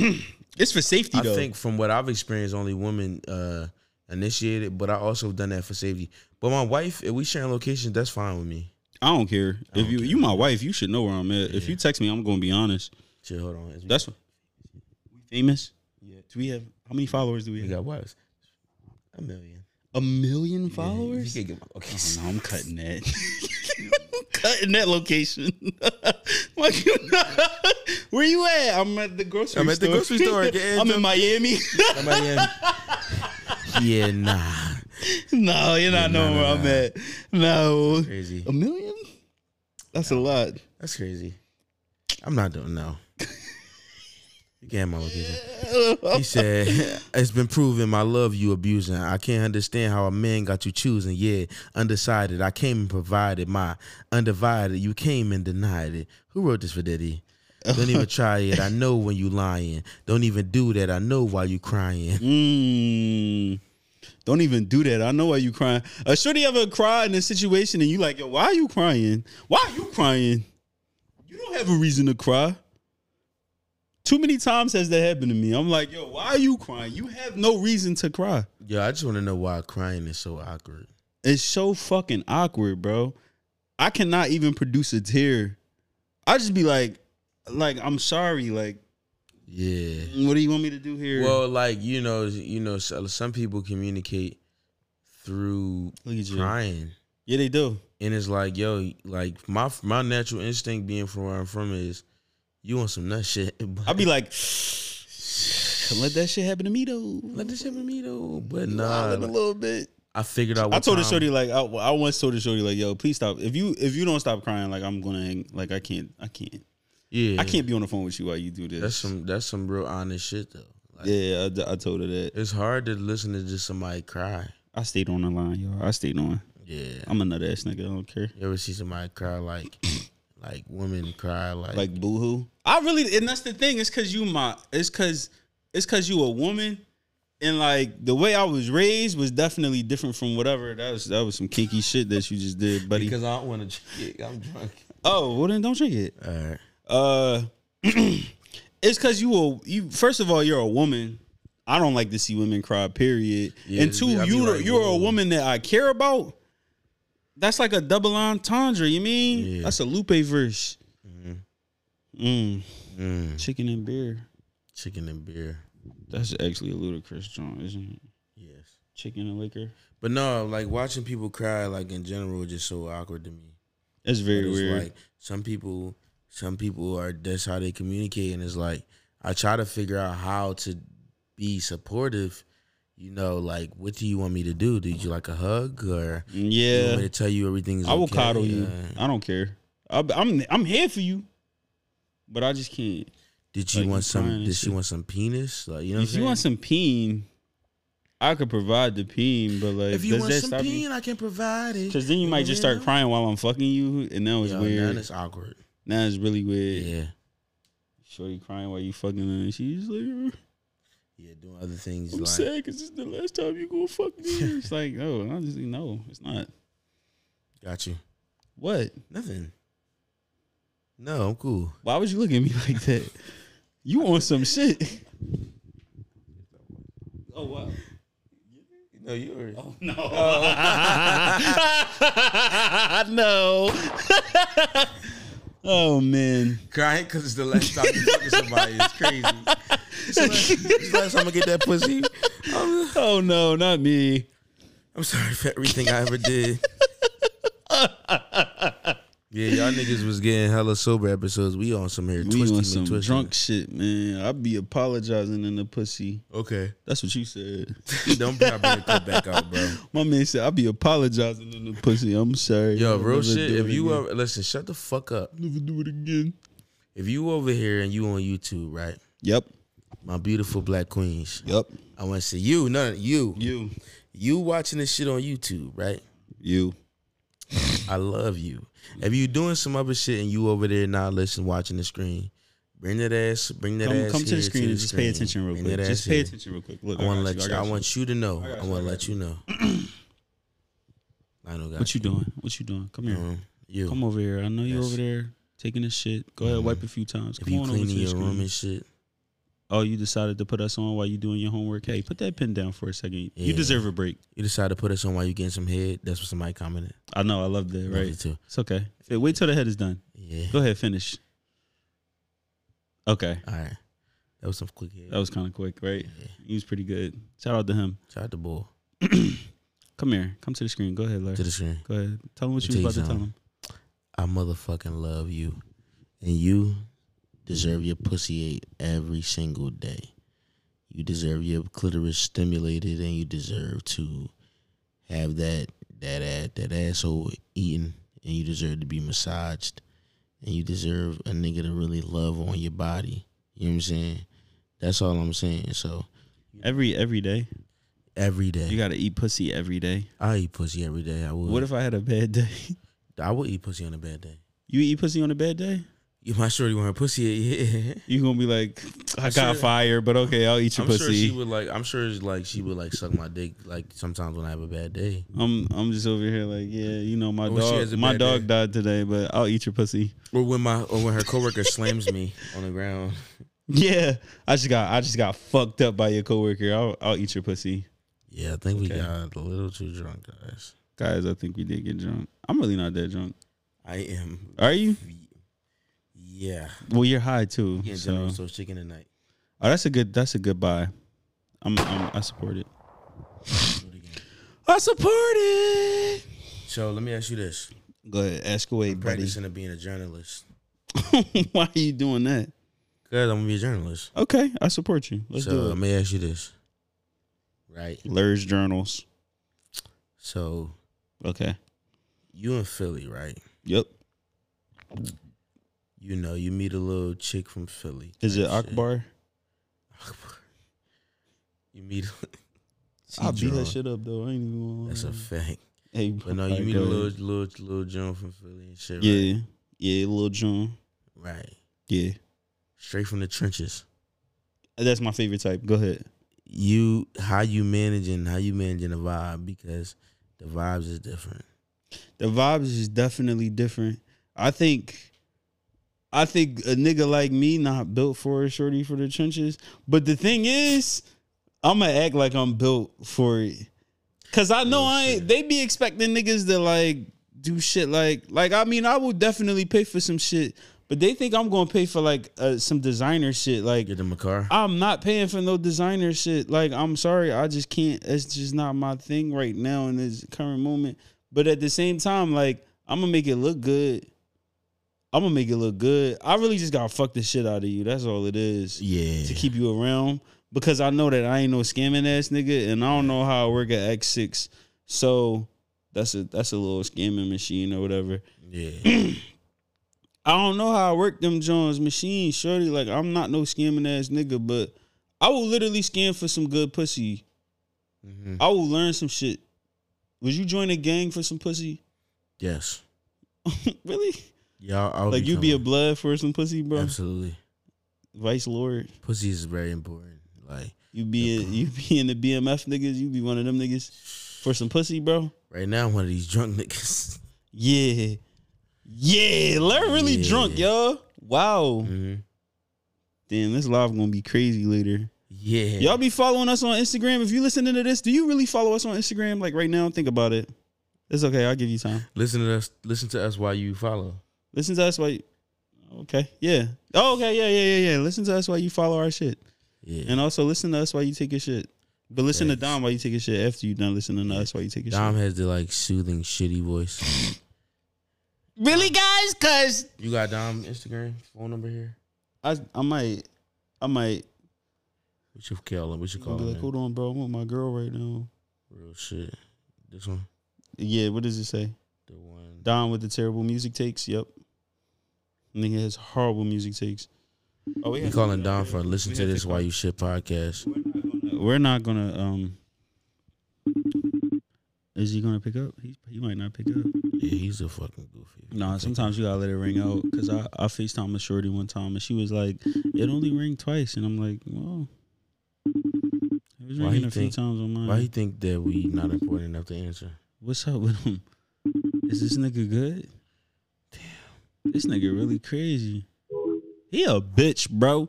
[SPEAKER 1] It's for safety
[SPEAKER 2] I
[SPEAKER 1] though.
[SPEAKER 2] think from what I've experienced, only women uh, initiate it, but I also have done that for safety. But my wife, if we sharing locations, that's fine with me.
[SPEAKER 1] I don't care if you you my wife, you should know where I'm at. If you text me, I'm gonna be honest.
[SPEAKER 2] Shit, hold on. Is we-
[SPEAKER 1] That's we famous.
[SPEAKER 2] Yeah.
[SPEAKER 1] Do we have how many followers do we
[SPEAKER 2] we
[SPEAKER 1] have?
[SPEAKER 2] got wives. A million
[SPEAKER 1] A million followers?
[SPEAKER 2] You can (laughs) get my- okay.
[SPEAKER 1] Oh, no, I'm cutting that. I'm (laughs) cutting that location. (laughs) Like, you know, Where you at? I'm at the grocery store.
[SPEAKER 2] I'm at the grocery
[SPEAKER 1] (laughs)
[SPEAKER 2] store getting
[SPEAKER 1] I'm in Miami. (laughs)
[SPEAKER 2] Somebody in- (laughs) yeah, nah.
[SPEAKER 1] no, you're not knowing
[SPEAKER 2] no,
[SPEAKER 1] where
[SPEAKER 2] no,
[SPEAKER 1] I'm at. No.
[SPEAKER 2] Crazy.
[SPEAKER 1] A million? That's a lot.
[SPEAKER 2] That's crazy. I'm not doing no. (laughs) you can't have my location. He said, "It's been proven my love you abusing. I can't understand how a man got you choosing. Yeah, undecided. I came and provided my undivided. You came and denied it. Who wrote this for Diddy? Don't even try it. I know when you lying. Don't even do that. I know why you crying.
[SPEAKER 1] Mm. Don't even do that. I know why you crying. Uh, should he ever cry in a situation and you like, yo, why are you crying? Why are you crying? You don't have a reason to cry. Too many times has that happened to me. I'm like, yo, why are you crying? You have no reason to cry.
[SPEAKER 2] Yo, I just want to know why crying is so awkward.
[SPEAKER 1] It's so fucking awkward, bro. I cannot even produce a tear. I just be like, like, I'm sorry. Like,
[SPEAKER 2] Yeah.
[SPEAKER 1] what do you want me to do here?
[SPEAKER 2] Well, like you know, you know, so- some people communicate through
[SPEAKER 1] Look at you.
[SPEAKER 2] crying.
[SPEAKER 1] Yeah, they do.
[SPEAKER 2] and it's like, yo, like my my natural instinct being from where I'm from is, you want some nut shit. (laughs) but-
[SPEAKER 1] I'll be like, "Don't let that shit happen to me though.
[SPEAKER 2] let this happen to me though. But nah,
[SPEAKER 1] Nah, a
[SPEAKER 2] like,
[SPEAKER 1] little bit.
[SPEAKER 2] I figured out. What
[SPEAKER 1] I told the
[SPEAKER 2] time-
[SPEAKER 1] shorty like I, I once told the shorty like yo please stop if you if you don't stop crying like I'm gonna hang like I can't I can't
[SPEAKER 2] yeah,
[SPEAKER 1] I can't be on the phone with you while you do this.
[SPEAKER 2] That's some that's some real honest shit though. Like,
[SPEAKER 1] yeah, I, I told her that.
[SPEAKER 2] it's hard to listen to just somebody cry.
[SPEAKER 1] I stayed on the line, yo. I stayed on.
[SPEAKER 2] Yeah,
[SPEAKER 1] I'm another ass nigga. I don't care.
[SPEAKER 2] you ever see somebody
[SPEAKER 1] (clears throat)
[SPEAKER 2] cry like, like women cry like,
[SPEAKER 1] Like boohoo. I really and that's the thing. It's cause you my. It's cause it's cause you a woman, and like the way I was raised was definitely different from whatever. That was that was some kinky shit that you just did, buddy.
[SPEAKER 2] because I don't want to. drink it, I'm drunk.
[SPEAKER 1] oh well, then don't drink it.
[SPEAKER 2] All right.
[SPEAKER 1] Uh, (clears throat) it's because you will. You first of all, you're a woman. I don't like to see women cry. Period.
[SPEAKER 2] Yeah,
[SPEAKER 1] and two,
[SPEAKER 2] I be
[SPEAKER 1] you
[SPEAKER 2] like,
[SPEAKER 1] you're
[SPEAKER 2] whoa.
[SPEAKER 1] a woman that I care about. That's like a double entendre. You mean
[SPEAKER 2] Yeah.
[SPEAKER 1] that's a Lupe verse? Mm,
[SPEAKER 2] Mm,
[SPEAKER 1] chicken and beer.
[SPEAKER 2] chicken and beer.
[SPEAKER 1] That's actually a ludicrous joint, isn't it?
[SPEAKER 2] Yes.
[SPEAKER 1] Chicken and liquor.
[SPEAKER 2] But no, like watching people cry, like in general, is just so awkward to me.
[SPEAKER 1] That's very
[SPEAKER 2] It's
[SPEAKER 1] weird.
[SPEAKER 2] like some people, some people are that's how they communicate, and it's like I try to figure out how to be supportive. You know, like what do you want me to do? Did you like a hug or you want me
[SPEAKER 1] Mm, yeah,
[SPEAKER 2] to tell you everything's?
[SPEAKER 1] I will
[SPEAKER 2] okay?
[SPEAKER 1] coddle you.
[SPEAKER 2] Uh,
[SPEAKER 1] I don't care. I, I'm I'm here for you, but I just can't.
[SPEAKER 2] did you
[SPEAKER 1] Like,
[SPEAKER 2] want
[SPEAKER 1] you crying
[SPEAKER 2] some?
[SPEAKER 1] and
[SPEAKER 2] Did she
[SPEAKER 1] shit.
[SPEAKER 2] want some penis? Like you know, what
[SPEAKER 1] if
[SPEAKER 2] I'm
[SPEAKER 1] you want
[SPEAKER 2] saying?
[SPEAKER 1] some peen, I could provide the peen, but like,
[SPEAKER 2] if you
[SPEAKER 1] does
[SPEAKER 2] want
[SPEAKER 1] that
[SPEAKER 2] some
[SPEAKER 1] stop
[SPEAKER 2] peen, I can provide it.
[SPEAKER 1] Because then you might just start crying while I'm fucking you, and that was
[SPEAKER 2] Yo,
[SPEAKER 1] weird.
[SPEAKER 2] Now it's awkward.
[SPEAKER 1] now it's really weird.
[SPEAKER 2] Yeah,
[SPEAKER 1] Shorty crying while you fucking her, and she's like, "I'm
[SPEAKER 2] yeah, doing other things.
[SPEAKER 1] sad
[SPEAKER 2] like,
[SPEAKER 1] 'cause sad because it's the last time you gonna
[SPEAKER 2] (laughs)
[SPEAKER 1] fuck me." it's like, oh, honestly, no, it's not.
[SPEAKER 2] got you.
[SPEAKER 1] What?
[SPEAKER 2] Nothing. No, I'm cool.
[SPEAKER 1] Why would you look at me (laughs) like that? You on some shit? Oh wow!
[SPEAKER 2] No, you were.
[SPEAKER 1] Oh, No, (laughs) no. (laughs) oh man.
[SPEAKER 2] Crying because it's the last time you fucking somebody is crazy. It's the last, it's the last time I get that pussy. I'm,
[SPEAKER 1] Oh no, not me.
[SPEAKER 2] I'm sorry for everything I ever did. yeah, y'all niggas was getting hella sober episodes. We on some here
[SPEAKER 1] We
[SPEAKER 2] twisting
[SPEAKER 1] on
[SPEAKER 2] and
[SPEAKER 1] some
[SPEAKER 2] twisting.
[SPEAKER 1] drunk shit, man. I be apologizing in the pussy.
[SPEAKER 2] Okay,
[SPEAKER 1] That's what you said.
[SPEAKER 2] don't be bring the clip back out, bro.
[SPEAKER 1] My man said I be apologizing in the pussy. I'm sorry.
[SPEAKER 2] (laughs) Yo,
[SPEAKER 1] I'll
[SPEAKER 2] real
[SPEAKER 1] never
[SPEAKER 2] shit.
[SPEAKER 1] do
[SPEAKER 2] If
[SPEAKER 1] it
[SPEAKER 2] you
[SPEAKER 1] again.
[SPEAKER 2] ever listen, shut the fuck up.
[SPEAKER 1] never do it again.
[SPEAKER 2] If you over here and you on YouTube, right?
[SPEAKER 1] Yep.
[SPEAKER 2] My beautiful black queens.
[SPEAKER 1] Yep.
[SPEAKER 2] I want to see you. No, you.
[SPEAKER 1] You.
[SPEAKER 2] You watching this shit on YouTube, right?
[SPEAKER 1] You.
[SPEAKER 2] I love you. If you doing some other shit and you over there not listening, watching the screen, bring that ass, bring that
[SPEAKER 1] Come,
[SPEAKER 2] ass.
[SPEAKER 1] come to the
[SPEAKER 2] here
[SPEAKER 1] screen and just pay
[SPEAKER 2] screen.
[SPEAKER 1] attention real
[SPEAKER 2] Bring
[SPEAKER 1] quick.
[SPEAKER 2] that
[SPEAKER 1] Just
[SPEAKER 2] ass
[SPEAKER 1] pay
[SPEAKER 2] here.
[SPEAKER 1] attention real quick. Look,
[SPEAKER 2] I want to
[SPEAKER 1] got
[SPEAKER 2] let you. I
[SPEAKER 1] got
[SPEAKER 2] want you to know.
[SPEAKER 1] got
[SPEAKER 2] I
[SPEAKER 1] you, I
[SPEAKER 2] want to
[SPEAKER 1] got
[SPEAKER 2] let you
[SPEAKER 1] (clears throat)
[SPEAKER 2] know. I know, Um,
[SPEAKER 1] What
[SPEAKER 2] guys.
[SPEAKER 1] you doing? What you doing? Come here.
[SPEAKER 2] You.
[SPEAKER 1] Come over here. I know you
[SPEAKER 2] Yes.
[SPEAKER 1] over there taking a shit. Go ahead, wipe a few times.
[SPEAKER 2] If
[SPEAKER 1] Come
[SPEAKER 2] you
[SPEAKER 1] on over to
[SPEAKER 2] cleaning
[SPEAKER 1] the
[SPEAKER 2] your room
[SPEAKER 1] screen.
[SPEAKER 2] and shit,
[SPEAKER 1] Oh, you decided to put us on while you doing your homework. Hey, put that pen down for a second. You
[SPEAKER 2] Yeah.
[SPEAKER 1] deserve a break.
[SPEAKER 2] you decide to put us on while you getting some head. That's what somebody commented.
[SPEAKER 1] I know. I love that.
[SPEAKER 2] Love
[SPEAKER 1] Right.
[SPEAKER 2] you too.
[SPEAKER 1] It's okay. Hey, Wait till the head is done.
[SPEAKER 2] Yeah.
[SPEAKER 1] Go ahead, finish. Okay.
[SPEAKER 2] All right. That was some quick head.
[SPEAKER 1] That was kind of quick, right?
[SPEAKER 2] Yeah.
[SPEAKER 1] He was pretty good. Shout out to him. (clears throat)
[SPEAKER 2] Shout out the ball
[SPEAKER 1] Come here. Come to the screen. Go ahead, Larry.
[SPEAKER 2] to the screen.
[SPEAKER 1] Go ahead. Tell him what
[SPEAKER 2] Let
[SPEAKER 1] you
[SPEAKER 2] me
[SPEAKER 1] was about to
[SPEAKER 2] tell you
[SPEAKER 1] tell him.
[SPEAKER 2] I motherfucking love you. And you deserve your pussy ate every single day. You deserve your clitoris stimulated and you deserve to have that that ad, that asshole eaten and you deserve to be massaged and you deserve a nigga to really love on your body. You know what I'm saying? That's all I'm saying. So
[SPEAKER 1] Every every day,
[SPEAKER 2] every day,
[SPEAKER 1] you gotta eat pussy every day.
[SPEAKER 2] I eat pussy every day. I would.
[SPEAKER 1] What if I had a bad day? (laughs)
[SPEAKER 2] I would eat pussy on a bad day?
[SPEAKER 1] You eat pussy on a bad day?
[SPEAKER 2] You might sure you want her pussy. Yeah. (laughs)
[SPEAKER 1] You gonna be like, I got
[SPEAKER 2] sure-
[SPEAKER 1] fired, but okay, I'll eat your
[SPEAKER 2] I'm sure
[SPEAKER 1] pussy.
[SPEAKER 2] she would like. I'm sure like she would like suck my dick like sometimes when I have a bad day.
[SPEAKER 1] I'm I'm just over here like, yeah, you know, my
[SPEAKER 2] Or when she
[SPEAKER 1] dog
[SPEAKER 2] has a
[SPEAKER 1] my
[SPEAKER 2] bad
[SPEAKER 1] dog
[SPEAKER 2] day.
[SPEAKER 1] died today, but I'll eat your pussy. (laughs)
[SPEAKER 2] Or when my or when her coworker slams me on the ground.
[SPEAKER 1] Yeah. I just got I just got fucked up by your coworker. I'll I'll eat your pussy.
[SPEAKER 2] Yeah, I think
[SPEAKER 1] Okay.
[SPEAKER 2] we got a little too drunk, guys.
[SPEAKER 1] Guys, I think we did get drunk. I'm really not that drunk.
[SPEAKER 2] I am.
[SPEAKER 1] Are you?
[SPEAKER 2] Yeah.
[SPEAKER 1] Well, you're high too.
[SPEAKER 2] Yeah,
[SPEAKER 1] so.
[SPEAKER 2] General Tso's chicken tonight.
[SPEAKER 1] Oh, that's a good that's a good buy. I'm, I'm I support it.
[SPEAKER 2] Do it again.
[SPEAKER 1] I support it.
[SPEAKER 2] So let me ask you this:
[SPEAKER 1] Go ahead, ask away, buddy.
[SPEAKER 2] practicing of being a journalist.
[SPEAKER 1] (laughs) Why are you doing that?
[SPEAKER 2] Cause I'm gonna be a journalist.
[SPEAKER 1] Okay, I support you. Let's
[SPEAKER 2] so um,
[SPEAKER 1] do
[SPEAKER 2] let
[SPEAKER 1] it.
[SPEAKER 2] me ask you this. Right.
[SPEAKER 1] Lurs journals.
[SPEAKER 2] So
[SPEAKER 1] Okay.
[SPEAKER 2] you in Philly, right?
[SPEAKER 1] Yep.
[SPEAKER 2] You know, you meet a little chick from Philly.
[SPEAKER 1] Is it
[SPEAKER 2] type shit.
[SPEAKER 1] Akbar?
[SPEAKER 2] (laughs) You meet.
[SPEAKER 1] (laughs) I'll beat
[SPEAKER 2] John.
[SPEAKER 1] that shit up though. I ain't even gonna lie.
[SPEAKER 2] That's a fact.
[SPEAKER 1] hey, uh,
[SPEAKER 2] But no, you meet a little little little John from Philly and shit.
[SPEAKER 1] Yeah. Yeah, little John.
[SPEAKER 2] Right. right.
[SPEAKER 1] Yeah.
[SPEAKER 2] Straight from the trenches.
[SPEAKER 1] That's my favorite type. Go ahead.
[SPEAKER 2] You how you managing how you managing the vibe because the vibes is different.
[SPEAKER 1] The vibes is definitely different. I think I think a nigga like me not built for a shorty for the trenches. But the thing is, I'ma act like I'm built for it. Cause I know
[SPEAKER 2] Real
[SPEAKER 1] I ain't
[SPEAKER 2] shit.
[SPEAKER 1] they be expecting niggas to like do shit like like I mean I will definitely pay for some shit, but they think I'm gonna pay for like uh, some designer shit. Like
[SPEAKER 2] Get them a car.
[SPEAKER 1] I'm not paying for no designer shit. Like, I'm sorry, I just can't. It's just not my thing right now in this current moment. But at the same time, like, I'm gonna make it look good. I'm gonna make it look good. I really just gotta fuck the shit out of you. That's all it is
[SPEAKER 2] Yeah.
[SPEAKER 1] to keep you around because I know that I ain't no scamming ass nigga, and I don't know how I work at X six. So that's a that's a little scamming machine or whatever.
[SPEAKER 2] Yeah.
[SPEAKER 1] I don't know how I work them Jones machines, shorty. Like I'm not no scamming ass nigga, but I will literally scam for some good pussy.
[SPEAKER 2] hmm
[SPEAKER 1] I will learn some shit. Would you join a gang for some pussy? (laughs)
[SPEAKER 2] Yes.
[SPEAKER 1] really?
[SPEAKER 2] Y'all I'll
[SPEAKER 1] like you'd be a blood for some pussy, bro.
[SPEAKER 2] Absolutely.
[SPEAKER 1] Vice Lord.
[SPEAKER 2] Pussy is very important. Like
[SPEAKER 1] You be in, you be in the BMF niggas. You be one of them niggas for some pussy, bro.
[SPEAKER 2] right now I'm one of these drunk niggas. (laughs)
[SPEAKER 1] Yeah, yeah. Larry really
[SPEAKER 2] Yeah.
[SPEAKER 1] drunk, y'all. Wow.
[SPEAKER 2] hmm
[SPEAKER 1] Damn, this live gonna be crazy later.
[SPEAKER 2] Yeah.
[SPEAKER 1] Y'all be following us on Instagram. If you listening to this, do you really follow us on Instagram? Like right now, think about it. It's okay. I'll give you time.
[SPEAKER 2] Listen to us listen to us while you follow.
[SPEAKER 1] Listen to us while. You, okay. Yeah. Oh, okay. Yeah. Yeah. Yeah. Yeah. Listen to us while you follow our shit,
[SPEAKER 2] Yeah.
[SPEAKER 1] and also listen to us while you take your shit. But listen to
[SPEAKER 2] Thanks.
[SPEAKER 1] Dom while you take your shit after you done listening to us while you take your
[SPEAKER 2] Dom has the like soothing shitty voice.
[SPEAKER 1] shit. Really, guys? Cause
[SPEAKER 2] You got Dom Instagram phone number here?
[SPEAKER 1] I I might I might
[SPEAKER 2] We should call him. We should
[SPEAKER 1] be
[SPEAKER 2] call
[SPEAKER 1] like,
[SPEAKER 2] him.
[SPEAKER 1] hold on, bro. I'm with my girl right now.
[SPEAKER 2] Real shit. This one.
[SPEAKER 1] Yeah. What does it say?
[SPEAKER 2] The one.
[SPEAKER 1] Don with the terrible music takes. Yep. Nigga has horrible music takes. Oh,
[SPEAKER 2] We calling Don for listen to this while you shit podcast.
[SPEAKER 1] We're not gonna. Um, is he gonna pick up? He he might not pick up.
[SPEAKER 2] Yeah, he's a fucking goofy.
[SPEAKER 1] Nah, sometimes you gotta let it ring out. Cause I I Facetime a shorty one time and she was like, it only rang twice, and I'm like, well, it was
[SPEAKER 2] Why
[SPEAKER 1] ringing
[SPEAKER 2] he
[SPEAKER 1] a few
[SPEAKER 2] think-
[SPEAKER 1] times on mine.
[SPEAKER 2] Why you think that we not important enough to answer?
[SPEAKER 1] What's up with him? Is this nigga good? Damn, this nigga really crazy. He a bitch, bro.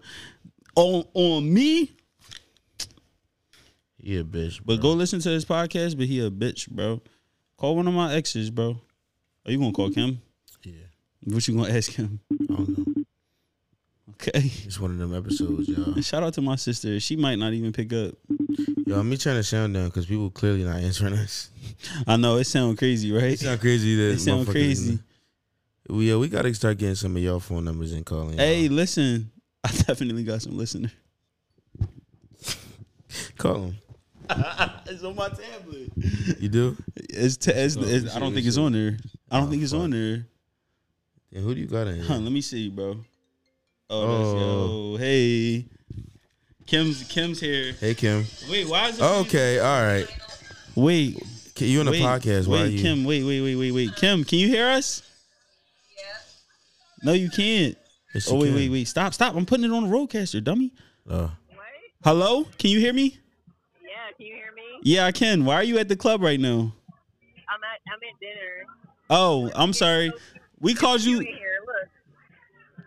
[SPEAKER 1] On on me,
[SPEAKER 2] He a bitch.
[SPEAKER 1] But
[SPEAKER 2] bro.
[SPEAKER 1] go listen to his podcast. But he a bitch, bro. Call one of my exes, bro. Are you gonna call Kim?
[SPEAKER 2] Yeah.
[SPEAKER 1] What you gonna ask him? (laughs)
[SPEAKER 2] I don't know.
[SPEAKER 1] Okay.
[SPEAKER 2] It's one of them episodes, y'all.
[SPEAKER 1] Shout out to my sister. She might not even pick up.
[SPEAKER 2] Yo, me trying to sound down because people clearly not
[SPEAKER 1] (laughs)
[SPEAKER 2] answering us.
[SPEAKER 1] I know it sound crazy, right?
[SPEAKER 2] It's not crazy that
[SPEAKER 1] It sound
[SPEAKER 2] motherfuckers-
[SPEAKER 1] crazy.
[SPEAKER 2] We yeah, we gotta start getting some of y'all phone numbers and calling.
[SPEAKER 1] (laughs) Hey, listen. I definitely got some listeners.
[SPEAKER 2] y'all. call them.
[SPEAKER 1] It's on my tablet. Oh,
[SPEAKER 2] You do?
[SPEAKER 1] It's, t- it's, it's- I don't think it's on there. I don't think it's on there.
[SPEAKER 2] Damn, who do you got in
[SPEAKER 1] Huh, (laughs)
[SPEAKER 2] here?
[SPEAKER 1] let me see, bro. Oh, that's, yo, hey, Kim's Kim's here.
[SPEAKER 2] Hey Kim.
[SPEAKER 1] Wait, why is it?
[SPEAKER 2] Okay, all right.
[SPEAKER 1] Wait,
[SPEAKER 2] Ki- You in Oh. the
[SPEAKER 1] wait,
[SPEAKER 2] podcast? Why
[SPEAKER 1] wait,
[SPEAKER 2] are you?
[SPEAKER 1] Kim, wait, wait, wait, wait, wait, Kim, can you hear us? No, you can't.
[SPEAKER 2] Yes,
[SPEAKER 1] oh
[SPEAKER 2] you
[SPEAKER 1] wait,
[SPEAKER 2] can.
[SPEAKER 1] wait, wait, stop, stop! I'm putting it on the roadcaster, dummy.
[SPEAKER 2] Oh.
[SPEAKER 1] Hello, can you hear me?
[SPEAKER 3] Yeah, can you hear me?
[SPEAKER 1] Yeah, I can. Why are you at the club right now?
[SPEAKER 3] I'm at I'm at dinner.
[SPEAKER 1] Oh, I'm sorry. We called
[SPEAKER 3] You in
[SPEAKER 1] you.
[SPEAKER 3] here? Look,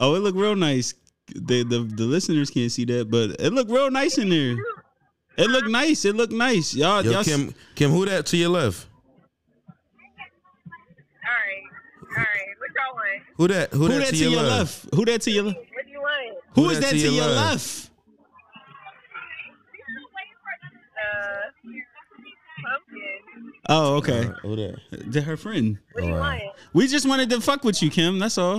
[SPEAKER 1] Oh, it looked real nice. The, the the listeners can't see that, but it looked real nice in there. It looked nice. It looked nice. Y'all,
[SPEAKER 2] Yo,
[SPEAKER 1] y'all s-
[SPEAKER 2] Kim, Kim, who that to your left?
[SPEAKER 3] all right, all right. What y'all want?
[SPEAKER 2] Who that? Who,
[SPEAKER 1] Who that to your, left? Who that to your left?
[SPEAKER 3] What do you want?
[SPEAKER 1] Who is that to your left?
[SPEAKER 3] Uh, pumpkin.
[SPEAKER 1] Oh, okay.
[SPEAKER 2] Uh, who that?
[SPEAKER 1] To her friend.
[SPEAKER 3] What do you
[SPEAKER 2] All right.
[SPEAKER 3] want?
[SPEAKER 1] We just wanted to fuck with you, Kim. That's all.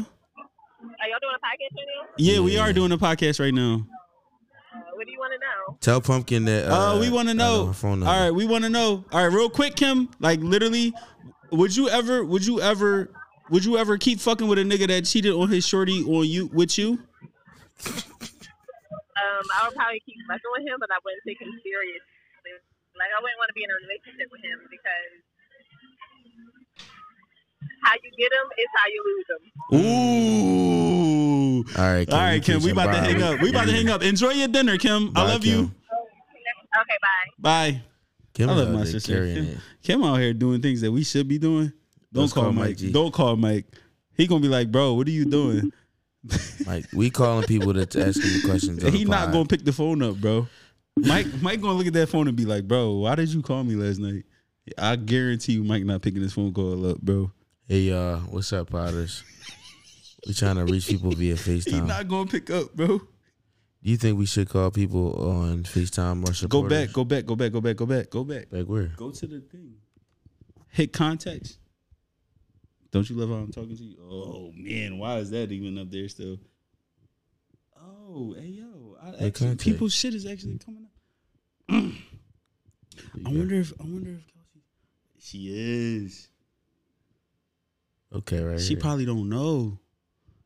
[SPEAKER 3] Are y'all doing a podcast right now?
[SPEAKER 1] Yeah, we
[SPEAKER 2] Yeah.
[SPEAKER 1] are doing a podcast right now.
[SPEAKER 3] Uh, what do you want to know?
[SPEAKER 2] Tell Pumpkin that.
[SPEAKER 1] Uh,
[SPEAKER 2] Uh,
[SPEAKER 1] we want
[SPEAKER 2] I
[SPEAKER 1] to know.
[SPEAKER 2] her
[SPEAKER 1] all
[SPEAKER 2] phone number.
[SPEAKER 1] right, we want to know. All right, real quick, Kim. Like literally, would you ever? Would you ever? Would you ever keep fucking with a nigga that cheated on his shorty on you with you?
[SPEAKER 3] Um, I would probably keep fucking with him, but I wouldn't take him serious. Like I wouldn't want to be in a relationship with him because how you get him is how you lose him.
[SPEAKER 1] Ooh.
[SPEAKER 2] All right, Kim,
[SPEAKER 1] All right,
[SPEAKER 2] you
[SPEAKER 1] Kim. We
[SPEAKER 2] preaching.
[SPEAKER 1] about to
[SPEAKER 2] Bye.
[SPEAKER 1] hang up. We about to hang up. Enjoy your dinner, Kim. I
[SPEAKER 2] Bye,
[SPEAKER 1] love
[SPEAKER 2] Kim.
[SPEAKER 1] you.
[SPEAKER 3] Okay, bye.
[SPEAKER 1] Bye.
[SPEAKER 2] Kim
[SPEAKER 1] I
[SPEAKER 2] is
[SPEAKER 1] love
[SPEAKER 2] out
[SPEAKER 1] my
[SPEAKER 2] there
[SPEAKER 1] sister.
[SPEAKER 2] carrying
[SPEAKER 1] Kim,
[SPEAKER 2] it.
[SPEAKER 1] Kim out here doing things that we should be doing. Don't
[SPEAKER 2] Let's
[SPEAKER 1] call,
[SPEAKER 2] call Mike
[SPEAKER 1] Mike.
[SPEAKER 2] G.
[SPEAKER 1] Don't call Mike. He gonna be like, bro, what are you doing?
[SPEAKER 2] Like we calling people to to ask them
[SPEAKER 1] (laughs)
[SPEAKER 2] questions. on
[SPEAKER 1] he
[SPEAKER 2] the
[SPEAKER 1] not
[SPEAKER 2] pod.
[SPEAKER 1] gonna pick the phone up, bro. Mike, Mike gonna look at that phone and be like, bro, why did you call me last night? I guarantee you, Mike not picking his phone call up, bro.
[SPEAKER 2] Hey y'all, what's up, Potters? we trying to reach people
[SPEAKER 1] (laughs)
[SPEAKER 2] via
[SPEAKER 1] He
[SPEAKER 2] FaceTime.
[SPEAKER 1] not gonna pick up, bro.
[SPEAKER 2] Do you think we should call people on FaceTime or
[SPEAKER 1] Go
[SPEAKER 2] supporters?
[SPEAKER 1] back, go back, go back, go back, go back, go back.
[SPEAKER 2] Like where?
[SPEAKER 1] Go to the thing. Hit contacts. Don't you love how I'm talking to you? Oh man, why is that even up there still? Oh, hey yo, I actually,
[SPEAKER 2] contacts.
[SPEAKER 1] people's shit is actually coming up. I wonder if I wonder if Kelsey. She is.
[SPEAKER 2] Okay, right.
[SPEAKER 1] She
[SPEAKER 2] here.
[SPEAKER 1] probably don't know.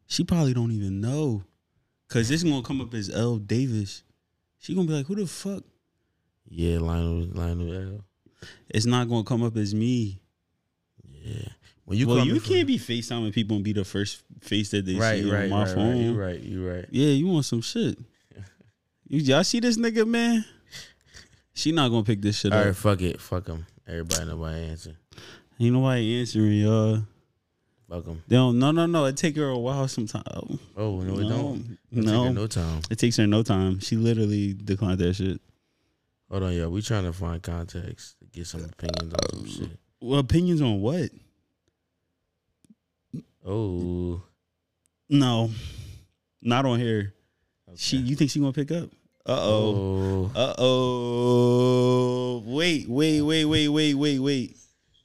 [SPEAKER 1] She probably don't even know, cause this gonna come up as L Davis. She gonna be like, who the fuck?
[SPEAKER 2] yeah, Lionel, Lionel. L.
[SPEAKER 1] It's not gonna come up as me.
[SPEAKER 2] Yeah. When you
[SPEAKER 1] well,
[SPEAKER 2] call
[SPEAKER 1] you
[SPEAKER 2] me from-
[SPEAKER 1] can't be FaceTiming people and be the first face that they
[SPEAKER 2] (laughs) right,
[SPEAKER 1] see
[SPEAKER 2] right,
[SPEAKER 1] on my
[SPEAKER 2] right, right.
[SPEAKER 1] phone.
[SPEAKER 2] You right. You right.
[SPEAKER 1] Yeah, you want some
[SPEAKER 2] (laughs)
[SPEAKER 1] shit. You, y'all see this nigga, man? She not gonna pick this shit
[SPEAKER 2] All
[SPEAKER 1] up.
[SPEAKER 2] right, fuck it, fuck them. Everybody know my answer.
[SPEAKER 1] Ain't nobody answering y'all.
[SPEAKER 2] Fuck them.
[SPEAKER 1] They don't, no, no, no. It take her a while sometimes.
[SPEAKER 2] Oh no, it
[SPEAKER 1] No,
[SPEAKER 2] don't. It
[SPEAKER 1] no.
[SPEAKER 2] take no time.
[SPEAKER 1] It takes her no time. She literally declined that shit.
[SPEAKER 2] Hold on, y'all. We trying to find context to get some opinions on some shit.
[SPEAKER 1] Well, opinions on what?
[SPEAKER 2] Oh,
[SPEAKER 1] No, not on here. She,
[SPEAKER 2] okay.
[SPEAKER 1] you think she gonna pick up? Uh oh.
[SPEAKER 2] Oh,
[SPEAKER 1] Uh oh. Wait, wait, wait, wait, wait, wait, wait.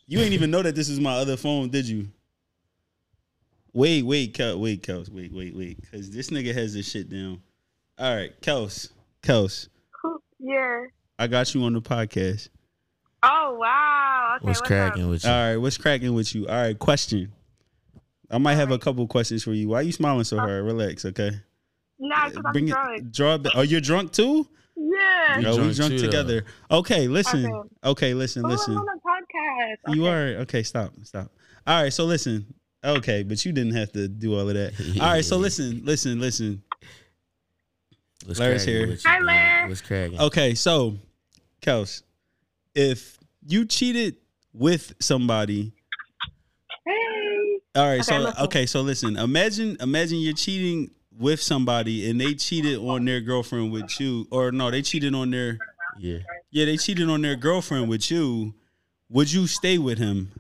[SPEAKER 1] You ain't even know that this is my other phone, did you? Wait, wait, Kels, wait, Kels, wait, wait, wait. Cause this nigga has this shit down. All right, Kels, Kels,
[SPEAKER 3] Yeah.
[SPEAKER 1] I got you on the podcast.
[SPEAKER 3] Oh wow. Okay,
[SPEAKER 2] what's cracking with
[SPEAKER 1] All
[SPEAKER 2] you?
[SPEAKER 1] right, what's cracking with you? All right, question. I might have a couple questions for you. Why you smiling so hard? Relax, okay?
[SPEAKER 3] Nah, because I'm
[SPEAKER 1] Bring
[SPEAKER 3] drunk.
[SPEAKER 1] it. Draw. Back. Oh, you're drunk too?
[SPEAKER 3] Yeah.
[SPEAKER 2] We
[SPEAKER 1] No, we
[SPEAKER 2] drunk
[SPEAKER 1] drunk
[SPEAKER 2] too, though.
[SPEAKER 1] together. Okay, listen.
[SPEAKER 3] Okay.
[SPEAKER 1] Okay, listen, listen.
[SPEAKER 3] Oh, I'm on a podcast.
[SPEAKER 1] You
[SPEAKER 3] Okay.
[SPEAKER 1] are okay. Stop, stop. All right, so listen. Okay, but you didn't have to do all of that. All
[SPEAKER 2] (laughs)
[SPEAKER 1] right, so listen, listen, listen.
[SPEAKER 2] What's
[SPEAKER 1] Larry's
[SPEAKER 2] cracking
[SPEAKER 1] here. Oh.
[SPEAKER 2] with you,
[SPEAKER 3] Hi,
[SPEAKER 2] man?
[SPEAKER 3] Larry.
[SPEAKER 2] What's cracking?
[SPEAKER 1] Okay, so, Kels, if you cheated with somebody,
[SPEAKER 3] Hey.
[SPEAKER 1] all right.
[SPEAKER 3] Okay,
[SPEAKER 1] so
[SPEAKER 3] listen.
[SPEAKER 1] okay, so listen. Imagine, imagine you're cheating with somebody, and they cheated on their girlfriend with you, or no, they cheated on their
[SPEAKER 2] Yeah.
[SPEAKER 1] yeah, they cheated on their girlfriend with you. Would you stay with him?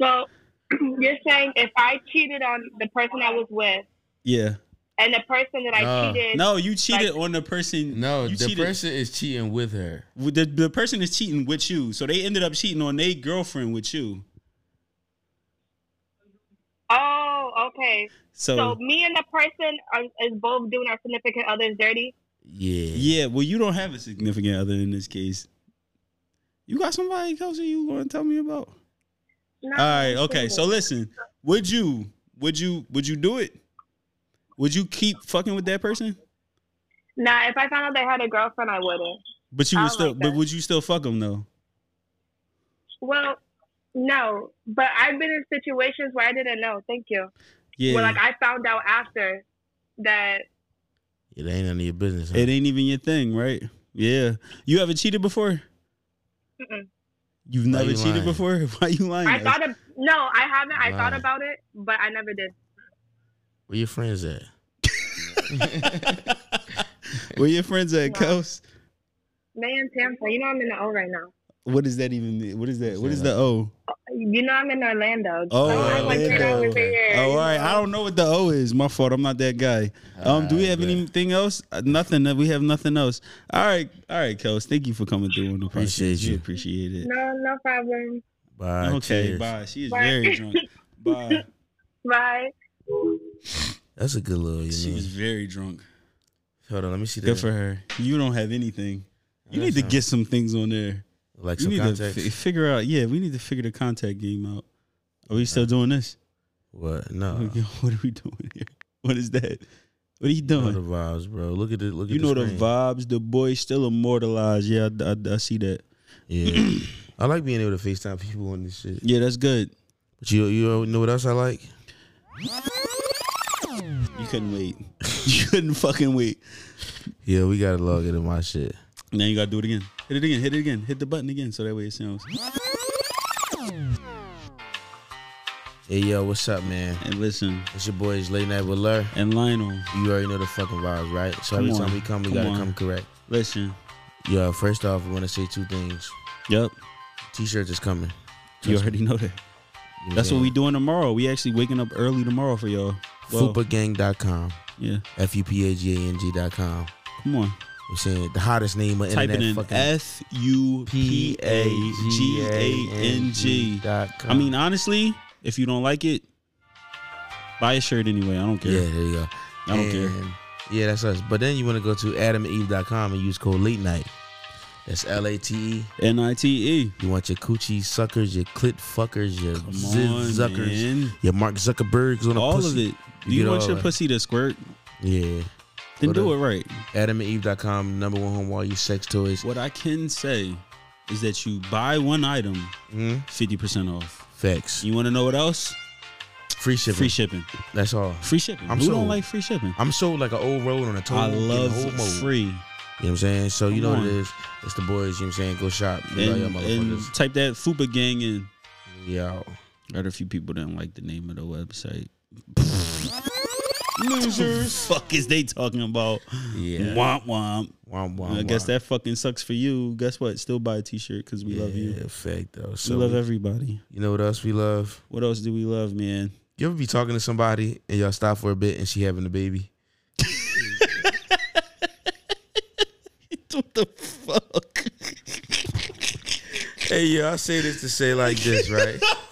[SPEAKER 3] So (clears throat) you're saying if I cheated on the person I was with
[SPEAKER 1] Yeah.
[SPEAKER 3] and the person that I
[SPEAKER 2] No.
[SPEAKER 3] cheated,
[SPEAKER 1] Uh, No, you cheated on the person.
[SPEAKER 2] No,
[SPEAKER 1] you
[SPEAKER 2] the person is cheating with her.
[SPEAKER 1] With the, the person is cheating with you. So they ended up cheating on their girlfriend with you.
[SPEAKER 3] oh, okay.
[SPEAKER 1] So,
[SPEAKER 3] So, me and the person are, is both doing our significant others dirty.
[SPEAKER 2] Yeah.
[SPEAKER 1] yeah, well, you don't have a significant other in this case. You got somebody, Kelsey, you going to tell me about?
[SPEAKER 3] No,
[SPEAKER 1] All right, okay. So listen, Would you? Would you? Would you do it? Would you keep fucking with that person?
[SPEAKER 3] Nah, if I found out they had a girlfriend, I wouldn't.
[SPEAKER 1] But you
[SPEAKER 3] I
[SPEAKER 1] would
[SPEAKER 3] don't
[SPEAKER 1] still.
[SPEAKER 3] like
[SPEAKER 1] but
[SPEAKER 3] that.
[SPEAKER 1] would you still fuck them though?
[SPEAKER 3] Well, no, but I've been in situations where I didn't know. Thank you.
[SPEAKER 1] Yeah.
[SPEAKER 3] Where like I found out after that.
[SPEAKER 2] It ain't none of your business. huh?
[SPEAKER 1] it ain't even your thing, right? Yeah. You ever cheated before?
[SPEAKER 3] Mm-mm.
[SPEAKER 1] You've
[SPEAKER 2] Why
[SPEAKER 1] never
[SPEAKER 2] you
[SPEAKER 1] cheated
[SPEAKER 2] lying?
[SPEAKER 1] before. (laughs) Why you lying?
[SPEAKER 3] I thought of no, I haven't. I thought
[SPEAKER 2] Right.
[SPEAKER 3] about it, but I never did.
[SPEAKER 2] Where your friends at?
[SPEAKER 1] Where your friends at,
[SPEAKER 3] No.
[SPEAKER 1] Kels?
[SPEAKER 3] Man, Tampa, you know I'm in the O right now.
[SPEAKER 1] What does that even mean? What is that? What is
[SPEAKER 2] Yeah.
[SPEAKER 1] the O?
[SPEAKER 3] You know I'm in Orlando.
[SPEAKER 1] Oh,
[SPEAKER 3] I'm like
[SPEAKER 1] Orlando.
[SPEAKER 3] ten hours a year.
[SPEAKER 1] Oh, all
[SPEAKER 3] you
[SPEAKER 1] right.
[SPEAKER 3] know?
[SPEAKER 1] I don't know what the O is. My fault. I'm not that guy. Um, do we
[SPEAKER 2] Alright,
[SPEAKER 1] have
[SPEAKER 2] bet.
[SPEAKER 1] anything else? Uh, nothing. We have nothing else. All right. All right, Kels. Thank you for coming through on the podcast.
[SPEAKER 2] Appreciate
[SPEAKER 1] We
[SPEAKER 2] you.
[SPEAKER 1] Appreciate Ah, it.
[SPEAKER 3] No, no problem.
[SPEAKER 2] Bye.
[SPEAKER 1] okay.
[SPEAKER 2] cheers.
[SPEAKER 1] Bye. She is
[SPEAKER 3] Bye.
[SPEAKER 1] very
[SPEAKER 3] (laughs)
[SPEAKER 1] drunk. (laughs) Bye.
[SPEAKER 3] Bye.
[SPEAKER 2] That's a good little. You
[SPEAKER 1] She
[SPEAKER 2] know.
[SPEAKER 1] was very drunk.
[SPEAKER 2] Hold on, let me see that.
[SPEAKER 1] Good for her. You don't have anything. You need to get some things on there.
[SPEAKER 2] like
[SPEAKER 1] You
[SPEAKER 2] some
[SPEAKER 1] need
[SPEAKER 2] context.
[SPEAKER 1] to fi- figure out. Yeah, we need to figure the contact game out. Are we still doing this?
[SPEAKER 2] what? No.
[SPEAKER 1] Yo, (laughs) what are we doing here? What is that? What are you
[SPEAKER 2] You know the
[SPEAKER 1] doing?
[SPEAKER 2] vibes, bro. Look at the look at
[SPEAKER 1] You know the
[SPEAKER 2] screen.
[SPEAKER 1] vibes. The boy still immortalized. Yeah, I, I- I see that.
[SPEAKER 2] Yeah,
[SPEAKER 1] (clears throat)
[SPEAKER 2] I like being able to Facetime people on this shit.
[SPEAKER 1] Yeah, that's good.
[SPEAKER 2] But you you know what else I like?
[SPEAKER 1] You couldn't wait. (laughs) you couldn't fucking wait.
[SPEAKER 2] Yeah, we gotta log into my shit.
[SPEAKER 1] Now you gotta do it again. Hit it again. Hit it again. Hit the button again. So that way it sounds.
[SPEAKER 2] Hey yo, what's up, man?
[SPEAKER 1] And listen.
[SPEAKER 2] It's your boys late night with Lur.
[SPEAKER 1] And Lionel.
[SPEAKER 2] You already know the fucking vibes, right? So
[SPEAKER 1] Come
[SPEAKER 2] every
[SPEAKER 1] on.
[SPEAKER 2] time we come, we
[SPEAKER 1] Come
[SPEAKER 2] gotta
[SPEAKER 1] on.
[SPEAKER 2] come correct.
[SPEAKER 1] Listen.
[SPEAKER 2] Yo, first off, we wanna say two things.
[SPEAKER 1] Yep.
[SPEAKER 2] T-shirts is coming.
[SPEAKER 1] You already know that.
[SPEAKER 2] You know
[SPEAKER 1] That's what
[SPEAKER 2] I'm
[SPEAKER 1] we doing tomorrow. We actually waking up early tomorrow for y'all.
[SPEAKER 2] saying?
[SPEAKER 1] Well,
[SPEAKER 2] Fupagang.com.
[SPEAKER 1] yeah.
[SPEAKER 2] F U P A G A N G dot com.
[SPEAKER 1] Come on.
[SPEAKER 2] I'm saying the hottest name of
[SPEAKER 1] Type it
[SPEAKER 2] internet
[SPEAKER 1] in
[SPEAKER 2] fucking
[SPEAKER 1] F U P A G A N G.
[SPEAKER 2] dot com.
[SPEAKER 1] I mean, honestly, if you don't like it, buy a shirt anyway. I don't care.
[SPEAKER 2] Yeah, there you go.
[SPEAKER 1] I don't care.
[SPEAKER 2] And, Yeah, that's us. But then you want to go to adamandeve.com and use code late night. That's L A T E.
[SPEAKER 1] N I T E.
[SPEAKER 2] You want your coochie suckers, your clit fuckers, your
[SPEAKER 1] Come
[SPEAKER 2] zit
[SPEAKER 1] on,
[SPEAKER 2] zuckers,
[SPEAKER 1] man.
[SPEAKER 2] your Mark Zuckerbergs on a
[SPEAKER 1] All of
[SPEAKER 2] pussy.
[SPEAKER 1] it. Do you
[SPEAKER 2] get
[SPEAKER 1] want
[SPEAKER 2] all
[SPEAKER 1] your
[SPEAKER 2] that.
[SPEAKER 1] pussy to squirt?
[SPEAKER 2] Yeah.
[SPEAKER 1] Then
[SPEAKER 2] What
[SPEAKER 1] do
[SPEAKER 2] a-
[SPEAKER 1] it right.
[SPEAKER 2] Adamandeve.com, number one home while you sex toys.
[SPEAKER 1] What I can say is that you buy one item,
[SPEAKER 2] Mm-hmm.
[SPEAKER 1] 50% off.
[SPEAKER 2] Facts.
[SPEAKER 1] Hmm? You want to know what else?
[SPEAKER 2] Free shipping.
[SPEAKER 1] Free shipping.
[SPEAKER 2] that's all.
[SPEAKER 1] Free shipping.
[SPEAKER 2] I'm
[SPEAKER 1] Who
[SPEAKER 2] sold.
[SPEAKER 1] don't like free shipping?
[SPEAKER 2] I'm sold like an old road on a toll.
[SPEAKER 1] I
[SPEAKER 2] getting
[SPEAKER 1] love
[SPEAKER 2] whole mode.
[SPEAKER 1] free.
[SPEAKER 2] You know what I'm saying? So you
[SPEAKER 1] Come
[SPEAKER 2] know what
[SPEAKER 1] on.
[SPEAKER 2] it is. It's the boys, you know what I'm saying? Go shop. You know, y'all
[SPEAKER 1] And, and
[SPEAKER 2] motherfuckers.
[SPEAKER 1] type that Fupa Gang in.
[SPEAKER 2] We out.
[SPEAKER 1] Got a few people didn't like the name of the website. Losers. Fuck is they talking about?
[SPEAKER 2] Yeah.
[SPEAKER 1] Womp womp.
[SPEAKER 2] Womp, womp,
[SPEAKER 1] I guess
[SPEAKER 2] womp.
[SPEAKER 1] that fucking sucks for you. Guess what? Still buy a t-shirt because we love you.
[SPEAKER 2] Yeah, fact though.
[SPEAKER 1] we
[SPEAKER 2] So
[SPEAKER 1] love everybody.
[SPEAKER 2] You know what else we love?
[SPEAKER 1] What else do we love,
[SPEAKER 2] (laughs)
[SPEAKER 1] man?
[SPEAKER 2] You ever be talking to somebody and y'all stop for a bit and she having a baby?
[SPEAKER 1] what the fuck?
[SPEAKER 2] Hey, yo, I say this to say like this, right? (laughs)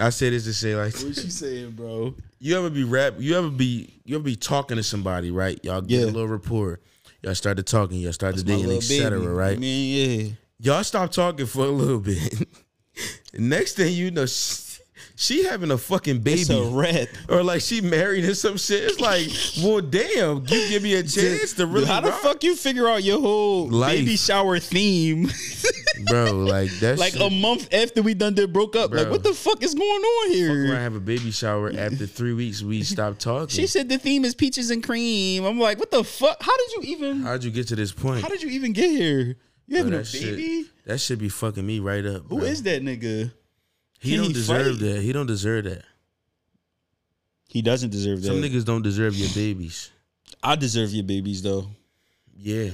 [SPEAKER 2] I say this to say like
[SPEAKER 1] What you saying, bro?
[SPEAKER 2] you ever be rap, you ever be you ever be talking to somebody, right? Y'all get
[SPEAKER 1] Yeah.
[SPEAKER 2] a little rapport. Y'all started talking, y'all started dating, etc. Right?
[SPEAKER 1] Man, yeah.
[SPEAKER 2] Y'all stop talking for a little bit. (laughs) Next thing you know, she, she having a fucking baby.
[SPEAKER 1] It's a rap.
[SPEAKER 2] or like she married or some shit. It's like, well, damn, you give me a chance to really.
[SPEAKER 1] How the
[SPEAKER 2] rock.
[SPEAKER 1] fuck you figure out your whole
[SPEAKER 2] Life.
[SPEAKER 1] baby shower
[SPEAKER 2] (laughs)
[SPEAKER 1] theme? (laughs)
[SPEAKER 2] bro? Like that's
[SPEAKER 1] like a month after we done did broke up. Like
[SPEAKER 2] Bro.
[SPEAKER 1] what the fuck is going on here?
[SPEAKER 2] I have a baby shower after three weeks. We stopped talking.
[SPEAKER 1] She said the theme is peaches and cream. I'm like, what the fuck? How did you even?
[SPEAKER 2] How'd you get to this point?
[SPEAKER 1] How did you even get here? You
[SPEAKER 2] Bro,
[SPEAKER 1] having a
[SPEAKER 2] that shit-
[SPEAKER 1] baby?
[SPEAKER 2] that should be fucking me right up.
[SPEAKER 1] Who is that nigga?
[SPEAKER 2] He
[SPEAKER 1] Can
[SPEAKER 2] don't
[SPEAKER 1] he
[SPEAKER 2] deserve
[SPEAKER 1] fight?
[SPEAKER 2] that. He don't deserve that.
[SPEAKER 1] He doesn't deserve that.
[SPEAKER 2] Some niggas don't deserve your babies.
[SPEAKER 1] I deserve your babies though.
[SPEAKER 2] Yeah.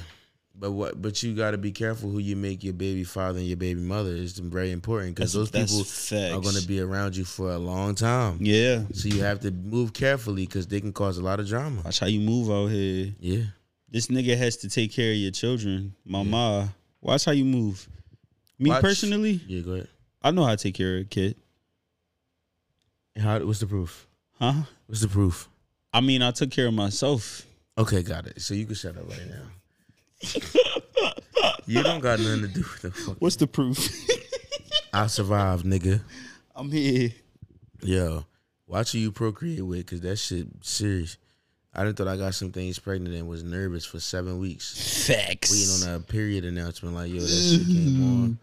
[SPEAKER 2] But what? But you got to be careful who you make your baby father and your baby mother. It's very important because those
[SPEAKER 1] That's-
[SPEAKER 2] people
[SPEAKER 1] that's
[SPEAKER 2] are
[SPEAKER 1] facts.
[SPEAKER 2] going to be around you for a long time.
[SPEAKER 1] Yeah,
[SPEAKER 2] So you have to move carefully because they can cause a lot of drama.
[SPEAKER 1] watch how you move out here.
[SPEAKER 2] Yeah.
[SPEAKER 1] This nigga has to take care of your children, mama. Watch how you move. Me
[SPEAKER 2] Watch-
[SPEAKER 1] personally,
[SPEAKER 2] Yeah, go ahead.
[SPEAKER 1] I know how to take care of a kid,
[SPEAKER 2] And how? What's the proof?
[SPEAKER 1] huh?
[SPEAKER 2] What's the proof?
[SPEAKER 1] I mean, I took care of
[SPEAKER 2] (laughs)
[SPEAKER 1] myself.
[SPEAKER 2] Okay, got it. So you can shut up right now. you don't got nothing to do with the fuck.
[SPEAKER 1] What's the proof?
[SPEAKER 2] I survived, nigga.
[SPEAKER 1] (laughs) I'm here.
[SPEAKER 2] Yo, watch who you procreate with, cause that shit serious. I done thought I got some things pregnant and was nervous for seven weeks,
[SPEAKER 1] Facts.
[SPEAKER 2] waiting on a period announcement. Like, yo, that shit came on.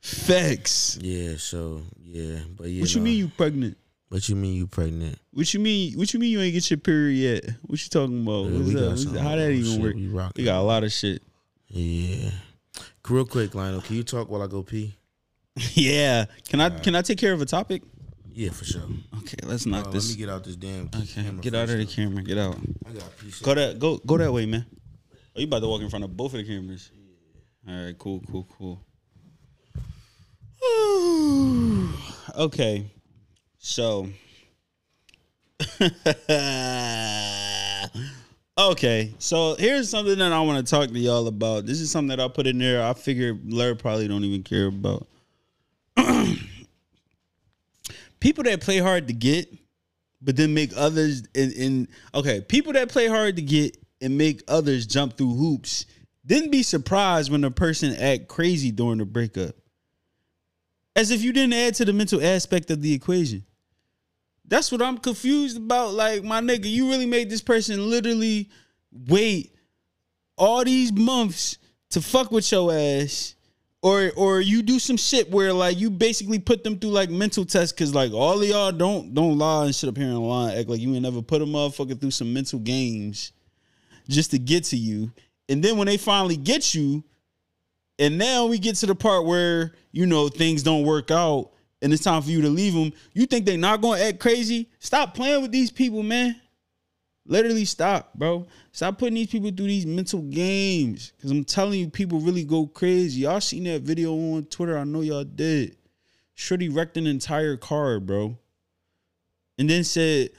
[SPEAKER 1] Facts.
[SPEAKER 2] Yeah, so yeah, but yeah.
[SPEAKER 1] Mm-hmm. What you
[SPEAKER 2] no.
[SPEAKER 1] mean you pregnant?
[SPEAKER 2] What you mean you pregnant?
[SPEAKER 1] What you mean? What you mean you ain't get your period yet? What you talking about?
[SPEAKER 2] Yeah,
[SPEAKER 1] Oh, What's
[SPEAKER 2] we got
[SPEAKER 1] up? What's-
[SPEAKER 2] some-
[SPEAKER 1] How that even
[SPEAKER 2] shit,
[SPEAKER 1] work?
[SPEAKER 2] we rocking.
[SPEAKER 1] We got a lot of shit. (laughs)
[SPEAKER 2] Yeah. Real quick, Lionel, can you talk while I go pee?
[SPEAKER 1] yeah. Can I can I take care of a topic?
[SPEAKER 2] Yeah, for sure.
[SPEAKER 1] Okay, let's knock
[SPEAKER 2] Uh, let me
[SPEAKER 1] this.
[SPEAKER 2] get out this damn.
[SPEAKER 1] Okay,
[SPEAKER 2] camera
[SPEAKER 1] get out of
[SPEAKER 2] first,
[SPEAKER 1] the camera. Get out.
[SPEAKER 2] though. I got a piece
[SPEAKER 1] Go that go go that way, man. Oh, you about to walk in front of both of the cameras. All right, cool, cool, (sighs) cool. okay. So (laughs) Okay, so here's something that I want to talk to y'all about. This is something that I put in there. I figure Larry probably don't even care about. (clears throat) People that play hard to get but then make others and, and okay, people that play hard to get and make others jump through hoops, then be surprised when the person act crazy during the breakup. As if you didn't add to the mental aspect of the equation. That's what I'm confused about. Like, my nigga, you really made this person literally wait all these months to fuck with your ass. Or, or you do some shit where like you basically put them through like mental tests because like all of y'all don't don't lie and shit up here and lie and act like you ain't never put a motherfucker through some mental games just to get to you and then when they finally get you and now we get to the part where you know things don't work out and it's time for you to leave them you think they not gonna act crazy stop playing with these people man Literally stop, bro. Stop putting these people through these mental games. Cause I'm telling you, people really go crazy. Y'all seen that video on Twitter? I know y'all did. Shorty wrecked an entire car, bro. And then said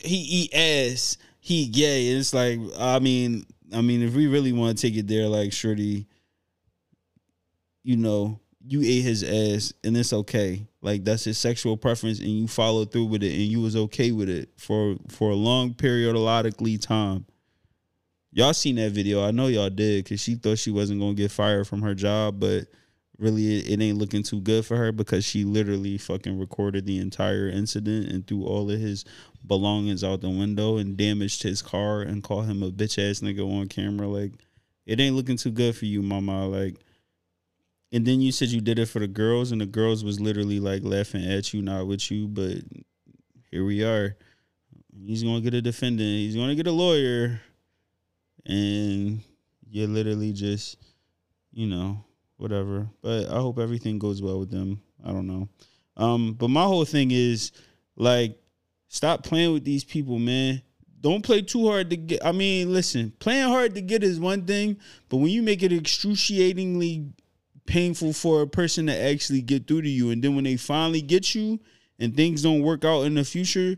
[SPEAKER 1] he eat ass, he gay. And it's like, I mean, I mean, if we really want to take it there, like Shorty, you know, you ate his ass and it's okay. Like that's his sexual preference and you followed through with it and you was okay with it for for a long periodologically time. Y'all seen that video. I know y'all did cuz she thought she wasn't going to get fired from her job, but really it, it ain't looking too good for her because she literally fucking recorded the entire incident and threw all of his belongings out the window and damaged his car and called him a bitch ass nigga on camera like it ain't looking too good for you, mama. Like and then you said you did it for the girls, and the girls was literally like laughing at you, not with you. But here we are. He's gonna get a defendant. He's gonna get a lawyer, and you're literally just, you know, whatever. But I hope everything goes well with them. I don't know. Um, but my whole thing is like, stop playing with these people, man. Don't play too hard to get. I mean, listen, playing hard to get is one thing, but when you make it excruciatingly painful for a person to actually get through to you. And then when they finally get you and things don't work out in the future,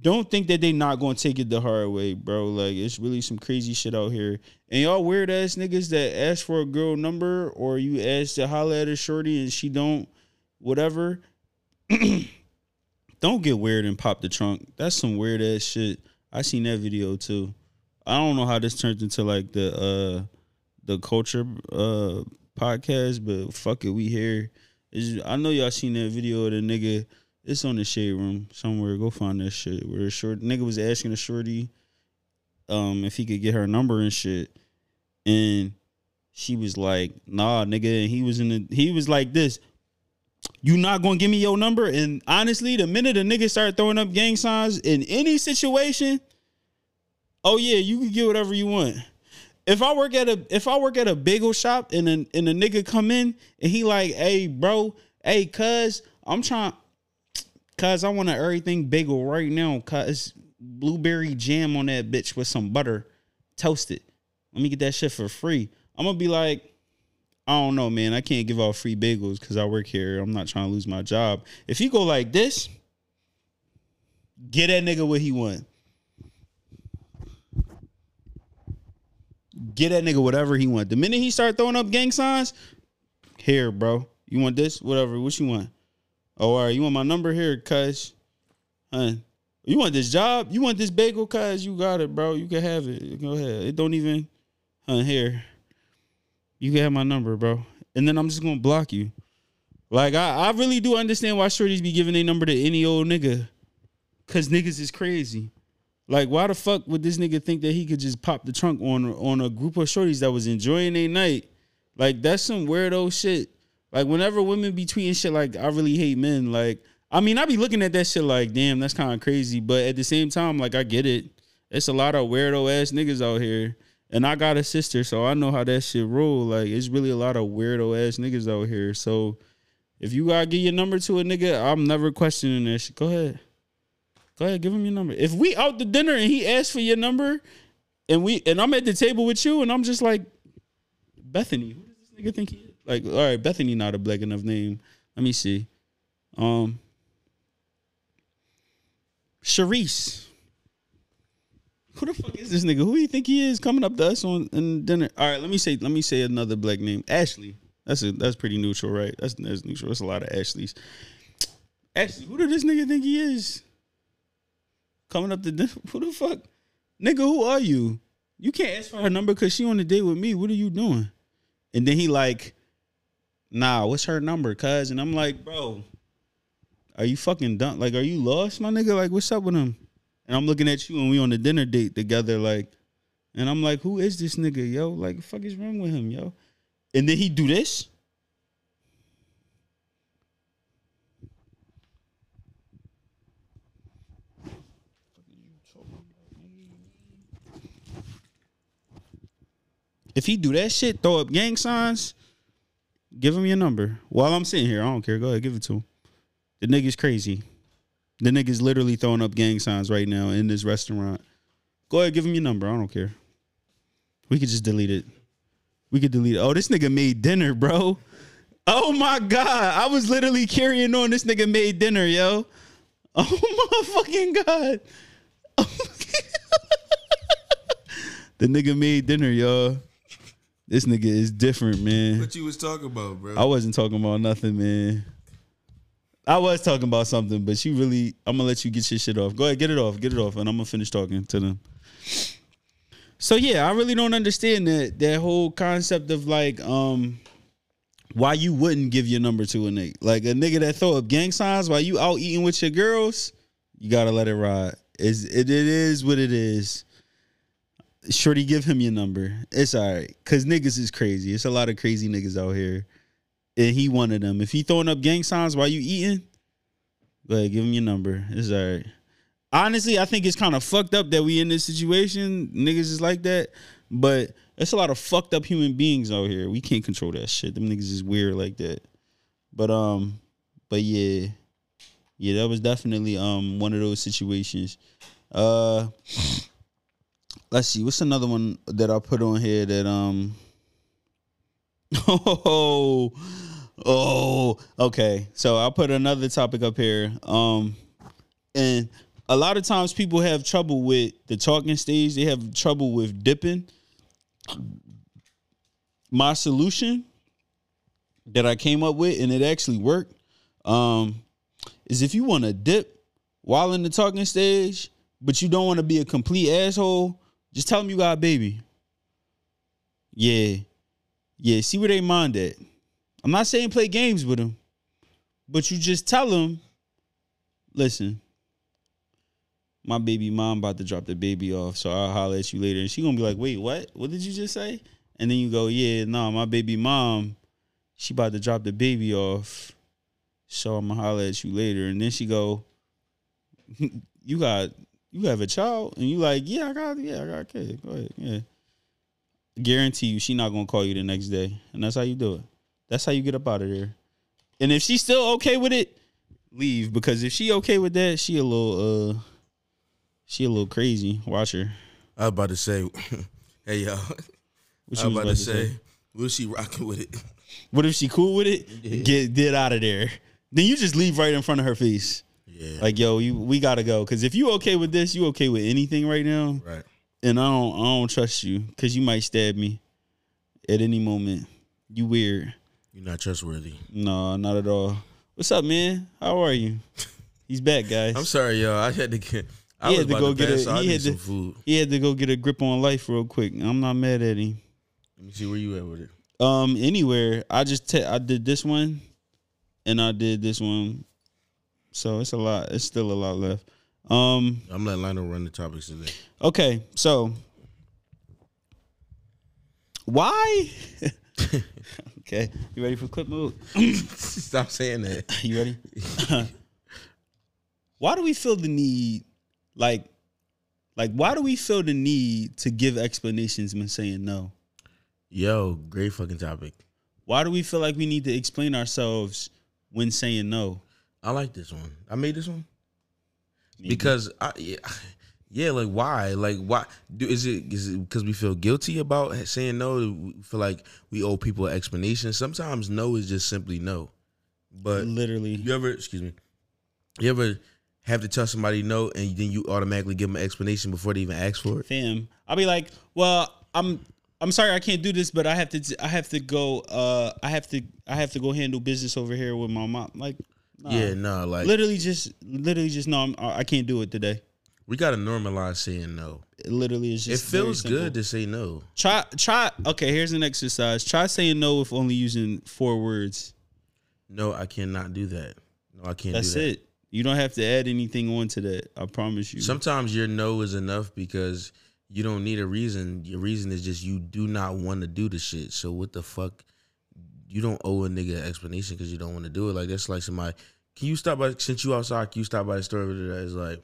[SPEAKER 1] don't think that they not gonna take it the hard way, bro. Like it's really some crazy shit out here. And y'all weird ass niggas that ask for a girl number or you ask to holler at a shorty and she don't, whatever. (clears throat) don't get weird and pop the trunk. That's some weird ass shit. I seen that video too. I don't know how this turned into like the uh the culture uh podcast, but fuck it, we here. It's, I know y'all seen that video of the nigga. It's on the shade room somewhere. Go find that shit. Where a short nigga was asking a shorty, um, if he could get her number and shit, and she was like, "Nah, nigga." And he was in the. He was like this. You not gonna give me your number? And honestly, the minute a nigga start throwing up gang signs in any situation, oh yeah, you can get whatever you want if I work at a if I work at a bagel shop and a, and a nigga come in and he like, hey bro, hey cuz I'm trying, cuz I want a everything bagel right now, cuz blueberry jam on that bitch with some butter, toasted. Let me get that shit for free. I'm gonna be like, I don't know, man. I can't give out free bagels because I work here. I'm not trying to lose my job. If you go like this, get that nigga what he want. get that nigga whatever he want. The minute he start throwing up gang signs, here, bro. You want this? Whatever. What you want? Oh, all right. You want my number here, cuz? Huh? You want this job? You want this bagel, cuz? You got it, bro. You can have it. Go ahead. It don't even. Huh? Here. You can have my number, bro. And then I'm just gonna block you. Like I, I really do understand why shorties be giving their number to any old nigga, cause niggas is crazy. Like why the fuck would this nigga think that he could just pop the trunk on on a group of shorties that was enjoying their night? Like that's some weirdo shit. Like whenever women be tweeting shit like I really hate men. Like I mean I be looking at that shit like damn that's kind of crazy, but at the same time like I get it. It's a lot of weirdo ass niggas out here. And I got a sister, so I know how that shit roll. Like, it's really a lot of weirdo ass niggas out here. So, if you gotta give your number to a nigga, I'm never questioning that shit. Go ahead. Go ahead, give him your number. If we out to dinner and he asks for your number and we and I'm at the table with you and I'm just like, Bethany, who does this nigga think he is? Like, all right, Bethany not a black enough name. Let me see. Um Sharice. Who the fuck is this nigga? Who do you think he is coming up to us on in dinner? All right, let me say let me say another black name. Ashley. That's a, that's pretty neutral, right? That's that's neutral. That's a lot of Ashleys. Ashley, who did this nigga think he is? Coming up to dinner. (laughs) Who the fuck? Nigga, who are you? You can't ask for her number because she on a date with me. What are you doing? And then he like, nah, what's her number, cuz? And I'm like, bro, are you fucking done? Like, are you lost, my nigga? Like, what's up with him? And I'm looking at you and we on a dinner date together, like, and I'm like, who is this nigga, yo? Like, fuck is wrong with him, yo? And then he do this. If he do that shit, throw up gang signs, give him your number. While I'm sitting here, I don't care. Go ahead, give it to him. The nigga's crazy. The nigga's literally throwing up gang signs right now in this restaurant. Go ahead, give him your number. I don't care. We could just delete it. We could delete it. Oh, this nigga made dinner, bro. Oh my god. I was literally carrying on this nigga made dinner, yo. Oh (laughs) my fucking god. (laughs) the nigga made dinner, y'all. This nigga is different, man.
[SPEAKER 4] What you was talking about, bro?
[SPEAKER 1] I wasn't talking about nothing, man. I was talking about something, but you really I'm gonna let you get your shit off. Go ahead, get it off, get it off, and I'm gonna finish talking to them. So yeah, I really don't understand that that whole concept of like um why you wouldn't give your number to a nigga. Like a nigga that throw up gang signs while you out eating with your girls, you gotta let it ride. Is it, it is what it is. Shorty, give him your number. It's all right. Cause niggas is crazy. It's a lot of crazy niggas out here. And he one of them. If he throwing up gang signs while you eating, go ahead, give him your number. It's all right. Honestly, I think it's kind of fucked up that we in this situation. Niggas is like that. But it's a lot of fucked up human beings out here. We can't control that shit. Them niggas is weird like that. But um, but yeah. Yeah, that was definitely um one of those situations. Uh let's see, what's another one that I put on here that um Oh, (laughs) oh, okay. So I'll put another topic up here. Um, and a lot of times people have trouble with the talking stage. They have trouble with dipping. My solution that I came up with, and it actually worked, um, is if you want to dip while in the talking stage, but you don't want to be a complete asshole, just tell them you got a baby. Yeah. Yeah, see where they mind at. I'm not saying play games with them, but you just tell them, listen, my baby mom about to drop the baby off, so I'll holler at you later. And she gonna be like, wait, what? What did you just say? And then you go, yeah, no, my baby mom, she about to drop the baby off, so I'm gonna holler at you later. And then she go, (laughs) you got, you have a child, and you like, yeah, I got, yeah, I got a kid. Go ahead, yeah guarantee you she not gonna call you the next day. And that's how you do it. That's how you get up out of there. And if she's still okay with it, leave. Because if she okay with that, she a little uh she a little crazy. Watch her.
[SPEAKER 2] I was about to say, (laughs) hey y'all,
[SPEAKER 1] What
[SPEAKER 2] I was
[SPEAKER 1] you
[SPEAKER 2] about, to say, was she rocking with it?
[SPEAKER 1] What if she cool with it? Get get out of there. Then you just leave right in front of her face.
[SPEAKER 2] Yeah,
[SPEAKER 1] Like, yo, you we gotta go. Cause if you okay with this, you okay with anything right now.
[SPEAKER 2] right.
[SPEAKER 1] and I don't I don't trust you because you might stab me at any moment. You weird.
[SPEAKER 2] You're not trustworthy.
[SPEAKER 1] No, not at all. What's up, man? How are
[SPEAKER 2] (laughs)
[SPEAKER 1] you? He's back, guys.
[SPEAKER 2] I'm sorry, y'all. I had to get. I
[SPEAKER 1] He
[SPEAKER 2] was
[SPEAKER 1] had to
[SPEAKER 2] about
[SPEAKER 1] go
[SPEAKER 2] to
[SPEAKER 1] get
[SPEAKER 2] pass,
[SPEAKER 1] a-
[SPEAKER 2] so I
[SPEAKER 1] he
[SPEAKER 2] need
[SPEAKER 1] had
[SPEAKER 2] some
[SPEAKER 1] to-
[SPEAKER 2] food.
[SPEAKER 1] He had to go get a grip on life real quick. I'm not mad at him.
[SPEAKER 2] Let me see where you at with it.
[SPEAKER 1] Um, anywhere. I just te- I did this one. and I did this one. So it's a lot. It's still a lot left. Um.
[SPEAKER 2] I'm letting Lionel run the topics today. (laughs)
[SPEAKER 1] Okay. So
[SPEAKER 2] (laughs)
[SPEAKER 1] why? (laughs) okay. You ready for clip mode?
[SPEAKER 2] Stop saying (laughs) that.
[SPEAKER 1] You ready? (laughs) why do we feel the need, like, like why do we feel the need to give explanations when saying no?
[SPEAKER 2] Yo, great fucking topic.
[SPEAKER 1] Why do we feel like we need to explain ourselves when saying no?
[SPEAKER 2] I like this one. I made this one because I yeah, (sighs) yeah like why like why do is it is it because we feel guilty about saying no? Do we feel like we owe people an explanation. Sometimes no is just simply no. But
[SPEAKER 1] literally,
[SPEAKER 2] you ever excuse me, you ever have to tell somebody no and then you automatically give them an explanation before they even ask for it?
[SPEAKER 1] fam. I'll be like, well, I'm I'm sorry I can't do this, but I have to I have to go uh I have to I have to go handle business over here with my mom. Like, nah.
[SPEAKER 2] yeah, no, like
[SPEAKER 1] literally just literally just no, I'm, I I can't do it today.
[SPEAKER 2] we gotta normalize saying no.
[SPEAKER 1] It literally is
[SPEAKER 2] It
[SPEAKER 1] just very
[SPEAKER 2] feels
[SPEAKER 1] simple.
[SPEAKER 2] good to say no.
[SPEAKER 1] Try try okay, here's an exercise. Try saying no if only using four words.
[SPEAKER 2] No, I cannot do that. No, I can't.
[SPEAKER 1] That's
[SPEAKER 2] do that.
[SPEAKER 1] it. You don't have to add anything on to that. I promise you.
[SPEAKER 2] Sometimes your no is enough because you don't need a reason. Your reason is just you do not want to do the shit. So what the fuck? You don't owe a nigga an explanation because you don't want to do it. Like that's like somebody. Can you stop by? Since you outside, can you stop by the store? It's like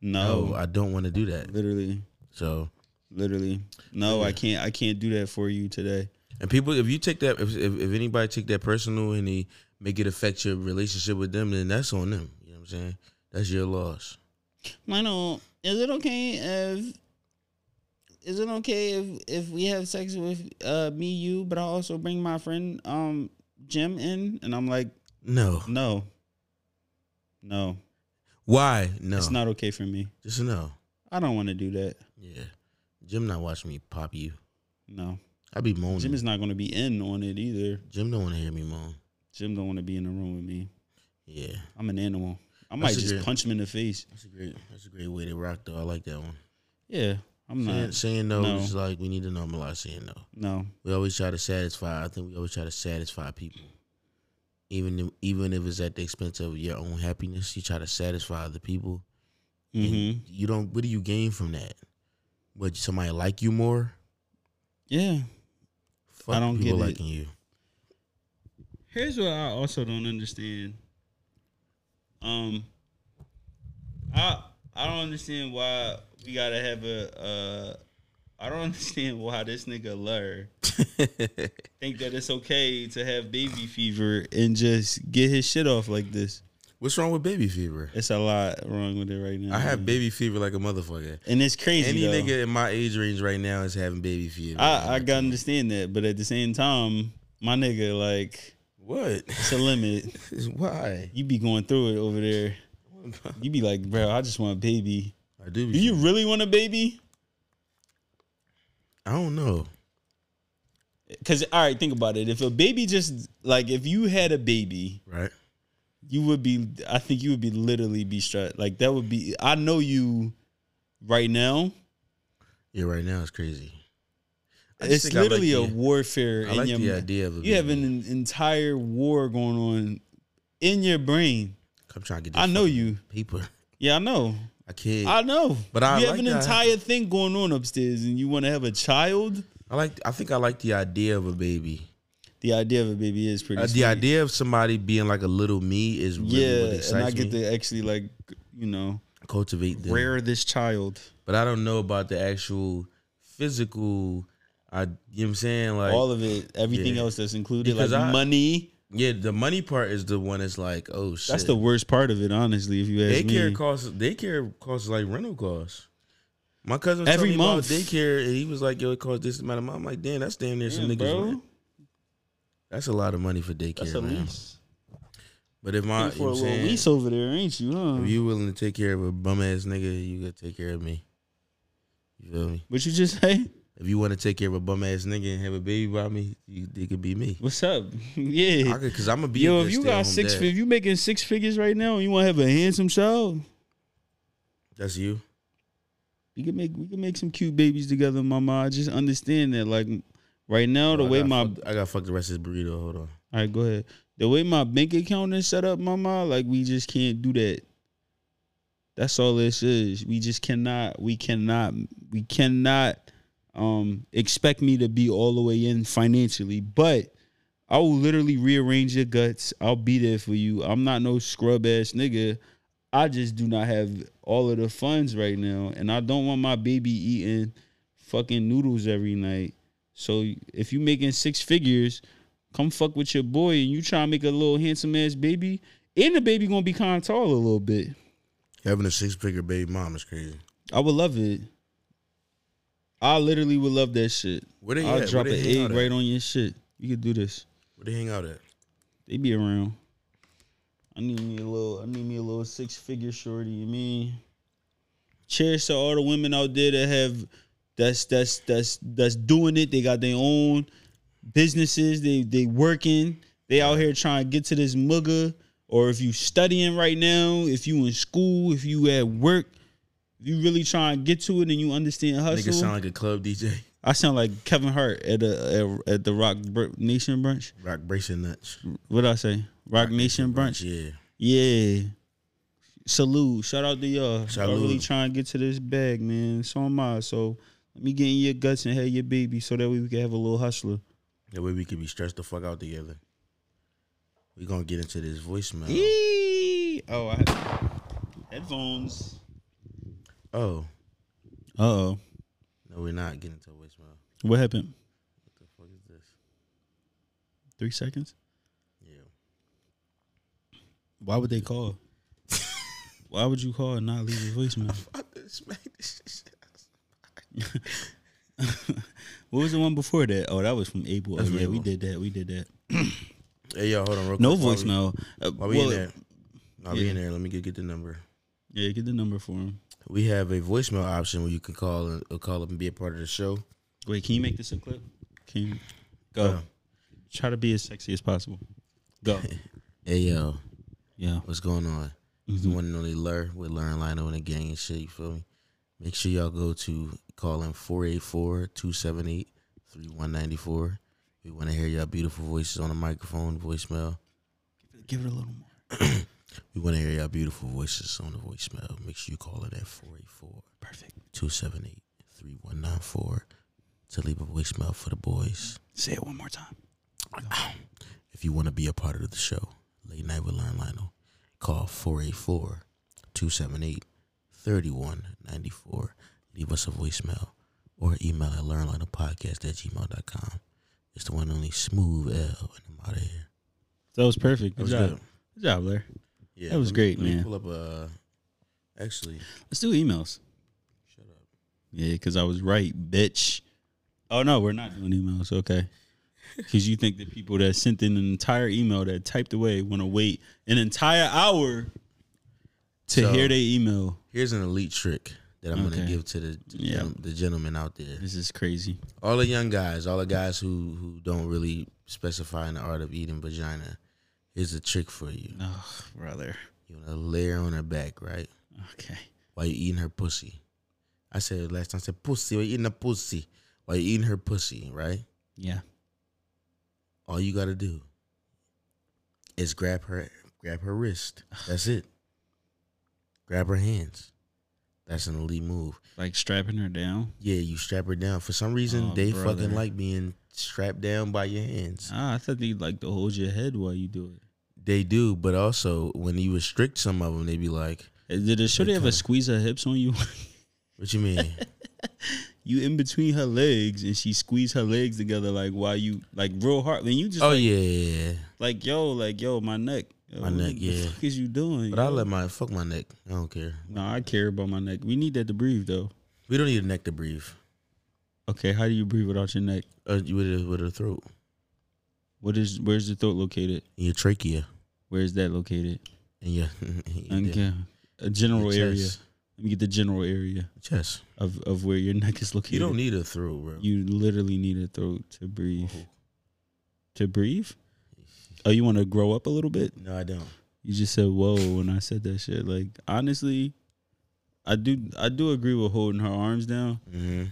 [SPEAKER 1] no.
[SPEAKER 2] no, I don't want to do that.
[SPEAKER 1] literally.
[SPEAKER 2] So
[SPEAKER 1] Literally. No, I can't I can't do that for you today.
[SPEAKER 2] and people, if you take that, if if, if anybody take that personal and they make it affect your relationship with them, then that's on them. You know what I'm saying? That's your loss.
[SPEAKER 1] Lionel, is it okay if is it okay if if we have sex with uh me you but I also bring my friend um Jim in and I'm like
[SPEAKER 2] No.
[SPEAKER 1] no. No.
[SPEAKER 2] Why? No.
[SPEAKER 1] It's not okay for me.
[SPEAKER 2] Just a no.
[SPEAKER 1] I don't want to do that.
[SPEAKER 2] Yeah. Jim not watching me pop you.
[SPEAKER 1] No.
[SPEAKER 2] I be moaning.
[SPEAKER 1] Jim is not going to be in on it either.
[SPEAKER 2] Jim don't want to hear me moan.
[SPEAKER 1] Jim don't want to be in the room with me.
[SPEAKER 2] Yeah,
[SPEAKER 1] I'm an animal. I might
[SPEAKER 2] That's a
[SPEAKER 1] just
[SPEAKER 2] good-
[SPEAKER 1] punch him in the face.
[SPEAKER 2] that's a great that's a great way to rock though. I like that one.
[SPEAKER 1] Yeah, I'm
[SPEAKER 2] Saying,
[SPEAKER 1] not.
[SPEAKER 2] saying no,
[SPEAKER 1] no.
[SPEAKER 2] is like we need to normalize saying no.
[SPEAKER 1] No.
[SPEAKER 2] We always try to satisfy. I think we always try to satisfy people, even if- even if it's at the expense of your own happiness. You try to satisfy other people. and
[SPEAKER 1] Mm-hmm.
[SPEAKER 2] You don't. What do you gain from that? Would somebody like you more?
[SPEAKER 1] Yeah.
[SPEAKER 2] Fuck
[SPEAKER 1] I don't
[SPEAKER 2] people
[SPEAKER 1] get it. (laughs)
[SPEAKER 2] liking you.
[SPEAKER 1] Here's what I also don't understand. Um, I I don't understand why we gotta have a. Uh, I don't (laughs) understand why this nigga Lur think that it's okay to have baby fever and just get his shit off like this.
[SPEAKER 2] What's wrong with baby fever?
[SPEAKER 1] It's a lot wrong with it right now.
[SPEAKER 2] I have
[SPEAKER 1] man.
[SPEAKER 2] baby fever like a motherfucker.
[SPEAKER 1] and it's crazy.
[SPEAKER 2] Any
[SPEAKER 1] though.
[SPEAKER 2] nigga in my age range right now is having baby fever.
[SPEAKER 1] I I gotta understand that, but at the same time, my nigga, like
[SPEAKER 2] What? (laughs)
[SPEAKER 1] it's a limit.
[SPEAKER 2] Why?
[SPEAKER 1] You be going through it over there. You be like, bro, I just want a baby.
[SPEAKER 2] I do.
[SPEAKER 1] Do you really want a baby?
[SPEAKER 2] I don't know.
[SPEAKER 1] Because all right, think about it. If a baby just like if you had a baby,
[SPEAKER 2] Right.
[SPEAKER 1] you would be. I think you would be literally be stressed. Like that would be. I know you right now.
[SPEAKER 2] Yeah. Right now it's crazy. I just
[SPEAKER 1] It's
[SPEAKER 2] think I like
[SPEAKER 1] literally
[SPEAKER 2] the-
[SPEAKER 1] a warfare
[SPEAKER 2] I
[SPEAKER 1] in
[SPEAKER 2] like
[SPEAKER 1] your.
[SPEAKER 2] the idea of a
[SPEAKER 1] you have
[SPEAKER 2] baby.
[SPEAKER 1] an entire war going on in your brain.
[SPEAKER 2] I'm trying to get. This
[SPEAKER 1] I know
[SPEAKER 2] fucking
[SPEAKER 1] you.
[SPEAKER 2] paper.
[SPEAKER 1] Yeah, I know.
[SPEAKER 2] I can't.
[SPEAKER 1] I
[SPEAKER 2] I,
[SPEAKER 1] know,
[SPEAKER 2] But I
[SPEAKER 1] you have
[SPEAKER 2] like
[SPEAKER 1] an
[SPEAKER 2] that.
[SPEAKER 1] entire thing going on upstairs, and you want to have a child.
[SPEAKER 2] like. I think I like the idea of a baby.
[SPEAKER 1] The idea of a baby is pretty.
[SPEAKER 2] Uh,
[SPEAKER 1] sweet.
[SPEAKER 2] the idea of somebody being like a little me is really
[SPEAKER 1] yeah,
[SPEAKER 2] what
[SPEAKER 1] and I
[SPEAKER 2] excites
[SPEAKER 1] get
[SPEAKER 2] me.
[SPEAKER 1] to actually like you know
[SPEAKER 2] Cultivate them.
[SPEAKER 1] rear this child.
[SPEAKER 2] But I don't know about the actual physical. I. You know what I'm saying? Like
[SPEAKER 1] All of it, everything
[SPEAKER 2] Yeah.
[SPEAKER 1] else that's included,
[SPEAKER 2] Because
[SPEAKER 1] like
[SPEAKER 2] I-
[SPEAKER 1] money.
[SPEAKER 2] Yeah, the money part is the one that's like, oh shit.
[SPEAKER 1] That's the worst part of it, honestly. If you ask
[SPEAKER 2] daycare
[SPEAKER 1] me,
[SPEAKER 2] costs. Daycare costs like rental costs. My cousin was
[SPEAKER 1] Every
[SPEAKER 2] telling
[SPEAKER 1] month.
[SPEAKER 2] me about daycare, and he was like, "Yo, it costs this amount of money." I'm like, "Damn, that's damn near some
[SPEAKER 1] Damn,
[SPEAKER 2] niggas.
[SPEAKER 1] bro.
[SPEAKER 2] rent. That's a lot of money for daycare,
[SPEAKER 1] that's a
[SPEAKER 2] man.
[SPEAKER 1] lease.
[SPEAKER 2] But if
[SPEAKER 1] Pay
[SPEAKER 2] my, you
[SPEAKER 1] for a
[SPEAKER 2] know what I'm
[SPEAKER 1] little
[SPEAKER 2] saying,
[SPEAKER 1] lease over there, ain't you? Huh?
[SPEAKER 2] if you willing to take care of a bum ass nigga, you could take care of me. You feel me?
[SPEAKER 1] what you just (laughs) say?
[SPEAKER 2] If you want to take care of a bum ass nigga and have a baby by me, you, it could be me.
[SPEAKER 1] What's up? (laughs)
[SPEAKER 2] I
[SPEAKER 1] yeah.
[SPEAKER 2] could, cause I'm gonna be. a
[SPEAKER 1] Yo,
[SPEAKER 2] good
[SPEAKER 1] if you got
[SPEAKER 2] stay-at-home
[SPEAKER 1] six,
[SPEAKER 2] dad.
[SPEAKER 1] if you making six figures right now, and you want to have a handsome child.
[SPEAKER 2] that's you.
[SPEAKER 1] We can make we can make some cute babies together, Mama. I just understand that. Like right now, the
[SPEAKER 2] I
[SPEAKER 1] way
[SPEAKER 2] gotta
[SPEAKER 1] my
[SPEAKER 2] fuck- I gotta fuck the rest of this burrito. Hold on.
[SPEAKER 1] all right, go ahead. the way my bank account is set up, mama, like we just can't do that. That's all this is. We just cannot, we cannot, we cannot um expect me to be all the way in financially, but I will literally rearrange your guts. I'll be there for you. I'm not no scrub ass nigga. I just do not have all of the funds right now, and I don't want my baby eating fucking noodles every night. So if you making six figures, come fuck with your boy, and you try to make a little handsome ass baby, and the baby gonna be kind of tall a little bit.
[SPEAKER 2] Having a six figure baby mom is crazy.
[SPEAKER 1] I would love it. I literally would love that shit.
[SPEAKER 2] Where they
[SPEAKER 1] I'll
[SPEAKER 2] at?
[SPEAKER 1] drop
[SPEAKER 2] Where
[SPEAKER 1] an
[SPEAKER 2] they hang
[SPEAKER 1] egg
[SPEAKER 2] out
[SPEAKER 1] right
[SPEAKER 2] at?
[SPEAKER 1] on your shit. You could do this.
[SPEAKER 2] Where they hang out at?
[SPEAKER 1] They be around. I need me a little. I need me a little six figure shorty. You mean? Cheers to all the women out there that have that's that's that's that's doing it. They got their own businesses. They they working. They out here trying to get to this mugger. Or if you studying right now, if you in school, if you at work, if you really trying to get to it and you understand hustle.
[SPEAKER 2] Nigga sound like a club DJ.
[SPEAKER 1] I sound like Kevin Hart at a at, at the Rock Br- Nation brunch.
[SPEAKER 2] Rock bracing nuts.
[SPEAKER 1] What I say? Rock, Nation brunch.
[SPEAKER 2] Yeah.
[SPEAKER 1] Yeah. Salute. Shout out to y'all. Y'all
[SPEAKER 2] Salute.
[SPEAKER 1] really trying to get to this bag, man. So am I. So let me get in your guts and have your baby so that way we can have a little hustler.
[SPEAKER 2] That way we could be stressed the fuck out together. We gonna get into this voicemail.
[SPEAKER 1] Eee. Oh, I have headphones.
[SPEAKER 2] Oh
[SPEAKER 1] Uh oh.
[SPEAKER 2] no, we're not getting into voicemail.
[SPEAKER 1] What happened?
[SPEAKER 2] What the fuck is this?
[SPEAKER 1] Three seconds?
[SPEAKER 2] Yeah.
[SPEAKER 1] Why would they call? (laughs) Why would you call and not leave a voicemail? (laughs) What was the one before that? Oh, that was from Abel. Oh,
[SPEAKER 2] That's from
[SPEAKER 1] yeah, we
[SPEAKER 2] Abel.
[SPEAKER 1] did that. We did that.
[SPEAKER 2] Hey yo, hold on. Real
[SPEAKER 1] No
[SPEAKER 2] quick. While we-
[SPEAKER 1] voicemail. Uh,
[SPEAKER 2] While we
[SPEAKER 1] well,
[SPEAKER 2] in there, while we
[SPEAKER 1] yeah.
[SPEAKER 2] in there, let me get, get the number.
[SPEAKER 1] Yeah, get the number for him.
[SPEAKER 2] We have a voicemail option where you can call and uh, call up and be a part of the show.
[SPEAKER 1] Wait, can you make this a clip? Can you go?
[SPEAKER 2] Uh,
[SPEAKER 1] Try to be as sexy as possible. Go.
[SPEAKER 2] Hey yo,
[SPEAKER 1] (laughs) yeah.
[SPEAKER 2] what's going on? It's the one and only Lur with Lur and Lionel and the gang and shit. You feel me? Make sure y'all go to call in 484-278-3194. We want to hear y'all beautiful voices on the microphone voicemail.
[SPEAKER 1] Give it a little more.
[SPEAKER 2] We want to hear y'all beautiful voices on the voicemail. Make sure you call it at 484
[SPEAKER 1] Perfect.
[SPEAKER 2] 278 3194 to leave a voicemail for the boys.
[SPEAKER 1] Say it one more time.
[SPEAKER 2] If you want to be a part of the show, Late Night with Learn Lionel, call 484 278 3194. Leave us a voicemail or email at learnlinelpodcast at gmail.com. It's the one and only Smooth L, and I'm out of here.
[SPEAKER 1] That was perfect. Good
[SPEAKER 2] was
[SPEAKER 1] job.
[SPEAKER 2] good.
[SPEAKER 1] Good. job, Blair.
[SPEAKER 2] Yeah,
[SPEAKER 1] That was
[SPEAKER 2] let me-
[SPEAKER 1] great,
[SPEAKER 2] let me
[SPEAKER 1] man.
[SPEAKER 2] Pull up, uh, actually,
[SPEAKER 1] Let's do emails.
[SPEAKER 2] shut up.
[SPEAKER 1] Yeah, because I was right, bitch. Oh no, we're not doing emails. (laughs) Okay. Because you think the people that sent in an entire email that typed away want to wait an entire hour to
[SPEAKER 2] So-
[SPEAKER 1] hear their email.
[SPEAKER 2] Here's an elite trick that I'm
[SPEAKER 1] Okay.
[SPEAKER 2] gonna give to the the,
[SPEAKER 1] Yeah.
[SPEAKER 2] gen- the gentlemen out there.
[SPEAKER 1] This is crazy.
[SPEAKER 2] All the young guys, all the guys who who don't really specify in the art of eating vagina. Here's a trick for you.
[SPEAKER 1] Oh, brother.
[SPEAKER 2] You wanna layer on her back, right?
[SPEAKER 1] Okay.
[SPEAKER 2] While you eating her pussy. I said it last time I said pussy, we're eating a pussy. While you eating her pussy, right?
[SPEAKER 1] Yeah.
[SPEAKER 2] All you gotta do is grab her grab her wrist. That's it. Grab her hands. That's an elite move.
[SPEAKER 1] Like strapping her down.
[SPEAKER 2] Yeah, you strap her down. For some reason,
[SPEAKER 1] Oh,
[SPEAKER 2] they
[SPEAKER 1] brother.
[SPEAKER 2] fucking like being strapped down by your hands.
[SPEAKER 1] Ah, I thought they like to hold your head while you do it.
[SPEAKER 2] They do, but also when you restrict some of them, they be like,
[SPEAKER 1] Uh, Did a shorty ever
[SPEAKER 2] kinda-
[SPEAKER 1] squeeze her hips on you? (laughs)
[SPEAKER 2] "What you mean?"
[SPEAKER 1] you in between her legs and she squeezed her legs together like while you like real hard. Then you (laughs) just
[SPEAKER 2] oh
[SPEAKER 1] like,
[SPEAKER 2] yeah, yeah, yeah.
[SPEAKER 1] like yo, like yo, my neck. Yo,
[SPEAKER 2] My neck,
[SPEAKER 1] What
[SPEAKER 2] yeah.
[SPEAKER 1] the fuck is you doing?
[SPEAKER 2] But I let my fuck my neck. I don't care.
[SPEAKER 1] no, I care about my neck. We need that to breathe though.
[SPEAKER 2] We don't need a neck to breathe.
[SPEAKER 1] Okay, how do you breathe without your neck?
[SPEAKER 2] Uh, you with a, with a throat,
[SPEAKER 1] What is where's the throat located?
[SPEAKER 2] in your trachea,
[SPEAKER 1] Where's that located?
[SPEAKER 2] and your, (laughs) in your-
[SPEAKER 1] Okay. A general
[SPEAKER 2] your
[SPEAKER 1] area.
[SPEAKER 2] chest.
[SPEAKER 1] Let me get the general area
[SPEAKER 2] Chest.
[SPEAKER 1] of, of where your (laughs) neck is located.
[SPEAKER 2] You don't need a throat, bro. Oh,
[SPEAKER 1] You literally need a throat to breathe.
[SPEAKER 2] Whoa.
[SPEAKER 1] To breathe? Oh, you want to grow up a little bit?
[SPEAKER 2] no, I don't.
[SPEAKER 1] You just said whoa when I said that shit. Like honestly, I do I do agree with holding her arms down,
[SPEAKER 2] Mm-hmm.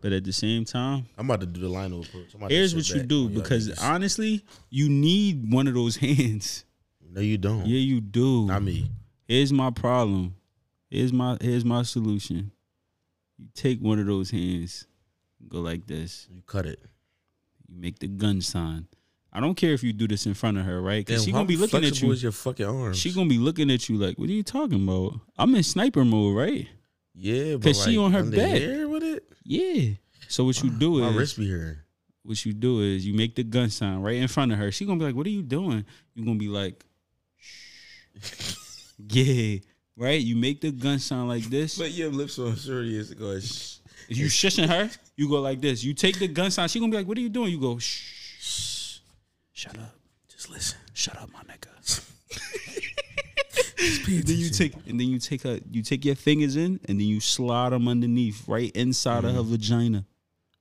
[SPEAKER 1] But at the same time,
[SPEAKER 2] I'm about to do the Lionel approach. I'm about to
[SPEAKER 1] here's
[SPEAKER 2] sit
[SPEAKER 1] what you
[SPEAKER 2] Oh, back
[SPEAKER 1] do
[SPEAKER 2] on y'all
[SPEAKER 1] because
[SPEAKER 2] niggas.
[SPEAKER 1] honestly, you need one of those (laughs) hands.
[SPEAKER 2] no, you don't.
[SPEAKER 1] Yeah, you do.
[SPEAKER 2] Not me.
[SPEAKER 1] Here's my problem. Here's my here's my solution. You take one of those hands, go like this.
[SPEAKER 2] You cut it.
[SPEAKER 1] You make the gun sign. I don't care if you do this in front of her, right? Because
[SPEAKER 2] Damn,
[SPEAKER 1] she
[SPEAKER 2] how
[SPEAKER 1] gonna be looking at
[SPEAKER 2] flexible
[SPEAKER 1] you.
[SPEAKER 2] Is your fucking arm?
[SPEAKER 1] She gonna be looking at you like, "What are you talking about? I'm in sniper mode, right?
[SPEAKER 2] yeah, but
[SPEAKER 1] 'Cause she
[SPEAKER 2] like,
[SPEAKER 1] on her
[SPEAKER 2] under
[SPEAKER 1] bed.
[SPEAKER 2] here with it.
[SPEAKER 1] Yeah." So what you do
[SPEAKER 2] My
[SPEAKER 1] is
[SPEAKER 2] wrist be
[SPEAKER 1] (laughs)
[SPEAKER 2] here.
[SPEAKER 1] what you do is you make the gun sign right in front of her. She gonna be like, "What are you doing?" You gonna be like, "Shh, yeah." Right, you make the gun sound like this.
[SPEAKER 2] Put your lips on thirty years ago. Shh.
[SPEAKER 1] You shushing her. You go like this. You take the gun sign. She gonna be like, "What are you doing?" You go, "Shh, shut up,
[SPEAKER 2] Just listen.
[SPEAKER 1] shut up, my nigga."
[SPEAKER 2] (laughs)
[SPEAKER 1] (laughs) And then you take, and then you take her, you take your fingers in, and then you slide them underneath, right inside of her
[SPEAKER 2] Mm-hmm.
[SPEAKER 1] vagina,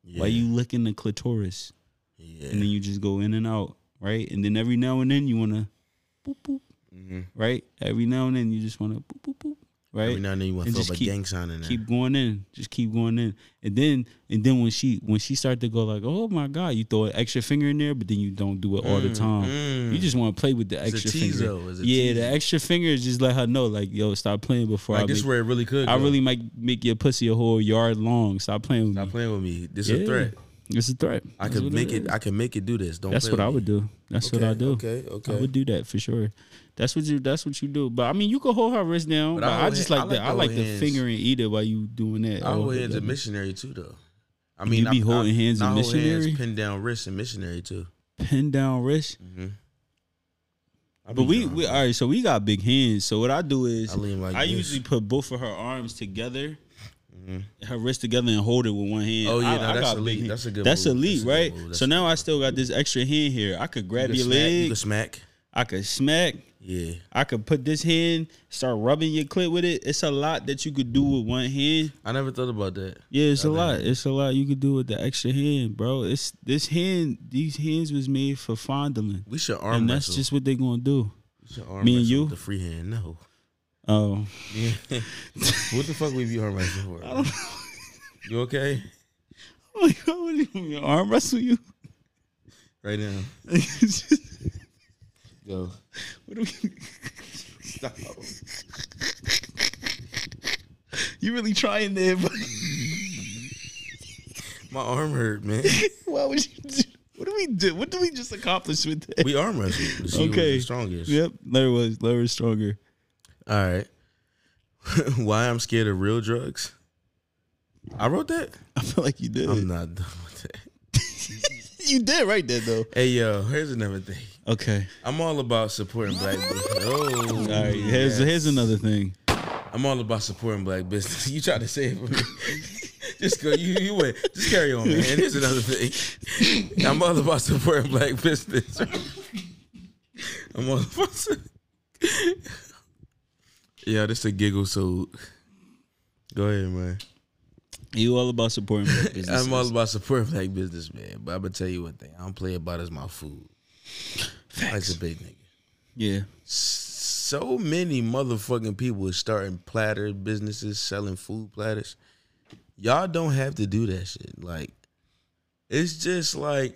[SPEAKER 2] Yeah.
[SPEAKER 1] while you licking the clitoris,
[SPEAKER 2] Yeah.
[SPEAKER 1] and then you just go in and out, right? And then every now and then you wanna, boop boop,
[SPEAKER 2] Mhm.
[SPEAKER 1] right? Every now and then you just wanna, boop boop boop, right?
[SPEAKER 2] Every now and then you want
[SPEAKER 1] And
[SPEAKER 2] to throw up
[SPEAKER 1] just
[SPEAKER 2] a
[SPEAKER 1] keep-
[SPEAKER 2] gang sign in there.
[SPEAKER 1] keep going in just keep going in and then and then when she when she start to go like oh my god you throw an extra finger in there but then you don't do it all the
[SPEAKER 2] Mm,
[SPEAKER 1] time
[SPEAKER 2] mm.
[SPEAKER 1] you just want to play with the
[SPEAKER 2] It's a
[SPEAKER 1] extra
[SPEAKER 2] tease,
[SPEAKER 1] finger
[SPEAKER 2] though. It's a
[SPEAKER 1] yeah
[SPEAKER 2] tease.
[SPEAKER 1] the extra finger is just let her know like yo stop playing before
[SPEAKER 2] like
[SPEAKER 1] i
[SPEAKER 2] this
[SPEAKER 1] make,
[SPEAKER 2] where it really could.
[SPEAKER 1] i
[SPEAKER 2] go.
[SPEAKER 1] really might make your pussy a whole yard long stop playing with
[SPEAKER 2] Stop
[SPEAKER 1] me
[SPEAKER 2] playing with me. This is
[SPEAKER 1] Yeah.
[SPEAKER 2] a threat.
[SPEAKER 1] it's a threat
[SPEAKER 2] I
[SPEAKER 1] That's
[SPEAKER 2] could
[SPEAKER 1] what
[SPEAKER 2] make it.
[SPEAKER 1] is.
[SPEAKER 2] I could make it do this. Don't.
[SPEAKER 1] that's
[SPEAKER 2] play
[SPEAKER 1] what
[SPEAKER 2] with
[SPEAKER 1] I
[SPEAKER 2] me.
[SPEAKER 1] would do. That's what I do.
[SPEAKER 2] Oh, Okay. Okay.
[SPEAKER 1] I would do that for sure. That's what you. That's what you do. But I mean, you can hold her wrist down.
[SPEAKER 2] But
[SPEAKER 1] But,
[SPEAKER 2] I
[SPEAKER 1] I,
[SPEAKER 2] hold
[SPEAKER 1] just
[SPEAKER 2] ha-
[SPEAKER 1] like
[SPEAKER 2] I
[SPEAKER 1] the
[SPEAKER 2] like to
[SPEAKER 1] I like
[SPEAKER 2] hold
[SPEAKER 1] the
[SPEAKER 2] hands.
[SPEAKER 1] finger and eat it while you doing that.
[SPEAKER 2] I hold hands a
[SPEAKER 1] together.
[SPEAKER 2] missionary too, though. I mean,
[SPEAKER 1] be
[SPEAKER 2] I-
[SPEAKER 1] holding
[SPEAKER 2] I-
[SPEAKER 1] hands
[SPEAKER 2] I
[SPEAKER 1] a
[SPEAKER 2] hold
[SPEAKER 1] missionary?
[SPEAKER 2] pin down wrists and missionary too.
[SPEAKER 1] pin down wrist.
[SPEAKER 2] Mm-hmm.
[SPEAKER 1] But we, we all right. So we got big hands. So what I do is
[SPEAKER 2] I
[SPEAKER 1] I,
[SPEAKER 2] lean like this. Mm-hmm.
[SPEAKER 1] usually put both of her arms together, her wrist together, and hold it with one hand.
[SPEAKER 2] Oh, yeah,
[SPEAKER 1] I-
[SPEAKER 2] no,
[SPEAKER 1] I
[SPEAKER 2] that's
[SPEAKER 1] got
[SPEAKER 2] elite.
[SPEAKER 1] big hand-
[SPEAKER 2] That's a good
[SPEAKER 1] That's
[SPEAKER 2] move.
[SPEAKER 1] elite,
[SPEAKER 2] That's a good
[SPEAKER 1] right?
[SPEAKER 2] move. That's
[SPEAKER 1] So
[SPEAKER 2] a
[SPEAKER 1] now I still got this extra hand here. I could grab
[SPEAKER 2] You
[SPEAKER 1] your
[SPEAKER 2] can smack- You
[SPEAKER 1] leg.
[SPEAKER 2] can smack.
[SPEAKER 1] I could smack.
[SPEAKER 2] Yeah.
[SPEAKER 1] I could put this hand, start rubbing your clit with it. It's a lot that you could do with one hand.
[SPEAKER 2] I never thought about that.
[SPEAKER 1] Yeah, it's a
[SPEAKER 2] Other
[SPEAKER 1] lot.
[SPEAKER 2] hand.
[SPEAKER 1] It's a lot you could do with the extra hand, bro. It's this hand. These hands was made for fondling,
[SPEAKER 2] We should arm
[SPEAKER 1] and that's
[SPEAKER 2] wrestle.
[SPEAKER 1] just what they gonna do.
[SPEAKER 2] We should arm
[SPEAKER 1] me and
[SPEAKER 2] wrestle
[SPEAKER 1] you?
[SPEAKER 2] with The free hand. No. (laughs)
[SPEAKER 1] Oh.
[SPEAKER 2] Yeah. what the fuck we be arm
[SPEAKER 1] (laughs)
[SPEAKER 2] wrestling for? bro? You okay?
[SPEAKER 1] I'm (laughs) like, how would you arm wrestle you? (laughs)
[SPEAKER 2] Right now.
[SPEAKER 1] It's just-
[SPEAKER 2] Go.
[SPEAKER 1] what do we-
[SPEAKER 2] Stop.
[SPEAKER 1] (laughs) you really trying there, but
[SPEAKER 2] My arm hurt, man.
[SPEAKER 1] (laughs) why would you do what do we do? What do we just accomplish with that?
[SPEAKER 2] We arm wrestled. She okay.
[SPEAKER 1] Okay.
[SPEAKER 2] Was the strongest.
[SPEAKER 1] yep, Larry was Larry was stronger.
[SPEAKER 2] All right. (laughs) Why I'm scared of real drugs? I wrote that.
[SPEAKER 1] (laughs) I feel like you did.
[SPEAKER 2] I'm not done with that.
[SPEAKER 1] you did right there though.
[SPEAKER 2] Hey yo, here's another thing.
[SPEAKER 1] Okay.
[SPEAKER 2] I'm all about supporting black business. Oh,
[SPEAKER 1] All right. Here's
[SPEAKER 2] yes.
[SPEAKER 1] here's another thing.
[SPEAKER 2] I'm all about supporting black business. (laughs) You try to say it for me. (laughs) Just go. You, you went. Just carry on, man. Here's another thing. I'm all about supporting black business. (laughs) I'm all about. su- (laughs) yeah, this a giggle. So go ahead, man.
[SPEAKER 1] You all about supporting black business.
[SPEAKER 2] (laughs) I'm all about supporting black business, man. But I'm gonna tell you one thing. I don't play about is my food. Like a big nigga.
[SPEAKER 1] yeah.
[SPEAKER 2] so many motherfucking people is starting platter businesses, selling food platters. Y'all don't have to do that shit. Like, it's just like,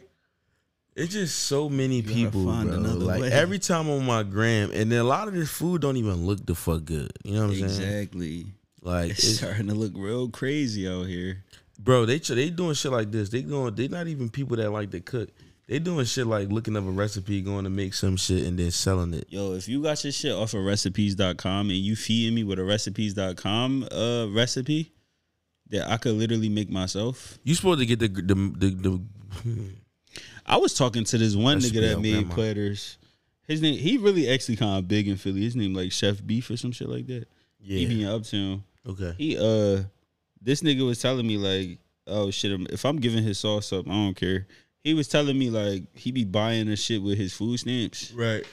[SPEAKER 2] it's just so many people,
[SPEAKER 1] find
[SPEAKER 2] bro.
[SPEAKER 1] another
[SPEAKER 2] Like
[SPEAKER 1] way.
[SPEAKER 2] every time on my gram, and then a lot of this food don't even look the fuck good. You know what I'm saying?
[SPEAKER 1] Exactly.
[SPEAKER 2] Like,
[SPEAKER 1] It's
[SPEAKER 2] it's,
[SPEAKER 1] starting to look real crazy out here.
[SPEAKER 2] bro, they they doing shit like this. They going, they not even people that like to cook. They doing shit like looking up a recipe, going to make some shit, and then selling it.
[SPEAKER 1] Yo, if you got your shit off of recipes.com and you feeding me with a recipes.com uh recipe that I could literally make myself.
[SPEAKER 2] You supposed to get the the the, hmm. the
[SPEAKER 1] I was talking to this one
[SPEAKER 2] Recipe
[SPEAKER 1] nigga that
[SPEAKER 2] of
[SPEAKER 1] made
[SPEAKER 2] grandma.
[SPEAKER 1] platters. His name he really actually kind of big in Philly. His name like Chef Beef or some shit like that. He be in Uptown.
[SPEAKER 2] Okay.
[SPEAKER 1] He uh this nigga was telling me like, oh shit, I'm- if I'm giving his sauce up, I don't care. He was telling me like he be buying the shit with his food stamps.
[SPEAKER 2] Right.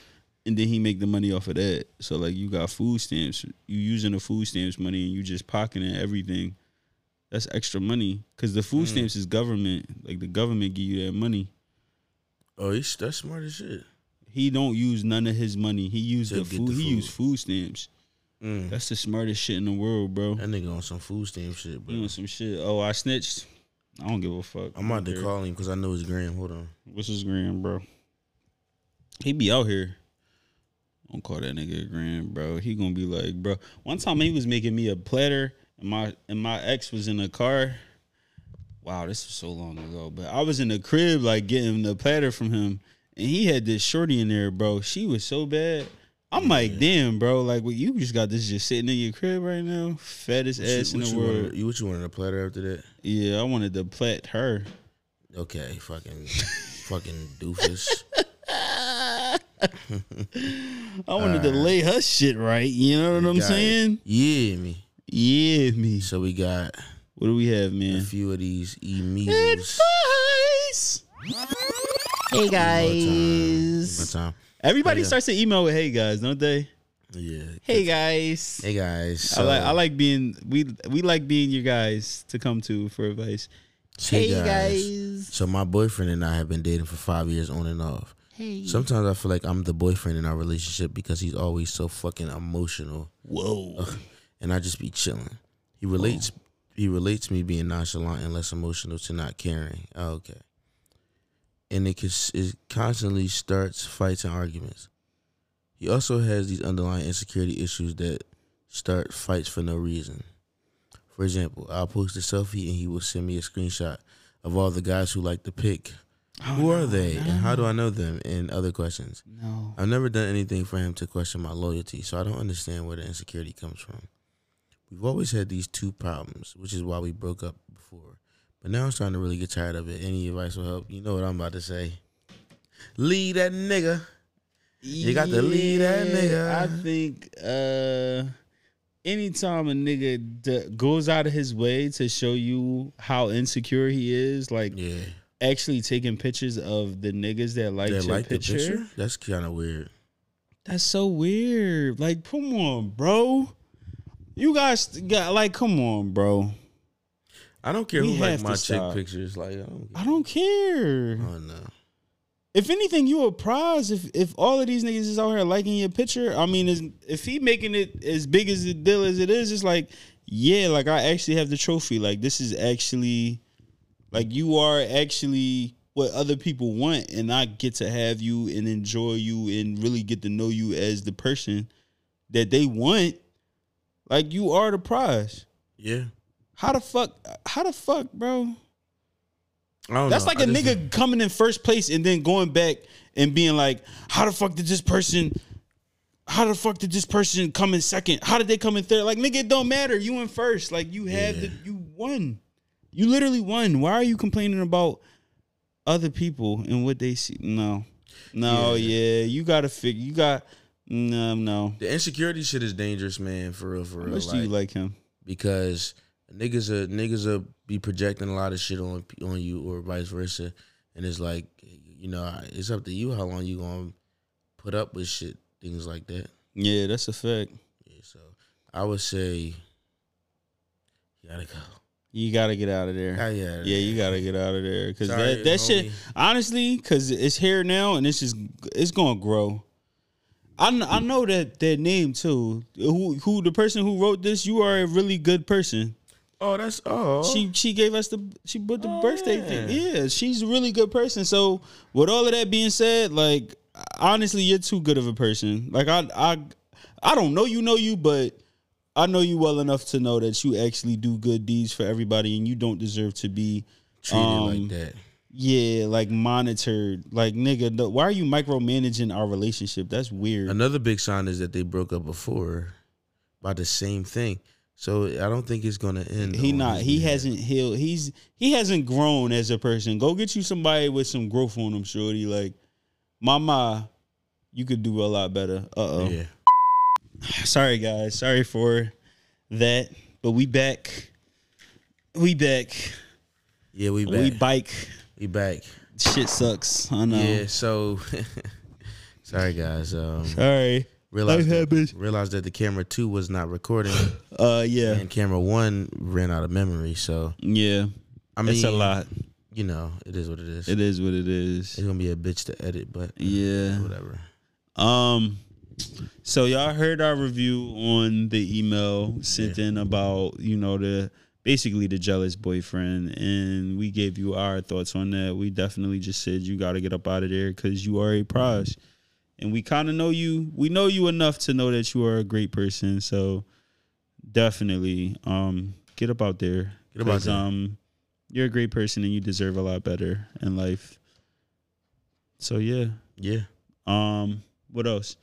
[SPEAKER 1] and then he make the money off of that. So like you got food stamps, you using the food stamps money and you just pocketing everything. That's extra money because the
[SPEAKER 2] Mm.
[SPEAKER 1] food stamps is government. Like the government give you that money.
[SPEAKER 2] Oh, he's that's smart as shit.
[SPEAKER 1] He don't use none of his money. He used the
[SPEAKER 2] To get
[SPEAKER 1] food.
[SPEAKER 2] the
[SPEAKER 1] He
[SPEAKER 2] food.
[SPEAKER 1] used food stamps.
[SPEAKER 2] Mm.
[SPEAKER 1] That's the smartest shit in the world, bro.
[SPEAKER 2] That nigga on some food stamp shit, bro.
[SPEAKER 1] You know some shit. Oh, I snitched. I don't give a fuck.
[SPEAKER 2] I'm about to
[SPEAKER 1] Here.
[SPEAKER 2] call him because I know his gram. Hold on.
[SPEAKER 1] What's his gram, bro? He be out here. Don't call that nigga a gram, bro. He gonna be like, bro. One time he was making me a platter, and my and my ex was in the car. Wow, this was so long ago, but I was in the crib like getting the platter from him, and he had this shorty in there, bro. She was so bad. I'm like, damn, bro. Like, what you just got this just sitting in your crib right now, fattest ass
[SPEAKER 2] What
[SPEAKER 1] in
[SPEAKER 2] you
[SPEAKER 1] the world.
[SPEAKER 2] wanted- you- What you wanted a platter after that?
[SPEAKER 1] Yeah, I wanted to plat
[SPEAKER 2] (laughs)
[SPEAKER 1] her.
[SPEAKER 2] Okay,
[SPEAKER 1] (laughs)
[SPEAKER 2] fucking, fucking doofus. (laughs)
[SPEAKER 1] I wanted to lay her shit right. You know what I'm
[SPEAKER 2] Got it.
[SPEAKER 1] saying?
[SPEAKER 2] Yeah, me.
[SPEAKER 1] Yeah, me.
[SPEAKER 2] So we got
[SPEAKER 1] What do we have,
[SPEAKER 2] a
[SPEAKER 1] man?
[SPEAKER 2] few of these emails.
[SPEAKER 1] Advice.
[SPEAKER 4] Hey
[SPEAKER 2] My
[SPEAKER 4] guys.
[SPEAKER 2] time.
[SPEAKER 1] Everybody
[SPEAKER 2] Yeah.
[SPEAKER 1] starts an email with "Hey guys," don't they?
[SPEAKER 2] Yeah.
[SPEAKER 1] Hey guys.
[SPEAKER 2] Hey guys.
[SPEAKER 1] I
[SPEAKER 2] so-
[SPEAKER 1] like I like being we we like being your guys to come to for advice.
[SPEAKER 4] Hey guys.
[SPEAKER 2] So my boyfriend and I have been dating for five years on and off.
[SPEAKER 4] Hey.
[SPEAKER 2] Sometimes I feel like I'm the boyfriend in our relationship because he's always so fucking emotional,
[SPEAKER 1] Whoa.
[SPEAKER 2] and I just be chilling. He uh, relates. He relates me being nonchalant and less emotional to not caring. Oh, okay. And it, cons- it constantly starts fights and arguments. He also has these underlying insecurity issues that start fights for no reason. For example, I'll post a selfie and he will send me a screenshot of all the guys who like to pick. Who are they and how do I know them? And other questions.
[SPEAKER 1] No.
[SPEAKER 2] I've never done anything for him to question my loyalty, so I don't understand where the insecurity comes from. We've always had these two problems, which is why we broke up before. But now I'm starting to really get tired of it. Any advice will help. You know what I'm about to say. Leave that nigga. You got to leave that nigga.
[SPEAKER 1] I think uh anytime a nigga d- goes out of his way to show you how insecure he is, like
[SPEAKER 2] Yeah.
[SPEAKER 1] actually taking pictures of the niggas that like
[SPEAKER 2] They
[SPEAKER 1] your
[SPEAKER 2] like the
[SPEAKER 1] picture.
[SPEAKER 2] picture? That's kind of weird.
[SPEAKER 1] That's so weird. Like, come on, bro. You guys got like, come on, bro.
[SPEAKER 2] I don't care
[SPEAKER 1] We
[SPEAKER 2] who like
[SPEAKER 1] have to
[SPEAKER 2] my chick
[SPEAKER 1] stop.
[SPEAKER 2] pictures. Like I don't.
[SPEAKER 1] I don't care.
[SPEAKER 2] Oh no.
[SPEAKER 1] If anything, you a prize if if all of these niggas is out here liking your picture. I mean, is, if he making it as big as the deal as it is, it's like, yeah, like I actually have the trophy. Like this is actually, like you are actually what other people want, and I get to have you and enjoy you and really get to know you as the person that they want. Like you are the prize.
[SPEAKER 2] Yeah.
[SPEAKER 1] How the fuck? How the fuck, bro?
[SPEAKER 2] Oh, I don't
[SPEAKER 1] That's
[SPEAKER 2] know.
[SPEAKER 1] like
[SPEAKER 2] a
[SPEAKER 1] a nigga coming in first place and then going back and being like, "How the fuck did this person? How the fuck did this person come in second? How did they come in third? Like, nigga, it don't matter. You in first. Like, you have the,
[SPEAKER 2] Yeah.
[SPEAKER 1] you won. You literally won. Why are you complaining about other people and what they see? No, no, yeah, you gotta figure. You got no, no.
[SPEAKER 2] The insecurity shit is dangerous, man. For real, for
[SPEAKER 1] How
[SPEAKER 2] real.
[SPEAKER 1] much do you like him?
[SPEAKER 2] because niggas are niggas are be projecting a lot of shit on on you or vice versa, and it's like you know I- it's up to you how long you gonna put up with shit things like that.
[SPEAKER 1] Yeah, that's a fact.
[SPEAKER 2] Yeah, so I would say you gotta go.
[SPEAKER 1] You gotta get out of there.
[SPEAKER 2] Ah, yeah,
[SPEAKER 1] Yeah, you gotta get out of there because
[SPEAKER 2] Sorry,
[SPEAKER 1] that, that shit,
[SPEAKER 2] homie.
[SPEAKER 1] honestly, because it's here now and it's just it's gonna grow. I, kn- I know that that name too. Who who the person who wrote this? You are a really good person.
[SPEAKER 2] Oh, that's all.
[SPEAKER 1] She she gave us the she put the
[SPEAKER 2] Oh,
[SPEAKER 1] birthday thing. Yeah, she's a really good person. So with all of that being said, like honestly, you're too good of a person. Like I I I don't know you know you, but I know you well enough to know that you actually do good deeds for everybody, and you don't deserve to be
[SPEAKER 2] treated
[SPEAKER 1] um,
[SPEAKER 2] like that.
[SPEAKER 1] yeah, like monitored. Like nigga, no, why are you micromanaging our relationship? That's weird.
[SPEAKER 2] Another big sign is that they broke up before by the same thing. So I don't think it's gonna end.
[SPEAKER 1] He
[SPEAKER 2] on
[SPEAKER 1] not.
[SPEAKER 2] his
[SPEAKER 1] He
[SPEAKER 2] behalf.
[SPEAKER 1] hasn't healed. He's he hasn't grown as a person. Go get you somebody with some growth on him, shorty. Like, mama, you could do a lot better. Uh oh.
[SPEAKER 2] Yeah.
[SPEAKER 1] (laughs) Sorry guys. Sorry for that. But we back. We back.
[SPEAKER 2] Yeah, we back.
[SPEAKER 1] We
[SPEAKER 2] We,
[SPEAKER 1] bike.
[SPEAKER 2] back.
[SPEAKER 1] Shit sucks. I know.
[SPEAKER 2] Yeah. So, (laughs) sorry guys.
[SPEAKER 1] (laughs)
[SPEAKER 2] Um,
[SPEAKER 1] Sorry.
[SPEAKER 2] realized
[SPEAKER 1] Life
[SPEAKER 2] that,
[SPEAKER 1] happens.
[SPEAKER 2] realized that the camera two was not recording,
[SPEAKER 1] Uh (laughs) yeah.
[SPEAKER 2] and camera one ran out of memory. So
[SPEAKER 1] Yeah.
[SPEAKER 2] I mean,
[SPEAKER 1] it's a lot.
[SPEAKER 2] You know, it is what it is.
[SPEAKER 1] It is what it is.
[SPEAKER 2] it's gonna be a bitch to edit, but
[SPEAKER 1] Yeah.
[SPEAKER 2] whatever.
[SPEAKER 1] Um, so y'all heard our review on the email sent in about you know the basically the jealous boyfriend, and we gave you our thoughts on that. We definitely just said you got to get up out of there because you are a prize, and we kind of know you. We know you enough to know that you are a great person. So definitely, um, get up out there.
[SPEAKER 2] Get up out
[SPEAKER 1] 'cause,
[SPEAKER 2] there.
[SPEAKER 1] Um, you're a great person, and you deserve a lot better in life. So yeah.
[SPEAKER 2] Yeah.
[SPEAKER 1] Um, what else?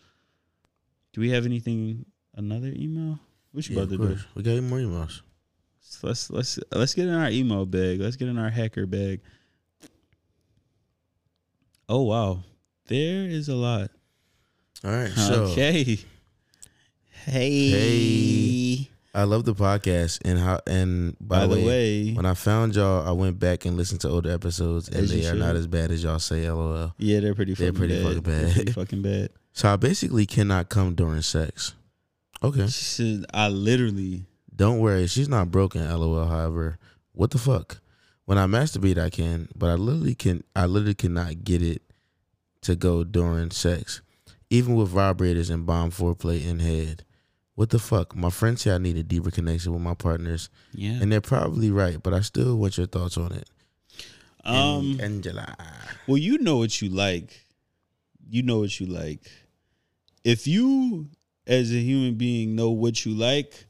[SPEAKER 1] Do we have anything? Another email? What you
[SPEAKER 2] yeah
[SPEAKER 1] about to
[SPEAKER 2] of
[SPEAKER 1] do?
[SPEAKER 2] course. We got more emails.
[SPEAKER 1] So Let's let's let's get in our email bag. Let's get in our hacker bag. Oh wow, there is a lot.
[SPEAKER 2] All right. So
[SPEAKER 1] okay. Hey.
[SPEAKER 2] Hey. I love the podcast and how and by, the, way, when I found y'all, I went back and listened to older episodes and
[SPEAKER 1] As you
[SPEAKER 2] they are not
[SPEAKER 1] should.
[SPEAKER 2] as bad as y'all say. LOL.
[SPEAKER 1] yeah, they're pretty.
[SPEAKER 2] They're
[SPEAKER 1] Fucking
[SPEAKER 2] pretty
[SPEAKER 1] bad.
[SPEAKER 2] fucking bad.
[SPEAKER 1] They're pretty fucking
[SPEAKER 2] (laughs)
[SPEAKER 1] bad.
[SPEAKER 2] So I basically cannot come during sex. Okay.
[SPEAKER 1] Shit, I literally.
[SPEAKER 2] Don't worry, she's not broken. LOL. However, what the fuck? When I masturbate, I can, but I literally can. I literally cannot get it to go during sex, even with vibrators and bomb foreplay in head. What the fuck? My friends say I need a deeper connection with my partners,
[SPEAKER 1] Yeah.
[SPEAKER 2] and they're probably right. But I still want your thoughts on it.
[SPEAKER 1] Um.
[SPEAKER 2] Angela.
[SPEAKER 1] Well, you know what you like. You know what you like. If you, as a human being, know what you like,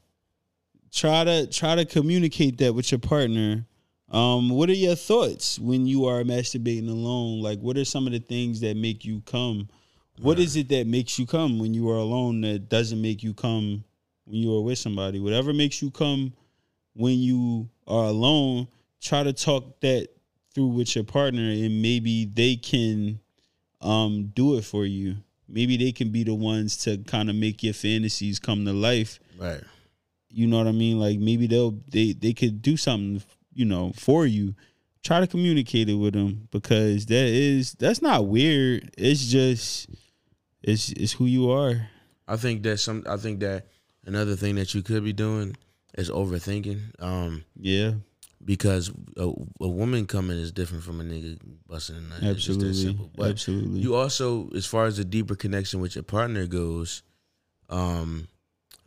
[SPEAKER 1] try to try to communicate that with your partner. Um, what are your thoughts when you are masturbating alone? Like, what are some of the things that make you come? What is it that makes you come when you are alone that doesn't make you come when you are with somebody? Whatever makes you come when you are alone, try to talk that through with your partner and maybe they can um do it for you. Maybe they can be the ones to kind of make your fantasies come to life.
[SPEAKER 2] Right.
[SPEAKER 1] You know what I mean? Like maybe they'll they they could do something, you know, for you. Try to communicate it with them because that is that's not weird. It's just it's it's who you are.
[SPEAKER 2] I think that some. I think that another thing that you could be doing is overthinking. Um,
[SPEAKER 1] Yeah.
[SPEAKER 2] because a, a woman coming is different from a nigga busting a nut. It's just that
[SPEAKER 1] Absolutely.
[SPEAKER 2] simple. But
[SPEAKER 1] Absolutely.
[SPEAKER 2] you also, as far as the deeper connection with your partner goes, um,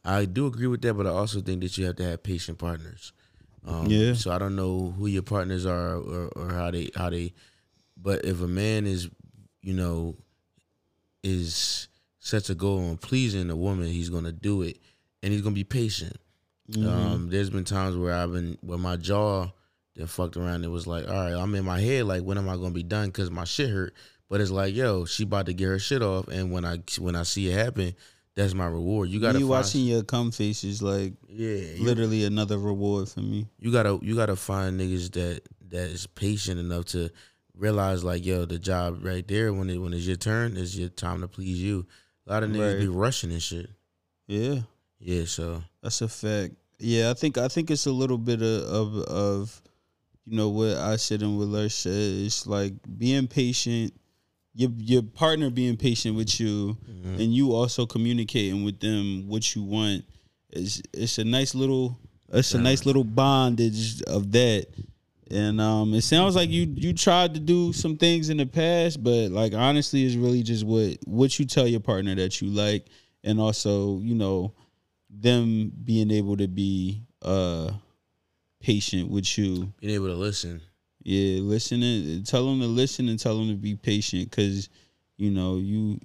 [SPEAKER 2] I do agree with that, but I also think that you have to have patient partners. Um,
[SPEAKER 1] Yeah.
[SPEAKER 2] So I don't know who your partners are or, or how they how they, but if a man is, you know, is sets a goal on pleasing a woman, he's gonna do it, and he's gonna be patient.
[SPEAKER 1] Mm-hmm.
[SPEAKER 2] Um, there's been times where I've been where my jaw then fucked around. It was like, all right, I'm in my head. Like, when am I gonna be done? Because my shit hurt. But it's like, yo, she about to get her shit off, and when I when I see it happen, that's my reward. You gotta
[SPEAKER 1] Me
[SPEAKER 2] find,
[SPEAKER 1] watching your cum face is like
[SPEAKER 2] yeah, you,
[SPEAKER 1] literally another reward for me.
[SPEAKER 2] you gotta you gotta find niggas that that is patient enough to realize like, yo, the job right there when it when it's your turn, it's your time to please you. A lot of niggas
[SPEAKER 1] Right.
[SPEAKER 2] be rushing and shit.
[SPEAKER 1] Yeah,
[SPEAKER 2] Yeah, so
[SPEAKER 1] that's a fact. Yeah, I think I think it's a little bit of of, of you know what I said and what Lur said. It's like being patient, your your partner being patient with you,
[SPEAKER 2] mm,
[SPEAKER 1] Mm-hmm. and you also communicating with them what you want. It's it's a nice little it's a nice little bondage of that. And um, it sounds like you you tried to do some things in the past, but like honestly, it's really just what what you tell your partner that you like, and also you know them being able to be uh patient with you.
[SPEAKER 2] being able to listen.
[SPEAKER 1] Yeah, listen and tell them to listen and tell them to be patient because you know you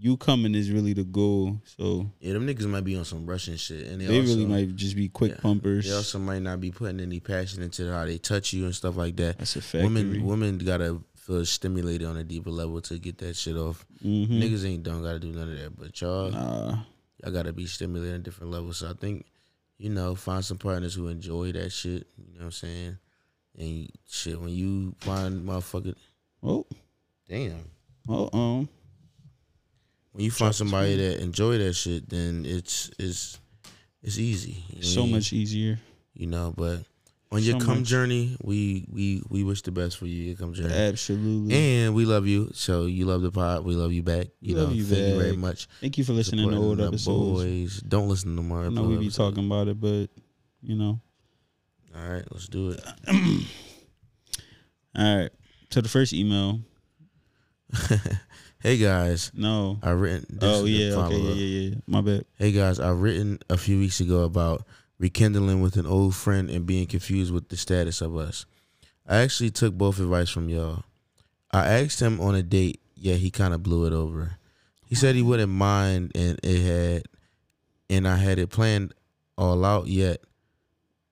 [SPEAKER 1] you coming is really the goal. So
[SPEAKER 2] Yeah, them niggas might be on some Russian shit, and they,
[SPEAKER 1] they
[SPEAKER 2] also,
[SPEAKER 1] really might just be quick
[SPEAKER 2] Yeah.
[SPEAKER 1] pumpers.
[SPEAKER 2] They also might not be putting any passion into how they touch you and stuff like that.
[SPEAKER 1] That's a fact.
[SPEAKER 2] Women, women gotta feel stimulated on a deeper level to get that shit off.
[SPEAKER 1] hmm
[SPEAKER 2] Niggas ain't don't gotta do none of that, but y'all,
[SPEAKER 1] Nah.
[SPEAKER 2] y'all gotta be stimulated on different levels. So I think, you know, find some partners who enjoy that shit. You know what I'm saying? And shit, when you find motherfucker,
[SPEAKER 1] Oh,
[SPEAKER 2] damn,
[SPEAKER 1] oh, um.
[SPEAKER 2] when you find somebody that enjoy that shit, then it's it's it's easy. You know what I
[SPEAKER 1] So
[SPEAKER 2] mean?
[SPEAKER 1] much easier.
[SPEAKER 2] you know. But on your
[SPEAKER 1] So
[SPEAKER 2] come
[SPEAKER 1] much.
[SPEAKER 2] journey, we we we wish the best for you. Your come journey,
[SPEAKER 1] Absolutely.
[SPEAKER 2] and we love you. So you love the pod. We love you back. You
[SPEAKER 1] Love
[SPEAKER 2] know,
[SPEAKER 1] you
[SPEAKER 2] thank you very
[SPEAKER 1] back.
[SPEAKER 2] much.
[SPEAKER 1] Thank you for listening to
[SPEAKER 2] Supporting
[SPEAKER 1] old
[SPEAKER 2] the
[SPEAKER 1] episodes.
[SPEAKER 2] Boys, don't listen to more.
[SPEAKER 1] I know we be
[SPEAKER 2] episodes.
[SPEAKER 1] talking about it, but you know. (clears throat)
[SPEAKER 2] All right, let's do it.
[SPEAKER 1] All right. So the first email.
[SPEAKER 2] (laughs) hey guys,
[SPEAKER 1] No.
[SPEAKER 2] I written. This
[SPEAKER 1] Oh
[SPEAKER 2] is the
[SPEAKER 1] yeah. Okay.
[SPEAKER 2] follow-up.
[SPEAKER 1] Yeah. Yeah. Yeah. My bad.
[SPEAKER 2] Hey guys, I've written a few weeks ago about rekindling with an old friend and being confused with the status of us. I actually took both advice from y'all. I asked him on a date, yeah, he kind of blew it over. He said he wouldn't mind, and it had, and I had it planned all out yet.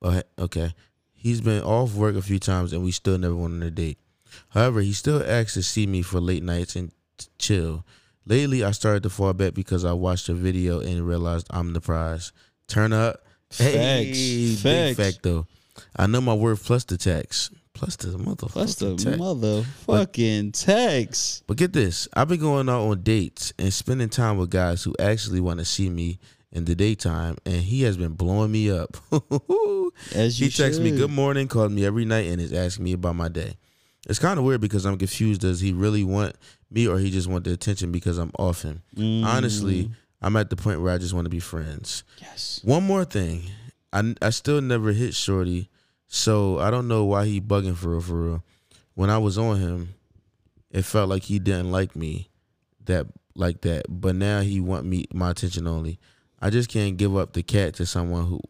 [SPEAKER 2] Uh, Okay, he's been off work a few times, and we still never went on a date. However, he still asks to see me for late nights and t- chill. Lately, I started to fall back because I watched a video and realized I'm the prize. Turn up,
[SPEAKER 1] Facts.
[SPEAKER 2] big
[SPEAKER 1] Facts.
[SPEAKER 2] fact though. I know my worth plus the tax, plus the motherfucker.
[SPEAKER 1] Plus the motherfucking text.
[SPEAKER 2] But get this, I've been going out on dates and spending time with guys who actually want to see me in the daytime, and he has been blowing me up. (laughs)
[SPEAKER 1] As you
[SPEAKER 2] he texts me
[SPEAKER 1] should.
[SPEAKER 2] good morning, calls me every night, and is asking me about my day. It's kind of weird because I'm confused. Does he really want me, or he just want the attention because I'm off him?
[SPEAKER 1] Mm.
[SPEAKER 2] Honestly, I'm at the point where I just want to be friends.
[SPEAKER 1] Yes.
[SPEAKER 2] One more thing, I I still never hit Shorty, so I don't know why he bugging for real for real. When I was on him, it felt like he didn't like me that like that, but now he want me my attention only. I just can't give up the cat to someone who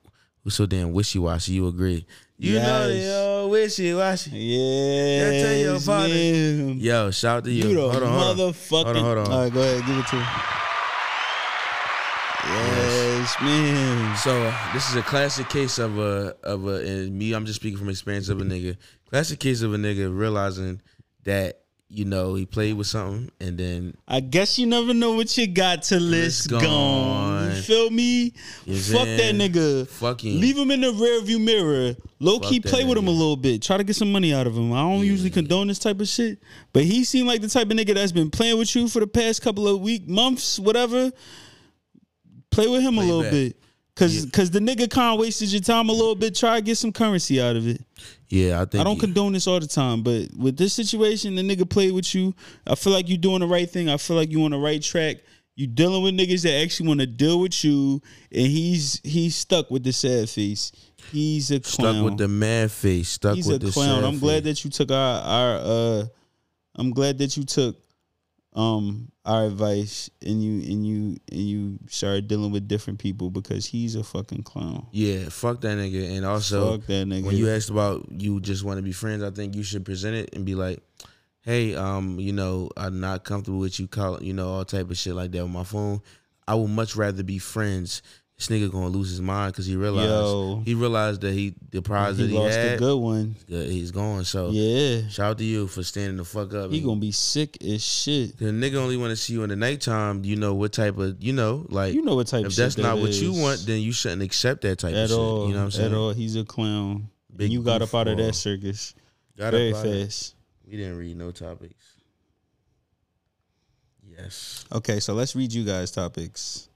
[SPEAKER 2] who's so damn wishy washy. You agree? You
[SPEAKER 1] Yes.
[SPEAKER 2] know they all wishy washy.
[SPEAKER 1] Yeah.
[SPEAKER 2] tell your father.
[SPEAKER 1] You
[SPEAKER 2] Yo, shout out to you.
[SPEAKER 1] the
[SPEAKER 2] hold on, hold on.
[SPEAKER 1] motherfucking.
[SPEAKER 2] Hold on, hold on.
[SPEAKER 1] All right, go ahead. Give it to him. Yes, man.
[SPEAKER 2] So uh, this is a classic case of a of a and me. I'm just speaking from experience of a nigga. Classic case of a nigga realizing that you know he played with something and then
[SPEAKER 1] I guess you never know what you got till it's
[SPEAKER 2] It's
[SPEAKER 1] gone. You
[SPEAKER 2] gone.
[SPEAKER 1] feel me?
[SPEAKER 2] You
[SPEAKER 1] Fuck that
[SPEAKER 2] saying?
[SPEAKER 1] nigga.
[SPEAKER 2] fucking
[SPEAKER 1] Leave him in the rearview mirror. Low key
[SPEAKER 2] Fuck that
[SPEAKER 1] play with him a
[SPEAKER 2] nigga.
[SPEAKER 1] little bit. Try to get some money out of him. I don't usually condone this type of shit, but he seemed like the type of nigga that's been playing with you for the past couple of week, months, whatever. Play with him a
[SPEAKER 2] Play
[SPEAKER 1] little
[SPEAKER 2] back.
[SPEAKER 1] bit. Cause,
[SPEAKER 2] Yeah.
[SPEAKER 1] cause the nigga kind of wasted your time a little bit. Try to get some currency out of it.
[SPEAKER 2] yeah. I think
[SPEAKER 1] I don't condone this all the time, but with this situation, the nigga played with you. I feel like you doing the right thing. I feel like you on the right track. You dealing with niggas that actually want to deal with you, and he's he's stuck with the sad face. He's a clown.
[SPEAKER 2] stuck with the mad face. Stuck
[SPEAKER 1] he's
[SPEAKER 2] with
[SPEAKER 1] a
[SPEAKER 2] the
[SPEAKER 1] clown.
[SPEAKER 2] sad
[SPEAKER 1] I'm glad
[SPEAKER 2] face.
[SPEAKER 1] that you took our our. uh I'm glad that you took um our advice and you and you and you started dealing with different people because he's a fucking clown.
[SPEAKER 2] yeah. Fuck that nigga. And also
[SPEAKER 1] Fuck that nigga.
[SPEAKER 2] when you asked about you just want to be friends, I think you should present it and be like, "Hey, um, you know, I'm not comfortable with you calling, you know, all type of shit like that on my phone. I would much rather be friends." This nigga gonna lose his mind because he realized
[SPEAKER 1] Yo.
[SPEAKER 2] he realized that he the prize
[SPEAKER 1] he
[SPEAKER 2] that he
[SPEAKER 1] lost a
[SPEAKER 2] had,
[SPEAKER 1] good one.
[SPEAKER 2] yeah, he's gone. So
[SPEAKER 1] Yeah.
[SPEAKER 2] shout out to you for standing the fuck up.
[SPEAKER 1] He
[SPEAKER 2] and-
[SPEAKER 1] gonna be sick as shit.
[SPEAKER 2] the nigga only want to see you in the nighttime. You know what type of you know like
[SPEAKER 1] You know what type of
[SPEAKER 2] if
[SPEAKER 1] shit
[SPEAKER 2] that's
[SPEAKER 1] that
[SPEAKER 2] not what you
[SPEAKER 1] is.
[SPEAKER 2] want, then you shouldn't accept that type of
[SPEAKER 1] at
[SPEAKER 2] shit.
[SPEAKER 1] all.
[SPEAKER 2] you know what I'm saying?
[SPEAKER 1] At all, he's a clown. And
[SPEAKER 2] Big
[SPEAKER 1] you got up out of
[SPEAKER 2] goofball.
[SPEAKER 1] that circus
[SPEAKER 2] Got
[SPEAKER 1] very
[SPEAKER 2] up out of-
[SPEAKER 1] fast.
[SPEAKER 2] We didn't read no topics. Yes.
[SPEAKER 1] Okay, so let's read you guys topics.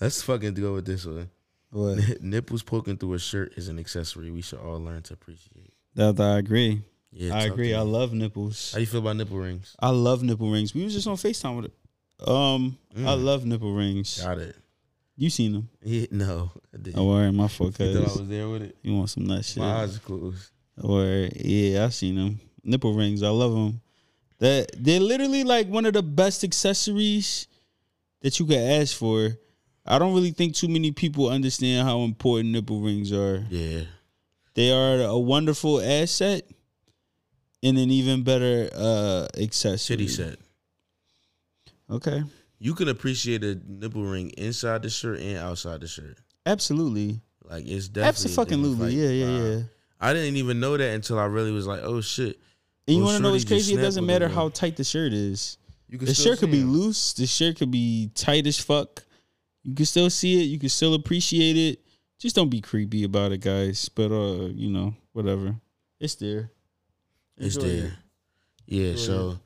[SPEAKER 2] Let's fucking go with this one. (laughs)
[SPEAKER 1] What?
[SPEAKER 2] Nipples poking through a shirt is an accessory we should all learn to appreciate.
[SPEAKER 1] (laughs) that, I agree.
[SPEAKER 2] Yeah,
[SPEAKER 1] I
[SPEAKER 2] talk
[SPEAKER 1] agree.
[SPEAKER 2] to
[SPEAKER 1] I
[SPEAKER 2] me.
[SPEAKER 1] love nipples.
[SPEAKER 2] How you feel about nipple rings?
[SPEAKER 1] I love nipple rings. We was just on Facetime with it. Um, I
[SPEAKER 2] Mm.
[SPEAKER 1] love nipple rings.
[SPEAKER 2] Got it.
[SPEAKER 1] You seen them?
[SPEAKER 2] Yeah, no, I didn't.
[SPEAKER 1] Oh, all right, my fault,
[SPEAKER 2] you thought I
[SPEAKER 1] cause
[SPEAKER 2] was there with it.
[SPEAKER 1] you want some nut shit.
[SPEAKER 2] My eyes are closed.
[SPEAKER 1] Or yeah, I seen them nipple rings. I love them. That they're literally like one of the best accessories that you could ask for. I don't really think too many people understand how important nipple rings are.
[SPEAKER 2] Yeah,
[SPEAKER 1] They are a wonderful asset and an even better uh accessory.
[SPEAKER 2] titty set.
[SPEAKER 1] Okay.
[SPEAKER 2] You can appreciate a nipple ring inside the shirt and outside the shirt.
[SPEAKER 1] Absolutely.
[SPEAKER 2] Like it's definitely a different,
[SPEAKER 1] Absolutely.
[SPEAKER 2] like,
[SPEAKER 1] Yeah, yeah,
[SPEAKER 2] vibe.
[SPEAKER 1] yeah.
[SPEAKER 2] I didn't even know that until I really was like, oh shit.
[SPEAKER 1] And you
[SPEAKER 2] Well,
[SPEAKER 1] want to know
[SPEAKER 2] shorty
[SPEAKER 1] what's
[SPEAKER 2] just
[SPEAKER 1] crazy? It
[SPEAKER 2] snapped
[SPEAKER 1] doesn't
[SPEAKER 2] with
[SPEAKER 1] matter
[SPEAKER 2] it,
[SPEAKER 1] how
[SPEAKER 2] though.
[SPEAKER 1] tight the shirt is.
[SPEAKER 2] You can
[SPEAKER 1] The
[SPEAKER 2] still
[SPEAKER 1] shirt could
[SPEAKER 2] see
[SPEAKER 1] be
[SPEAKER 2] 'em.
[SPEAKER 1] loose. The shirt could be tight as fuck. You can still see it. You can still appreciate it. Just don't be creepy about it, guys. But uh, you know, whatever. It's there.
[SPEAKER 2] It's
[SPEAKER 1] Enjoy it.
[SPEAKER 2] there. Yeah,
[SPEAKER 1] Enjoy
[SPEAKER 2] so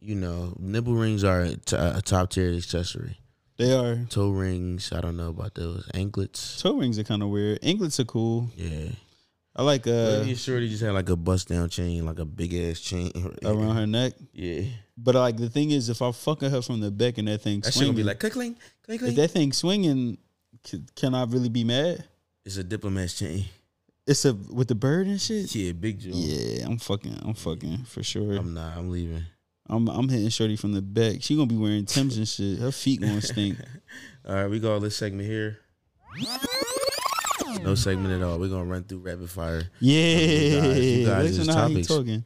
[SPEAKER 2] you know, nipple rings are a t- a top tier accessory.
[SPEAKER 1] They are.
[SPEAKER 2] Toe rings, I don't know about those. Anklets,
[SPEAKER 1] Toe rings are kind of weird. Anklets are cool.
[SPEAKER 2] yeah.
[SPEAKER 1] I like uh
[SPEAKER 2] Look at Shorty just had like a bust down chain, like a big ass chain (laughs)
[SPEAKER 1] around her neck.
[SPEAKER 2] Yeah,
[SPEAKER 1] But like the thing is, if I'm fucking her from the back and that thing
[SPEAKER 2] that shit
[SPEAKER 1] swinging,
[SPEAKER 2] gonna be like cling, cling,
[SPEAKER 1] if
[SPEAKER 2] cling.
[SPEAKER 1] that thing swinging, c- can I really be mad?
[SPEAKER 2] It's a diplomat's chain. (laughs)
[SPEAKER 1] It's a with the bird and shit.
[SPEAKER 2] Yeah, big jewel.
[SPEAKER 1] Yeah, I'm fucking. I'm fucking for sure.
[SPEAKER 2] I'm not. I'm leaving.
[SPEAKER 1] I'm I'm hitting Shorty from the back. She gonna
[SPEAKER 2] (laughs)
[SPEAKER 1] be wearing Tim's and shit. Her feet gonna stink.
[SPEAKER 2] All right, we got this segment here. No segment at all. We're gonna run through rapid fire.
[SPEAKER 1] Yeah,
[SPEAKER 2] You guys- you guys
[SPEAKER 1] listen
[SPEAKER 2] is
[SPEAKER 1] to how he
[SPEAKER 2] topics.
[SPEAKER 1] talking.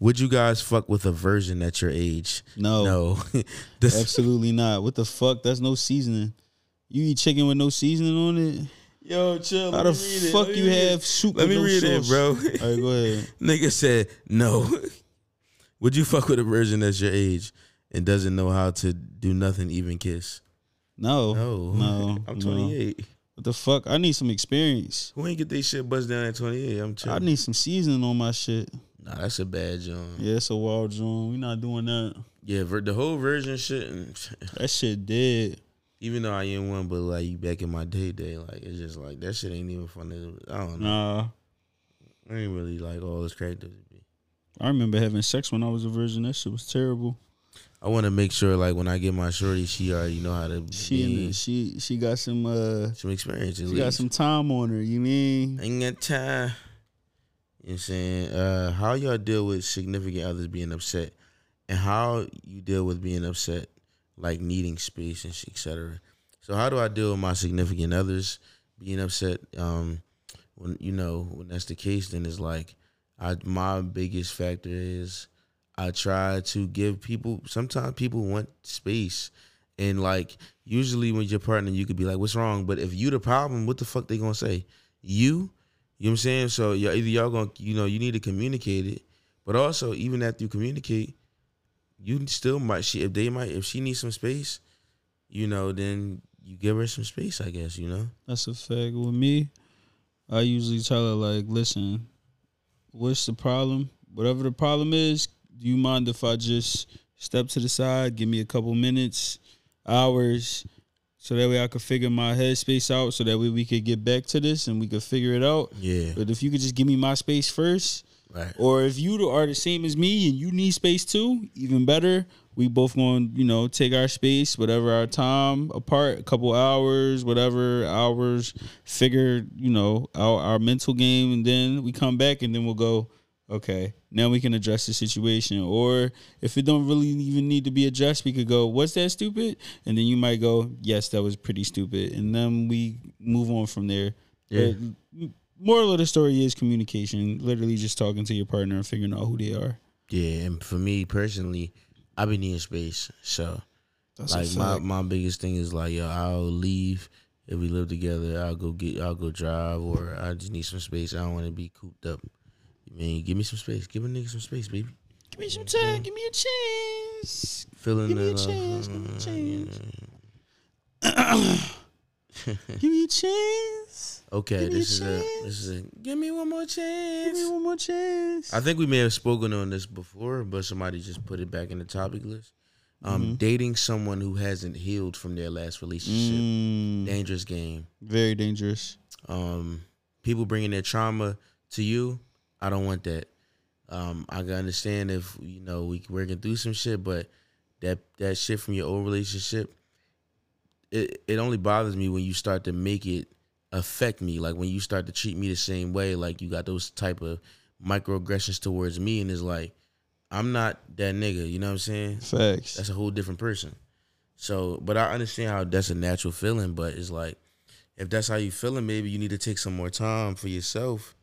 [SPEAKER 2] Would you guys fuck with a virgin at your age?
[SPEAKER 1] No,
[SPEAKER 2] No. (laughs) this,
[SPEAKER 1] absolutely not. What the fuck? That's no seasoning. You eat chicken with no seasoning on it.
[SPEAKER 2] Yo, chill.
[SPEAKER 1] How the fuck you have soup?
[SPEAKER 2] Let
[SPEAKER 1] with
[SPEAKER 2] me
[SPEAKER 1] no
[SPEAKER 2] read it,
[SPEAKER 1] sauce?
[SPEAKER 2] bro. (laughs)
[SPEAKER 1] All right, go ahead.
[SPEAKER 2] Nigga said no. (laughs) Would you fuck with a virgin that's your age and doesn't know how to do nothing, even kiss?
[SPEAKER 1] No,
[SPEAKER 2] No.
[SPEAKER 1] no.
[SPEAKER 2] (laughs) I'm
[SPEAKER 1] no.
[SPEAKER 2] 28.
[SPEAKER 1] What the fuck? I need some experience.
[SPEAKER 2] Who ain't get they shit buzzed down at 28? I'm chill.
[SPEAKER 1] I need some seasoning on my shit.
[SPEAKER 2] nah, that's a bad job. Yeah,
[SPEAKER 1] Yeah, it's a wild joint. We not doing that.
[SPEAKER 2] vir- the whole virgin shit. and- (laughs)
[SPEAKER 1] That shit dead.
[SPEAKER 2] Even though I ain't one, but like back in my day, day like it's just like that shit ain't even funny. I don't know.
[SPEAKER 1] Nah.
[SPEAKER 2] I ain't really like all this crazy.
[SPEAKER 1] I remember having sex when I was a virgin. That shit was terrible.
[SPEAKER 2] I want to make sure like when I get my shorty, she already know how to be in
[SPEAKER 1] She
[SPEAKER 2] the-
[SPEAKER 1] she she got some uh
[SPEAKER 2] some experience. at
[SPEAKER 1] she got
[SPEAKER 2] least.
[SPEAKER 1] some time on her, you mean?
[SPEAKER 2] Ain't got time. You know what I'm saying? Uh, how y'all deal with significant others being upset and how you deal with being upset, like needing space and shit, et cetera. So how do I deal with my significant others being upset? Um, when you know, when that's the case, then it's like I my biggest factor is I try to give people sometimes people want space. And like usually when your partner you could be like, What's wrong? But if you the problem, what the fuck they gonna say? you. You know what I'm saying? So y'all, either y'all gonna, you know, you need to communicate it, but also even after you communicate, you still might. She if they might, if she needs some space, you know, then you give her some space. I guess you know.
[SPEAKER 1] That's a fact. With me, I usually tell her like, listen, what's the problem? Whatever the problem is, do you mind if I just step to the side, give me a couple minutes, hours, so that way I could figure my headspace out, so that way we could get back to this and we could figure it out.
[SPEAKER 2] Yeah.
[SPEAKER 1] But if you could just give me my space first,
[SPEAKER 2] Right.
[SPEAKER 1] or if you are the same as me and you need space too, even better. We both going, to you know, take our space, whatever our time apart, a couple hours, whatever hours, figure, you know, our, our mental game, and then we come back and then we'll go, okay, now we can address the situation. Or if it don't really even need to be addressed, we could go, what's that stupid? And then you might go, yes, that was pretty stupid, and then we move on from there.
[SPEAKER 2] Yeah.
[SPEAKER 1] But moral of the story is communication. Literally just talking to your partner and figuring out who they are.
[SPEAKER 2] Yeah. And for me personally, I've been needing space, so
[SPEAKER 1] That's
[SPEAKER 2] like my, my biggest thing is like yo, I'll leave if we live together. I'll go get I'll go drive or I just need some space. I don't want to be cooped up. I mean, give me some space. Give a nigga some space, baby.
[SPEAKER 1] give me some time. Give me a (coughs) chance.
[SPEAKER 2] Feeling
[SPEAKER 1] Give me a
[SPEAKER 2] the love.
[SPEAKER 1] chance, give me a
[SPEAKER 2] Uh,
[SPEAKER 1] chance.
[SPEAKER 2] yeah.
[SPEAKER 1] Give me a chance.
[SPEAKER 2] (laughs) Okay,
[SPEAKER 1] Give me a
[SPEAKER 2] this is a
[SPEAKER 1] chance.
[SPEAKER 2] this is a give me one more
[SPEAKER 1] Give me
[SPEAKER 2] chance.
[SPEAKER 1] one more chance.
[SPEAKER 2] I think we may have spoken on this before, but somebody just put it back in the topic list. Um,
[SPEAKER 1] Mm-hmm.
[SPEAKER 2] dating someone who hasn't healed from their last relationship,
[SPEAKER 1] Mm,
[SPEAKER 2] dangerous game.
[SPEAKER 1] very dangerous.
[SPEAKER 2] um, people bringing their trauma to you. I don't want that. Um, I can understand if you know we working through some shit, but that that shit from your old relationship, it it only bothers me when you start to make it affect me. Like when you start to treat me the same way. Like you got those type of microaggressions towards me, and it's like I'm not that nigga. You know what I'm saying?
[SPEAKER 1] Facts.
[SPEAKER 2] that's a whole different person. So, but I understand how that's a natural feeling, but it's like if that's how you feeling, maybe you need to take some more time for yourself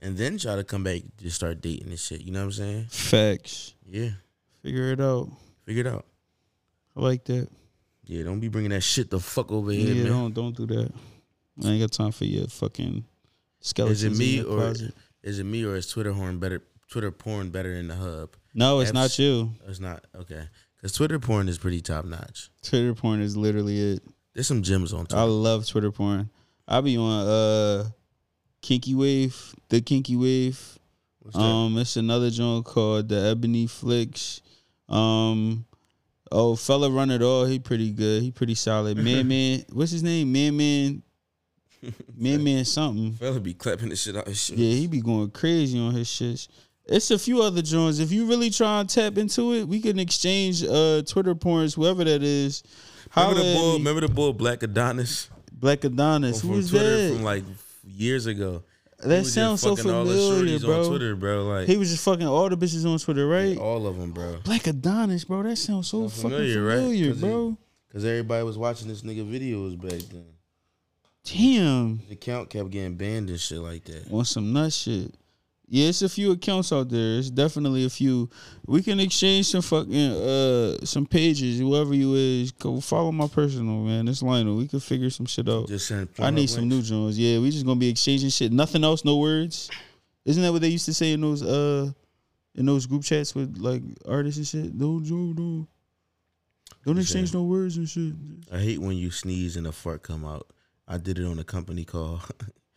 [SPEAKER 2] and then try to come back to start dating and shit. You know what I'm saying?
[SPEAKER 1] Facts.
[SPEAKER 2] Yeah.
[SPEAKER 1] Figure it out.
[SPEAKER 2] Figure it out.
[SPEAKER 1] I like that.
[SPEAKER 2] Yeah, don't be bringing that shit the fuck over
[SPEAKER 1] Yeah,
[SPEAKER 2] here, man.
[SPEAKER 1] don't don't do that. I ain't got time for your fucking skeletons.
[SPEAKER 2] Is it me
[SPEAKER 1] in your
[SPEAKER 2] or
[SPEAKER 1] closet.
[SPEAKER 2] is it me or is Twitter horn better Twitter porn better than the hub?
[SPEAKER 1] no? It's
[SPEAKER 2] Abs-
[SPEAKER 1] not you.
[SPEAKER 2] It's not okay. Cause Twitter porn is pretty top notch.
[SPEAKER 1] Twitter porn is literally it.
[SPEAKER 2] There's some gems on
[SPEAKER 1] I
[SPEAKER 2] Twitter.
[SPEAKER 1] love Twitter porn. I be on uh Kinky Wave, the Kinky Wave.
[SPEAKER 2] What's that?
[SPEAKER 1] Um, it's another joint called the Ebony Flicks. Um, oh, fella run it all. He pretty good. He pretty solid.
[SPEAKER 2] (laughs)
[SPEAKER 1] Man, man, what's his name? Man, man, man, man, something.
[SPEAKER 2] Fella be clapping the shit out of shit.
[SPEAKER 1] Yeah, he be going crazy on his shits. It's a few other joints. If you really try and tap into it, we can exchange uh Twitter porns, whoever that is. How
[SPEAKER 2] Remember the bull? Remember the bull Black Adonis?
[SPEAKER 1] Black Adonis?
[SPEAKER 2] from
[SPEAKER 1] Who's
[SPEAKER 2] Twitter
[SPEAKER 1] that?
[SPEAKER 2] from like years ago. He
[SPEAKER 1] that
[SPEAKER 2] was just
[SPEAKER 1] sounds so
[SPEAKER 2] fucking all the
[SPEAKER 1] familiar,
[SPEAKER 2] shorties On
[SPEAKER 1] bro.
[SPEAKER 2] Twitter, bro, like
[SPEAKER 1] He was just fucking all the bitches on Twitter, right?
[SPEAKER 2] all of them, bro.
[SPEAKER 1] Black Adonis, bro. That sounds so fucking
[SPEAKER 2] familiar,
[SPEAKER 1] familiar,
[SPEAKER 2] right? 'Cause he-
[SPEAKER 1] bro.
[SPEAKER 2] Cause everybody was watching this nigga videos back then.
[SPEAKER 1] Damn.
[SPEAKER 2] The account kept getting banned and shit like that.
[SPEAKER 1] On some nut shit. Yeah, it's a few accounts out there. It's definitely a few. We can exchange some fucking uh some pages. Whoever you is, go follow my personal man. It's Lionel. We could figure some shit out.
[SPEAKER 2] Just send.
[SPEAKER 1] I need some new joints. Yeah, we just gonna be exchanging shit. Nothing else, no words. Isn't that what they used to say in those uh in those group chats with like artists and shit? Don't don't don't, don't
[SPEAKER 2] You
[SPEAKER 1] exchange
[SPEAKER 2] said-
[SPEAKER 1] no words and shit.
[SPEAKER 2] I hate when you sneeze and a fart come out. I did it on a company call,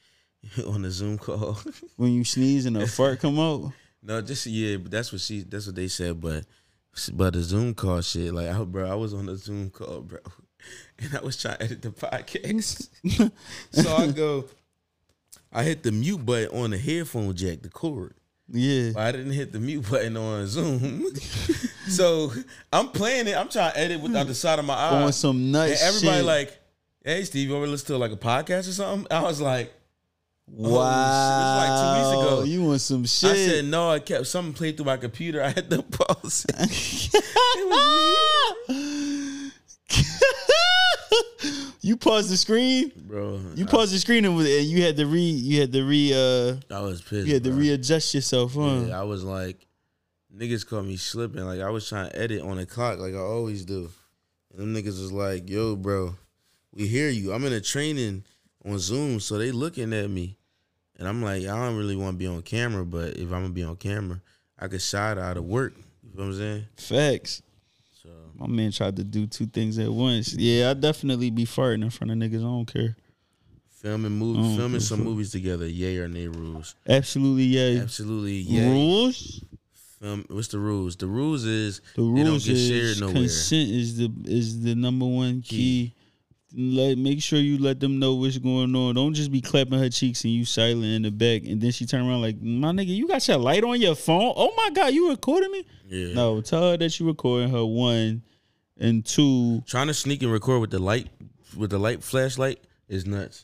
[SPEAKER 2] (laughs) on a Zoom call. (laughs)
[SPEAKER 1] When you sneeze and a fart come out. (laughs)
[SPEAKER 2] no, just yeah, but that's what she. That's what they said. But but the Zoom call shit, like, I, bro, I was on a Zoom call, bro, (laughs) and I was trying to edit the podcast. so I go, I hit the mute button on the headphone jack, the cord.
[SPEAKER 1] Yeah.
[SPEAKER 2] But I didn't hit the mute button on Zoom. (laughs) so I'm playing it. I'm trying to edit without the side of my eye.
[SPEAKER 1] On some nut
[SPEAKER 2] and everybody
[SPEAKER 1] shit.
[SPEAKER 2] like, hey Steve, you ever listen to like a podcast or something? I was like,
[SPEAKER 1] wow.
[SPEAKER 2] oh, shit, it was like two weeks ago.
[SPEAKER 1] You want some shit.
[SPEAKER 2] I said no, I kept something played through my computer. I had to (laughs) pause. it It was
[SPEAKER 1] (laughs) you paused the screen.
[SPEAKER 2] me. Bro,
[SPEAKER 1] You paused the screen and, was- and you had to re you had to re uh
[SPEAKER 2] I, I was pissed.
[SPEAKER 1] you had to
[SPEAKER 2] bro.
[SPEAKER 1] readjust yourself, huh?
[SPEAKER 2] Yeah, I was like, niggas caught me slipping. Like I was trying to edit on the clock, like I always do. And them niggas was like, "Yo, bro, we hear you. I'm in a training on Zoom, so they looking at me." And I'm like, I don't really want to be on camera, but if I'm gonna be on camera, I could side out of work. You feel what I'm saying?
[SPEAKER 1] Facts.
[SPEAKER 2] So
[SPEAKER 1] My man tried to do two things at once. Yeah, I definitely be farting in front of niggas. I don't care.
[SPEAKER 2] filming movie,
[SPEAKER 1] Oh,
[SPEAKER 2] filming some
[SPEAKER 1] cool.
[SPEAKER 2] movies together. Yay or nay rules?
[SPEAKER 1] Absolutely, yeah.
[SPEAKER 2] Absolutely, yeah.
[SPEAKER 1] Rules.
[SPEAKER 2] Film. What's the rules? The rules is
[SPEAKER 1] The
[SPEAKER 2] they don't
[SPEAKER 1] rules
[SPEAKER 2] get shared
[SPEAKER 1] is
[SPEAKER 2] nowhere.
[SPEAKER 1] consent is the is the number one key. Let make sure you let them know what's going on. Don't just be clapping her cheeks and you silent in the back, and then she turn around like, "My nigga, you got your light on your phone? Oh my god, you recording me?"
[SPEAKER 2] yeah.
[SPEAKER 1] No, tell her that you recording her one and two.
[SPEAKER 2] Trying to sneak and record with the light with the light flashlight is nuts.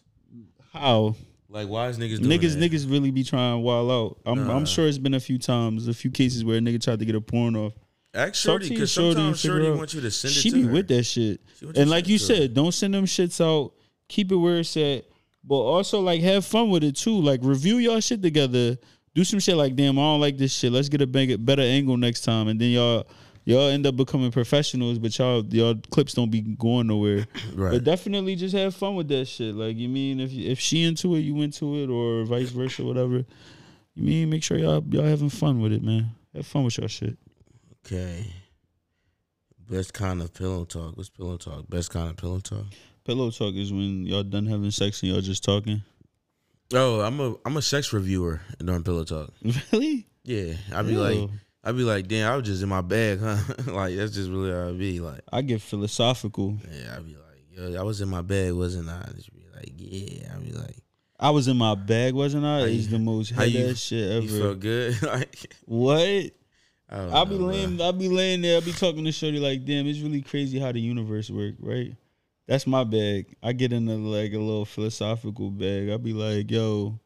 [SPEAKER 1] How
[SPEAKER 2] Like why is niggas doing
[SPEAKER 1] niggas
[SPEAKER 2] that?
[SPEAKER 1] niggas really be trying to wild out? I'm
[SPEAKER 2] Nah.
[SPEAKER 1] I'm sure it's been a few times, a few cases where a nigga tried to get a porn off.
[SPEAKER 2] Ask
[SPEAKER 1] Talk
[SPEAKER 2] Shorty
[SPEAKER 1] to your
[SPEAKER 2] because
[SPEAKER 1] shorty and
[SPEAKER 2] sometimes
[SPEAKER 1] figure
[SPEAKER 2] Shorty
[SPEAKER 1] out-
[SPEAKER 2] wants you to send it
[SPEAKER 1] She
[SPEAKER 2] to
[SPEAKER 1] be
[SPEAKER 2] her.
[SPEAKER 1] with that shit.
[SPEAKER 2] She wants you
[SPEAKER 1] And
[SPEAKER 2] to
[SPEAKER 1] like
[SPEAKER 2] send
[SPEAKER 1] you
[SPEAKER 2] it to her.
[SPEAKER 1] said, don't send them shits out. Keep it where it's at. But also like have fun with it too. Like review y'all shit together. Do some shit like damn, I don't like this shit. Let's get a bang- better angle next time. And then y'all y'all end up becoming professionals, but y'all y'all clips don't be going nowhere.
[SPEAKER 2] Right.
[SPEAKER 1] But definitely just have fun with that shit. Like you mean if if she into it, you into it, or vice versa, whatever. You mean make sure y'all y'all having fun with it, man. Have fun with y'all shit.
[SPEAKER 2] Okay. Best kind of pillow talk. What's pillow talk? Best kind of pillow talk.
[SPEAKER 1] Pillow talk is when y'all done having sex and y'all just talking. (laughs)
[SPEAKER 2] Oh, I'm a I'm a sex reviewer during pillow talk.
[SPEAKER 1] Really?
[SPEAKER 2] Yeah, I'd be
[SPEAKER 1] Ew.
[SPEAKER 2] like I'd be like, damn, I was just in my bag, huh? (laughs) like that's just really how I be like.
[SPEAKER 1] I get philosophical.
[SPEAKER 2] Yeah, I'd be like, yo, I was in my bag, wasn't I? I'd just be like, yeah. I'd be like,
[SPEAKER 1] I was in my bag, wasn't I?
[SPEAKER 2] How you-
[SPEAKER 1] It's the most
[SPEAKER 2] how
[SPEAKER 1] head
[SPEAKER 2] you-
[SPEAKER 1] ass shit
[SPEAKER 2] you
[SPEAKER 1] ever.
[SPEAKER 2] felt good. (laughs) like,
[SPEAKER 1] What?
[SPEAKER 2] I don't
[SPEAKER 1] I'll be
[SPEAKER 2] know, bro.
[SPEAKER 1] laying I'll be laying there, I'll be talking to Shorty like, damn, it's really crazy how the universe work, right? That's my bag. I get into like a little philosophical bag. I'll be like, yo,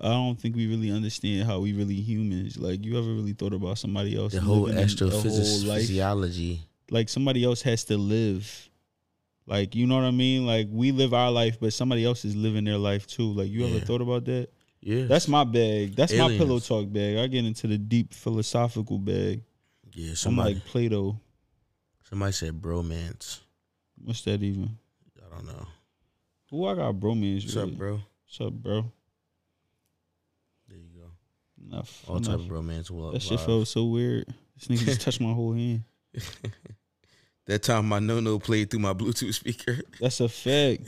[SPEAKER 1] I don't think we really understand how we really humans. Like, you ever really thought about somebody else?
[SPEAKER 2] the whole
[SPEAKER 1] living a- a whole
[SPEAKER 2] astrophysics
[SPEAKER 1] life?
[SPEAKER 2] physiology.
[SPEAKER 1] like somebody else has to live. Like you know what I mean? Like we live our life, but somebody else is living their life too. Like you
[SPEAKER 2] Yeah.
[SPEAKER 1] ever thought about that?
[SPEAKER 2] Yeah,
[SPEAKER 1] That's my bag. That's my
[SPEAKER 2] Aliens.
[SPEAKER 1] pillow talk bag. I get into the deep philosophical bag.
[SPEAKER 2] yeah.
[SPEAKER 1] I'm
[SPEAKER 2] Somebody
[SPEAKER 1] like Plato.
[SPEAKER 2] somebody said bromance.
[SPEAKER 1] What's that even?
[SPEAKER 2] I don't know.
[SPEAKER 1] Who I got bromance
[SPEAKER 2] What's
[SPEAKER 1] with?
[SPEAKER 2] up, bro?
[SPEAKER 1] What's up, bro?
[SPEAKER 2] There you go.
[SPEAKER 1] Nah, f-
[SPEAKER 2] All
[SPEAKER 1] nah.
[SPEAKER 2] type of bromance. Will
[SPEAKER 1] That shit felt so weird. This nigga just touched my whole hand.
[SPEAKER 2] (laughs) That time my no no played through my Bluetooth speaker. (laughs)
[SPEAKER 1] That's a fact.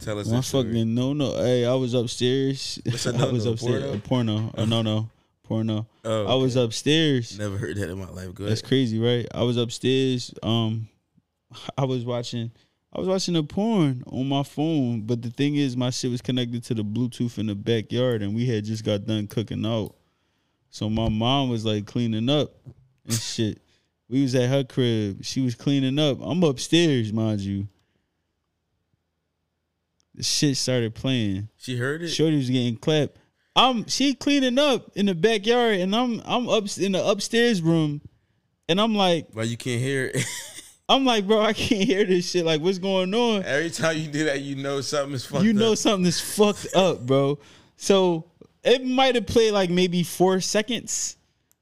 [SPEAKER 2] Tell us
[SPEAKER 1] My
[SPEAKER 2] that story.
[SPEAKER 1] fucking no no. Hey, I was upstairs.
[SPEAKER 2] What's
[SPEAKER 1] (laughs)
[SPEAKER 2] a
[SPEAKER 1] I was
[SPEAKER 2] no-no?
[SPEAKER 1] upstairs.
[SPEAKER 2] Porno?
[SPEAKER 1] Porno. porno. Oh, no
[SPEAKER 2] (laughs)
[SPEAKER 1] no. Porno.
[SPEAKER 2] Oh,
[SPEAKER 1] I was
[SPEAKER 2] okay.
[SPEAKER 1] upstairs.
[SPEAKER 2] Never heard that in my life. Go
[SPEAKER 1] That's
[SPEAKER 2] ahead.
[SPEAKER 1] crazy, right? I was upstairs. Um, (laughs) I was watching, I was watching a porn on my phone. But the thing is, my shit was connected to the Bluetooth in the backyard, and we had just got done cooking out. So my mom was like cleaning up and (laughs) shit. We was at her crib. She was cleaning up. I'm upstairs, mind you. The shit started playing.
[SPEAKER 2] She heard it.
[SPEAKER 1] Shorty was getting clapped. I'm she cleaning up in the backyard, and I'm I'm up in the upstairs room, and I'm like,
[SPEAKER 2] Why you can't hear it? (laughs)
[SPEAKER 1] I'm like, bro, (laughs) I can't hear this shit. Like, what's going on?
[SPEAKER 2] Every time you do that, you know something is fucked
[SPEAKER 1] you know
[SPEAKER 2] up.
[SPEAKER 1] something is fucked up, bro. So it might have played like maybe four seconds,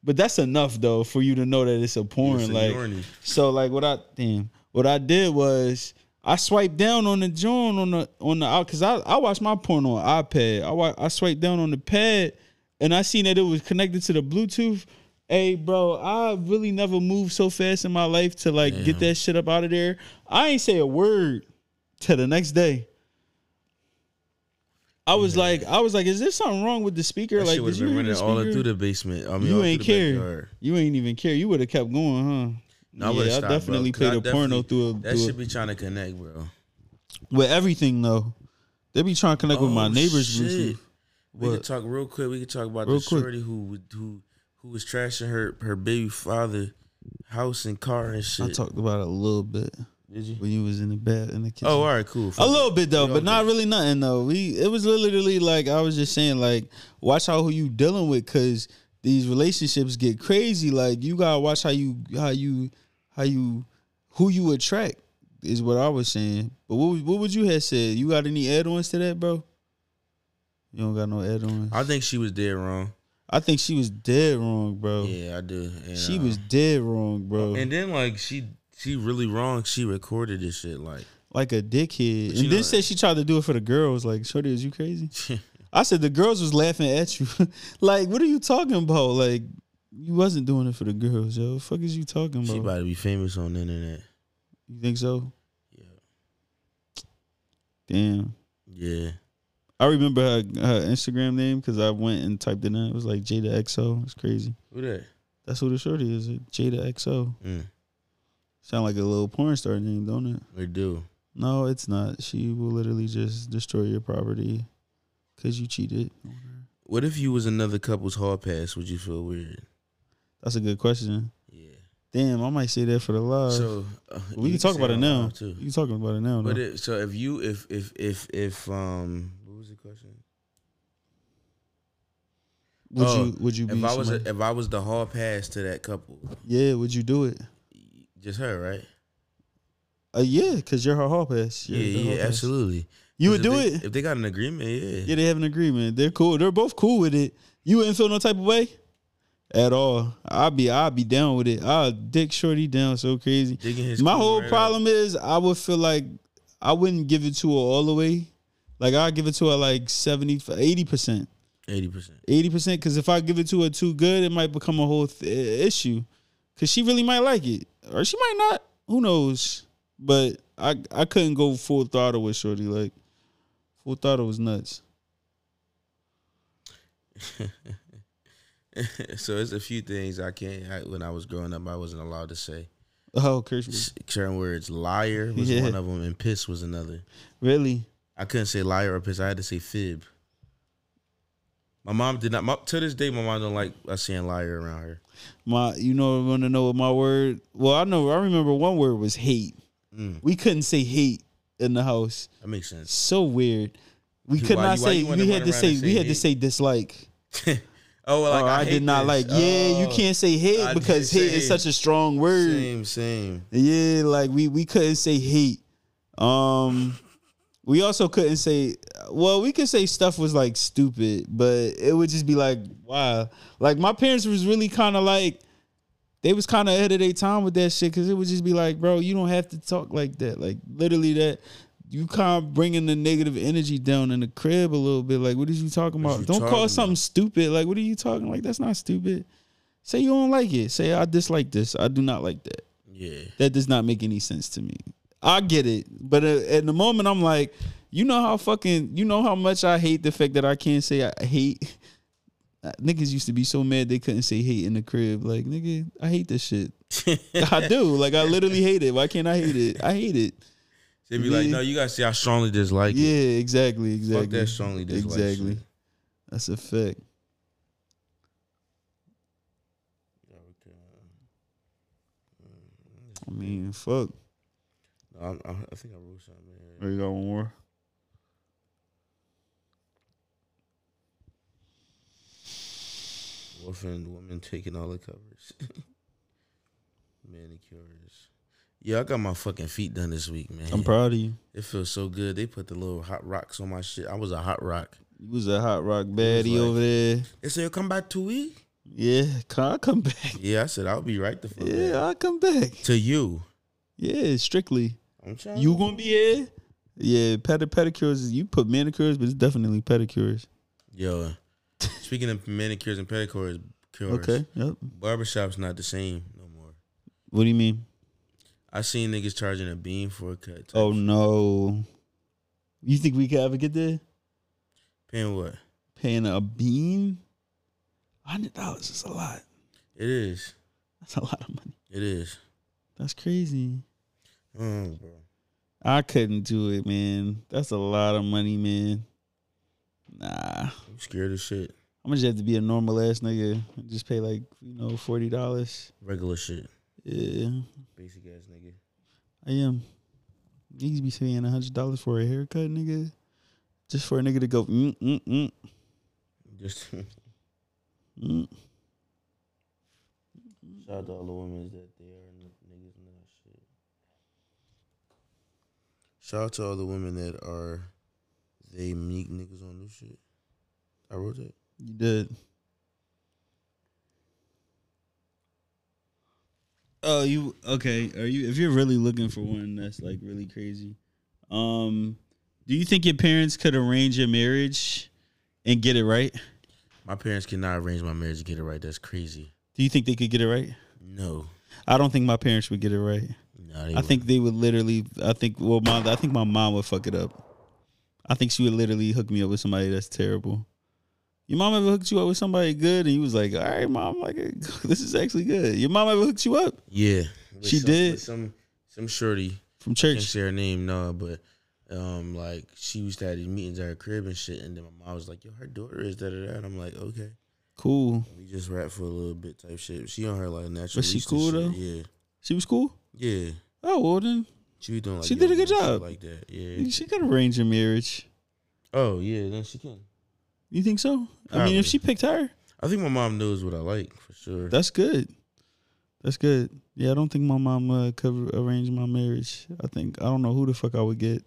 [SPEAKER 1] but that's enough though for you to know that it's a porn.
[SPEAKER 2] It's a
[SPEAKER 1] like
[SPEAKER 2] norny.
[SPEAKER 1] so, like what I damn, what I did was I swiped down on the joint on the on the because I I watch my porn on iPad. I wa- I swiped down on the pad and I seen that it was connected to the Bluetooth. Hey, bro, I really never moved so fast in my life to like get that shit up out of there. I ain't say a word till the next day. I was like, I was like, is there something wrong with the speaker?
[SPEAKER 2] That
[SPEAKER 1] like,
[SPEAKER 2] shit
[SPEAKER 1] did
[SPEAKER 2] would
[SPEAKER 1] you
[SPEAKER 2] have been
[SPEAKER 1] hear the
[SPEAKER 2] running all
[SPEAKER 1] speaker?
[SPEAKER 2] through the basement. I mean, all
[SPEAKER 1] you
[SPEAKER 2] through
[SPEAKER 1] ain't
[SPEAKER 2] the
[SPEAKER 1] care.
[SPEAKER 2] backyard.
[SPEAKER 1] You ain't even care. You would have kept going, huh?
[SPEAKER 2] No, I
[SPEAKER 1] yeah,
[SPEAKER 2] would've
[SPEAKER 1] I
[SPEAKER 2] stopped, bro,
[SPEAKER 1] definitely
[SPEAKER 2] 'cause
[SPEAKER 1] played
[SPEAKER 2] I
[SPEAKER 1] a porno
[SPEAKER 2] definitely-
[SPEAKER 1] through a,
[SPEAKER 2] That
[SPEAKER 1] through a
[SPEAKER 2] should be trying to connect, bro.
[SPEAKER 1] with everything though. They be trying to connect with my
[SPEAKER 2] Oh,
[SPEAKER 1] neighbor's
[SPEAKER 2] shit.
[SPEAKER 1] Bluetooth.
[SPEAKER 2] We
[SPEAKER 1] What?
[SPEAKER 2] could talk real quick. We could talk about
[SPEAKER 1] Real
[SPEAKER 2] the
[SPEAKER 1] quick.
[SPEAKER 2] shorty who would- who who was trashing her her baby father house and car and shit.
[SPEAKER 1] I talked about it a little bit
[SPEAKER 2] Did you?
[SPEAKER 1] when you was in the bed in the kitchen.
[SPEAKER 2] Oh, all right, cool.
[SPEAKER 1] a
[SPEAKER 2] Fuck
[SPEAKER 1] little
[SPEAKER 2] it.
[SPEAKER 1] bit though,
[SPEAKER 2] We
[SPEAKER 1] but
[SPEAKER 2] all
[SPEAKER 1] not
[SPEAKER 2] good.
[SPEAKER 1] really nothing though. We it was literally like I was just saying like watch out who you dealing with because these relationships get crazy. Like you gotta watch how you how you how you who you attract is what I was saying. But what would- what would you have said? You got any add ons to that, bro? You don't got no add ons.
[SPEAKER 2] I think she was dead wrong.
[SPEAKER 1] I think she was dead wrong, bro.
[SPEAKER 2] Yeah, I do. And,
[SPEAKER 1] Oh. She
[SPEAKER 2] uh,
[SPEAKER 1] was dead wrong, bro.
[SPEAKER 2] and then like she she really wrong. She recorded this shit like. (laughs)
[SPEAKER 1] like a dickhead.
[SPEAKER 2] you
[SPEAKER 1] And then
[SPEAKER 2] know-
[SPEAKER 1] said she tried to do it for the girls. Like, Shorty, is you crazy? I said the girls was laughing at you. (laughs) like, what are you talking about? Like, you wasn't doing it for the girls, yo. fuck is you talking
[SPEAKER 2] She
[SPEAKER 1] about?
[SPEAKER 2] about to be famous on the internet.
[SPEAKER 1] you think so?
[SPEAKER 2] Yeah.
[SPEAKER 1] Damn.
[SPEAKER 2] Yeah.
[SPEAKER 1] I remember her, her Instagram name because I went and typed it in. It was like Jada XO. It's crazy.
[SPEAKER 2] Who that?
[SPEAKER 1] That's who the shorty is. eh? Jada XO.
[SPEAKER 2] Mm,
[SPEAKER 1] Sound like a little porn star name, don't it?
[SPEAKER 2] we do.
[SPEAKER 1] No, it's not. She will literally just destroy your property because you cheated.
[SPEAKER 2] What if you was another couple's hall pass? Would you feel weird?
[SPEAKER 1] That's a good question.
[SPEAKER 2] Yeah.
[SPEAKER 1] Damn, I might say that for the live.
[SPEAKER 2] So uh,
[SPEAKER 1] we
[SPEAKER 2] you
[SPEAKER 1] can talk
[SPEAKER 2] say
[SPEAKER 1] about it
[SPEAKER 2] out
[SPEAKER 1] now.
[SPEAKER 2] loud, too.
[SPEAKER 1] You can talk about it now.
[SPEAKER 2] But
[SPEAKER 1] though.
[SPEAKER 2] it, so if you if if if if um what was the question?
[SPEAKER 1] would
[SPEAKER 2] oh,
[SPEAKER 1] you would you be
[SPEAKER 2] If I was a,
[SPEAKER 1] somebody-
[SPEAKER 2] if I was the hall pass to that couple,
[SPEAKER 1] yeah? Would you do it?
[SPEAKER 2] just her, right?
[SPEAKER 1] Uh, yeah, because you're her hall pass. You're
[SPEAKER 2] Yeah,
[SPEAKER 1] the
[SPEAKER 2] yeah,
[SPEAKER 1] hall pass.
[SPEAKER 2] absolutely.
[SPEAKER 1] You
[SPEAKER 2] 'Cause
[SPEAKER 1] would
[SPEAKER 2] if
[SPEAKER 1] do
[SPEAKER 2] they-
[SPEAKER 1] it.
[SPEAKER 2] if they got an agreement. Yeah,
[SPEAKER 1] Yeah, they have an agreement. They're cool. They're both cool with it. You wouldn't feel no type of way at all. I'd be I'd be down with it. I'll dick shorty down so crazy.
[SPEAKER 2] Digging his
[SPEAKER 1] My
[SPEAKER 2] cooler
[SPEAKER 1] whole
[SPEAKER 2] right up.
[SPEAKER 1] problem is I would feel like I wouldn't give it to her all the way. Like I give it to her like 70 80 percent.
[SPEAKER 2] eighty percent. (laughs)
[SPEAKER 1] Eighty percent, because if I give it to her too good, it might become a whole th- uh, issue. Because she really might like it, or she might not. Who knows? But I I couldn't go full throttle with Shorty. Like full throttle was nuts. (laughs)
[SPEAKER 2] so it's a few things I can't. I, when I was growing up, I wasn't allowed to say
[SPEAKER 1] Oh, Kirschman.
[SPEAKER 2] S- certain words. Liar was
[SPEAKER 1] Yeah.
[SPEAKER 2] one of them, and piss was another.
[SPEAKER 1] really?
[SPEAKER 2] I couldn't say liar or piss. I had to say fib. My mom did not. My, to this day, my mom don't like us saying liar around her.
[SPEAKER 1] My, you know, want to know what my word? Well, I know. I remember one word was hate.
[SPEAKER 2] Mm.
[SPEAKER 1] We couldn't say hate in the house.
[SPEAKER 2] That makes sense.
[SPEAKER 1] So weird. We
[SPEAKER 2] Dude,
[SPEAKER 1] could
[SPEAKER 2] why
[SPEAKER 1] not
[SPEAKER 2] you- why
[SPEAKER 1] say.
[SPEAKER 2] you wanna
[SPEAKER 1] We had
[SPEAKER 2] run
[SPEAKER 1] to
[SPEAKER 2] around
[SPEAKER 1] say.
[SPEAKER 2] and
[SPEAKER 1] We
[SPEAKER 2] say
[SPEAKER 1] had to
[SPEAKER 2] hate?
[SPEAKER 1] say dislike.
[SPEAKER 2] (laughs) oh, well, like,
[SPEAKER 1] or I,
[SPEAKER 2] hate
[SPEAKER 1] did not
[SPEAKER 2] this.
[SPEAKER 1] like. Yeah, you
[SPEAKER 2] Oh.
[SPEAKER 1] can't say hate
[SPEAKER 2] I did
[SPEAKER 1] because hate is
[SPEAKER 2] say-
[SPEAKER 1] such a strong word.
[SPEAKER 2] Same, same.
[SPEAKER 1] Yeah, like we we couldn't say hate. Um we also couldn't say well, we could say stuff was like stupid, but it would just be like, wow. Like my parents was really kind of like they was kind of ahead of their time with that shit cuz it would just be like, bro, you don't have to talk like that. Like literally that you kind of bringing the negative energy down in the crib a little bit. Like, what is you talking
[SPEAKER 2] What
[SPEAKER 1] about?
[SPEAKER 2] you
[SPEAKER 1] don't
[SPEAKER 2] talking
[SPEAKER 1] call
[SPEAKER 2] about?
[SPEAKER 1] something stupid. Like, what are you talking? Like, that's not stupid. Say you don't like it. Say I dislike this. I do not like that
[SPEAKER 2] (laughs) Yeah.
[SPEAKER 1] that does not make any sense to me. I get it, but uh, at the moment I'm like, you know how fucking, you know how much I hate the fact that I can't say I hate. Uh, Niggas used to be so mad they couldn't say hate in the crib. Like nigga, I hate this shit. (laughs) I do. Like I literally hate it. Why can't I hate it? I hate it.
[SPEAKER 2] They'd be like,
[SPEAKER 1] Yeah.
[SPEAKER 2] no, you gotta see how strongly dislike
[SPEAKER 1] yeah,
[SPEAKER 2] it.
[SPEAKER 1] exactly, exactly.
[SPEAKER 2] Fuck that strongly dislike.
[SPEAKER 1] Exactly.
[SPEAKER 2] shit.
[SPEAKER 1] That's a fact. I mean, fuck.
[SPEAKER 2] No, I, I, I think I wrote something. in here.
[SPEAKER 1] There you got one more.
[SPEAKER 2] Orphan woman taking all the covers. (laughs) Manicures. Yo, I got my fucking feet done this week, man.
[SPEAKER 1] I'm proud of you.
[SPEAKER 2] It feels so good. They put the little hot rocks on my shit. I was a hot rock.
[SPEAKER 1] You was a hot rock baddie
[SPEAKER 2] like-
[SPEAKER 1] over there.
[SPEAKER 2] They said, come back two weeks.
[SPEAKER 1] Yeah, can I come back?
[SPEAKER 2] Yeah, I said, I'll be right the fuck
[SPEAKER 1] Yeah,
[SPEAKER 2] back."
[SPEAKER 1] I'll come back.
[SPEAKER 2] To you.
[SPEAKER 1] Yeah, strictly.
[SPEAKER 2] I'm trying.
[SPEAKER 1] You gonna be here? Yeah, pedi pedicures. You put manicures, but it's definitely pedicures.
[SPEAKER 2] Yo, speaking of manicures and pedicures, cures,
[SPEAKER 1] Okay. Yep.
[SPEAKER 2] barbershop's not the same no more.
[SPEAKER 1] What do you mean?
[SPEAKER 2] I seen niggas charging a bean for a cut.
[SPEAKER 1] Oh no. You think we could ever get there?
[SPEAKER 2] Paying what?
[SPEAKER 1] Paying a beam? Hundred dollars is a lot.
[SPEAKER 2] It is.
[SPEAKER 1] That's a lot of money.
[SPEAKER 2] It is.
[SPEAKER 1] That's crazy.
[SPEAKER 2] Mm, bro.
[SPEAKER 1] I couldn't do it, man. That's a lot of money, man. Nah.
[SPEAKER 2] I'm scared as shit.
[SPEAKER 1] I'm just have to be a normal ass nigga. and Just pay like, you know, forty dollars.
[SPEAKER 2] Regular shit.
[SPEAKER 1] Yeah.
[SPEAKER 2] Basic ass nigga. (laughs)
[SPEAKER 1] I am. Niggas be paying hundred dollars for a haircut, nigga. Just for a nigga to go mm mm mm
[SPEAKER 2] Just
[SPEAKER 1] mm.
[SPEAKER 2] shout out to all the women that they are and the niggas and that shit. Shout out to all the women that are they meek niggas on this shit. I wrote that.
[SPEAKER 1] You did. Oh, you okay? Are you if you're really looking for one that's like really crazy? Um, do you think your parents could arrange your marriage and get it right?
[SPEAKER 2] My parents cannot arrange my marriage to get it right. That's crazy.
[SPEAKER 1] Do you think they could get it right?
[SPEAKER 2] No.
[SPEAKER 1] I don't think my parents would get it right.
[SPEAKER 2] Nah, they
[SPEAKER 1] I think they would literally. I think well, my I think my mom would fuck it up. I think she would literally hook me up with somebody that's terrible. Your mom ever hooked you up with somebody good, and you was like, "All right, mom, like (laughs) this is actually good." Your mom ever hooked you up
[SPEAKER 2] Yeah, with
[SPEAKER 1] She
[SPEAKER 2] some,
[SPEAKER 1] did.
[SPEAKER 2] with some some shorty.
[SPEAKER 1] from
[SPEAKER 2] Can't
[SPEAKER 1] church?
[SPEAKER 2] say her name, no, but um, like she used to have these meetings at her crib and shit. And then my mom was like, "Yo, her daughter is da da da." And I'm like, "Okay."
[SPEAKER 1] Cool.
[SPEAKER 2] We just rap for a little bit type shit. She on her like natural.
[SPEAKER 1] she
[SPEAKER 2] Eastern
[SPEAKER 1] cool,
[SPEAKER 2] shit.
[SPEAKER 1] though?
[SPEAKER 2] Yeah,
[SPEAKER 1] She was cool.
[SPEAKER 2] yeah.
[SPEAKER 1] Oh well, then
[SPEAKER 2] She was doing like
[SPEAKER 1] She did a
[SPEAKER 2] yoga
[SPEAKER 1] good
[SPEAKER 2] and shit
[SPEAKER 1] job.
[SPEAKER 2] like that. Yeah.
[SPEAKER 1] she could arrange a marriage.
[SPEAKER 2] Oh yeah, then she can.
[SPEAKER 1] You think so? I mean,
[SPEAKER 2] Probably.
[SPEAKER 1] if she picked her,
[SPEAKER 2] I think my mom knows what I like for sure.
[SPEAKER 1] that's good. That's good. Yeah, I don't think my mom uh, could arrange my marriage. I think I don't know who the fuck I would get.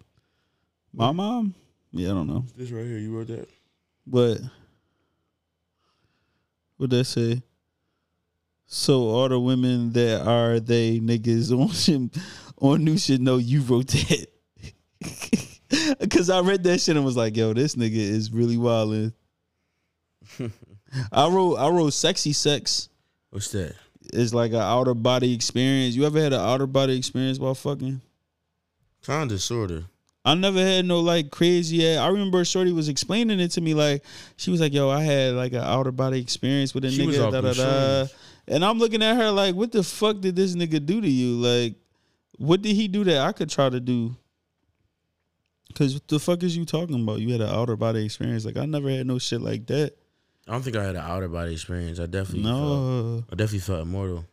[SPEAKER 1] My mom? Yeah, I don't know.
[SPEAKER 2] this right here, you wrote that.
[SPEAKER 1] But what that say? So all the women that are they niggas (laughs) on shit, on new shit know you wrote that. (laughs) Cause I read that shit and was like, yo, this nigga is really wildin'. I wrote I wrote sexy sex
[SPEAKER 2] What's that?
[SPEAKER 1] is like an outer body experience. You ever had an outer body experience while fucking?
[SPEAKER 2] Kind of, sorta.
[SPEAKER 1] I never had no like crazy. ass- I remember Shorty was explaining it to me like she was like, "Yo, I had like an outer body experience with a
[SPEAKER 2] She was
[SPEAKER 1] nigga."
[SPEAKER 2] all
[SPEAKER 1] Da, da, da.
[SPEAKER 2] controlling.
[SPEAKER 1] And I'm looking at her like, "What the fuck did this nigga do to you? Like, what did he do that I could try to do?" Cause what the fuck is you talking about? You had an outer body experience. Like I never had no shit like that.
[SPEAKER 2] I don't think I had an outer body experience. I definitely Felt,
[SPEAKER 1] No.
[SPEAKER 2] I definitely felt immortal.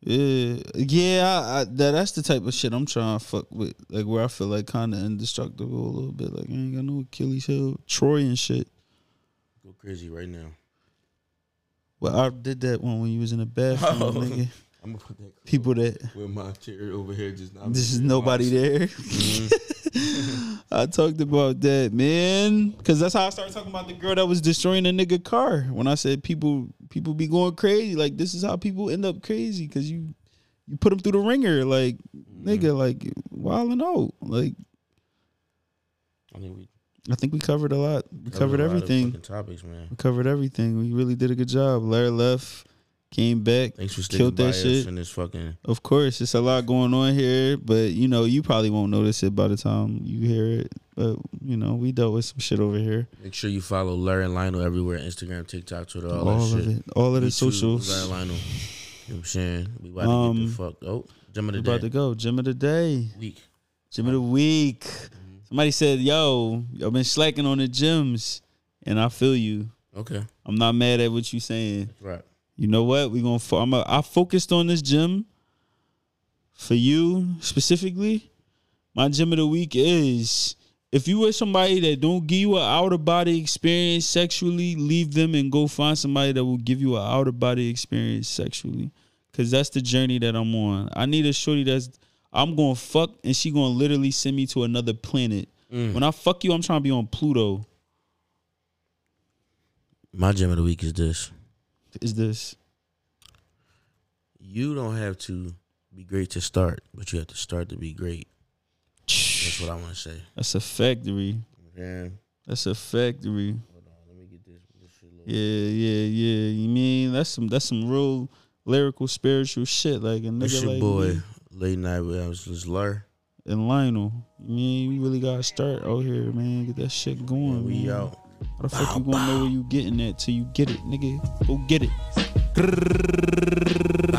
[SPEAKER 1] Yeah, yeah, I, I, that that's the type of shit I'm trying to fuck with. Like where I feel like kind of indestructible a little bit. Like I ain't got no Achilles heel, Troy and shit.
[SPEAKER 2] Go crazy right now.
[SPEAKER 1] Well, I did that one when you was in the bathroom,
[SPEAKER 2] Oh.
[SPEAKER 1] nigga.
[SPEAKER 2] I'm gonna put that
[SPEAKER 1] People that
[SPEAKER 2] with my chair over here. Just not.
[SPEAKER 1] this is nobody there.
[SPEAKER 2] Mm-hmm.
[SPEAKER 1] (laughs) I talked about that, man, because that's how I started talking about the girl that was destroying a nigga car. When I said people, people be going crazy. Like this is how people end up crazy because you, you put them through the ringer, like nigga,
[SPEAKER 2] Mm-hmm.
[SPEAKER 1] like wild and out. Like
[SPEAKER 2] Mm-hmm. I think we
[SPEAKER 1] I think we covered a lot. We covered
[SPEAKER 2] a lot of
[SPEAKER 1] everything.
[SPEAKER 2] fucking topics, man.
[SPEAKER 1] We covered everything. We really did a good job. Larry left, came back.
[SPEAKER 2] Thanks for sticking
[SPEAKER 1] Killed
[SPEAKER 2] by
[SPEAKER 1] that
[SPEAKER 2] us
[SPEAKER 1] shit.
[SPEAKER 2] in this fucking.
[SPEAKER 1] Of course, it's a lot going on here, but you know, you probably won't notice it by the time you hear it. But you know, we dealt with some shit over here.
[SPEAKER 2] Make sure you follow Larry and Lionel everywhere: Instagram, TikTok, Twitter, all,
[SPEAKER 1] All,
[SPEAKER 2] that
[SPEAKER 1] of
[SPEAKER 2] shit.
[SPEAKER 1] it, all of the
[SPEAKER 2] Me too, Larry
[SPEAKER 1] socials.
[SPEAKER 2] and Lionel. You know what I'm saying we about to get
[SPEAKER 1] Um,
[SPEAKER 2] the fuck. Oh, gym of
[SPEAKER 1] We're
[SPEAKER 2] the
[SPEAKER 1] about
[SPEAKER 2] day.
[SPEAKER 1] to go. Gym of the day,
[SPEAKER 2] Week.
[SPEAKER 1] gym of the week.
[SPEAKER 2] Mm-hmm.
[SPEAKER 1] Somebody said, "Yo, I've been slacking on the gyms," and I feel you.
[SPEAKER 2] Okay.
[SPEAKER 1] I'm not mad at what you saying.
[SPEAKER 2] Right.
[SPEAKER 1] You know what? We gonna. Fo- I'm. A, I focused on this gym for you specifically. My gym of the week is if you are somebody that don't give you an outer body experience sexually, leave them and go find somebody that will give you an outer body experience sexually. Cause that's the journey that I'm on. I need a shorty that's I'm going to fuck and she going to literally send me to another planet.
[SPEAKER 2] Mm.
[SPEAKER 1] When I fuck you, I'm trying to be on Pluto.
[SPEAKER 2] My gem of the week is this.
[SPEAKER 1] Is this?
[SPEAKER 2] You don't have to be great to start, but you have to start to be great. That's what I want to say.
[SPEAKER 1] That's a factory.
[SPEAKER 2] Yeah.
[SPEAKER 1] That's a factory.
[SPEAKER 2] Hold on. Let me get this. this shit low.
[SPEAKER 1] Yeah, yeah, yeah. You mean that's some that's some real lyrical spiritual shit like a nigga
[SPEAKER 2] It's your
[SPEAKER 1] like
[SPEAKER 2] boy.
[SPEAKER 1] me
[SPEAKER 2] Late night with I was just Lur.
[SPEAKER 1] and Lionel. You mean you really gotta start out here, man. Get that shit going.
[SPEAKER 2] We
[SPEAKER 1] man.
[SPEAKER 2] out.
[SPEAKER 1] How the fuck you gonna know where you getting at till you get it, nigga? Go get it.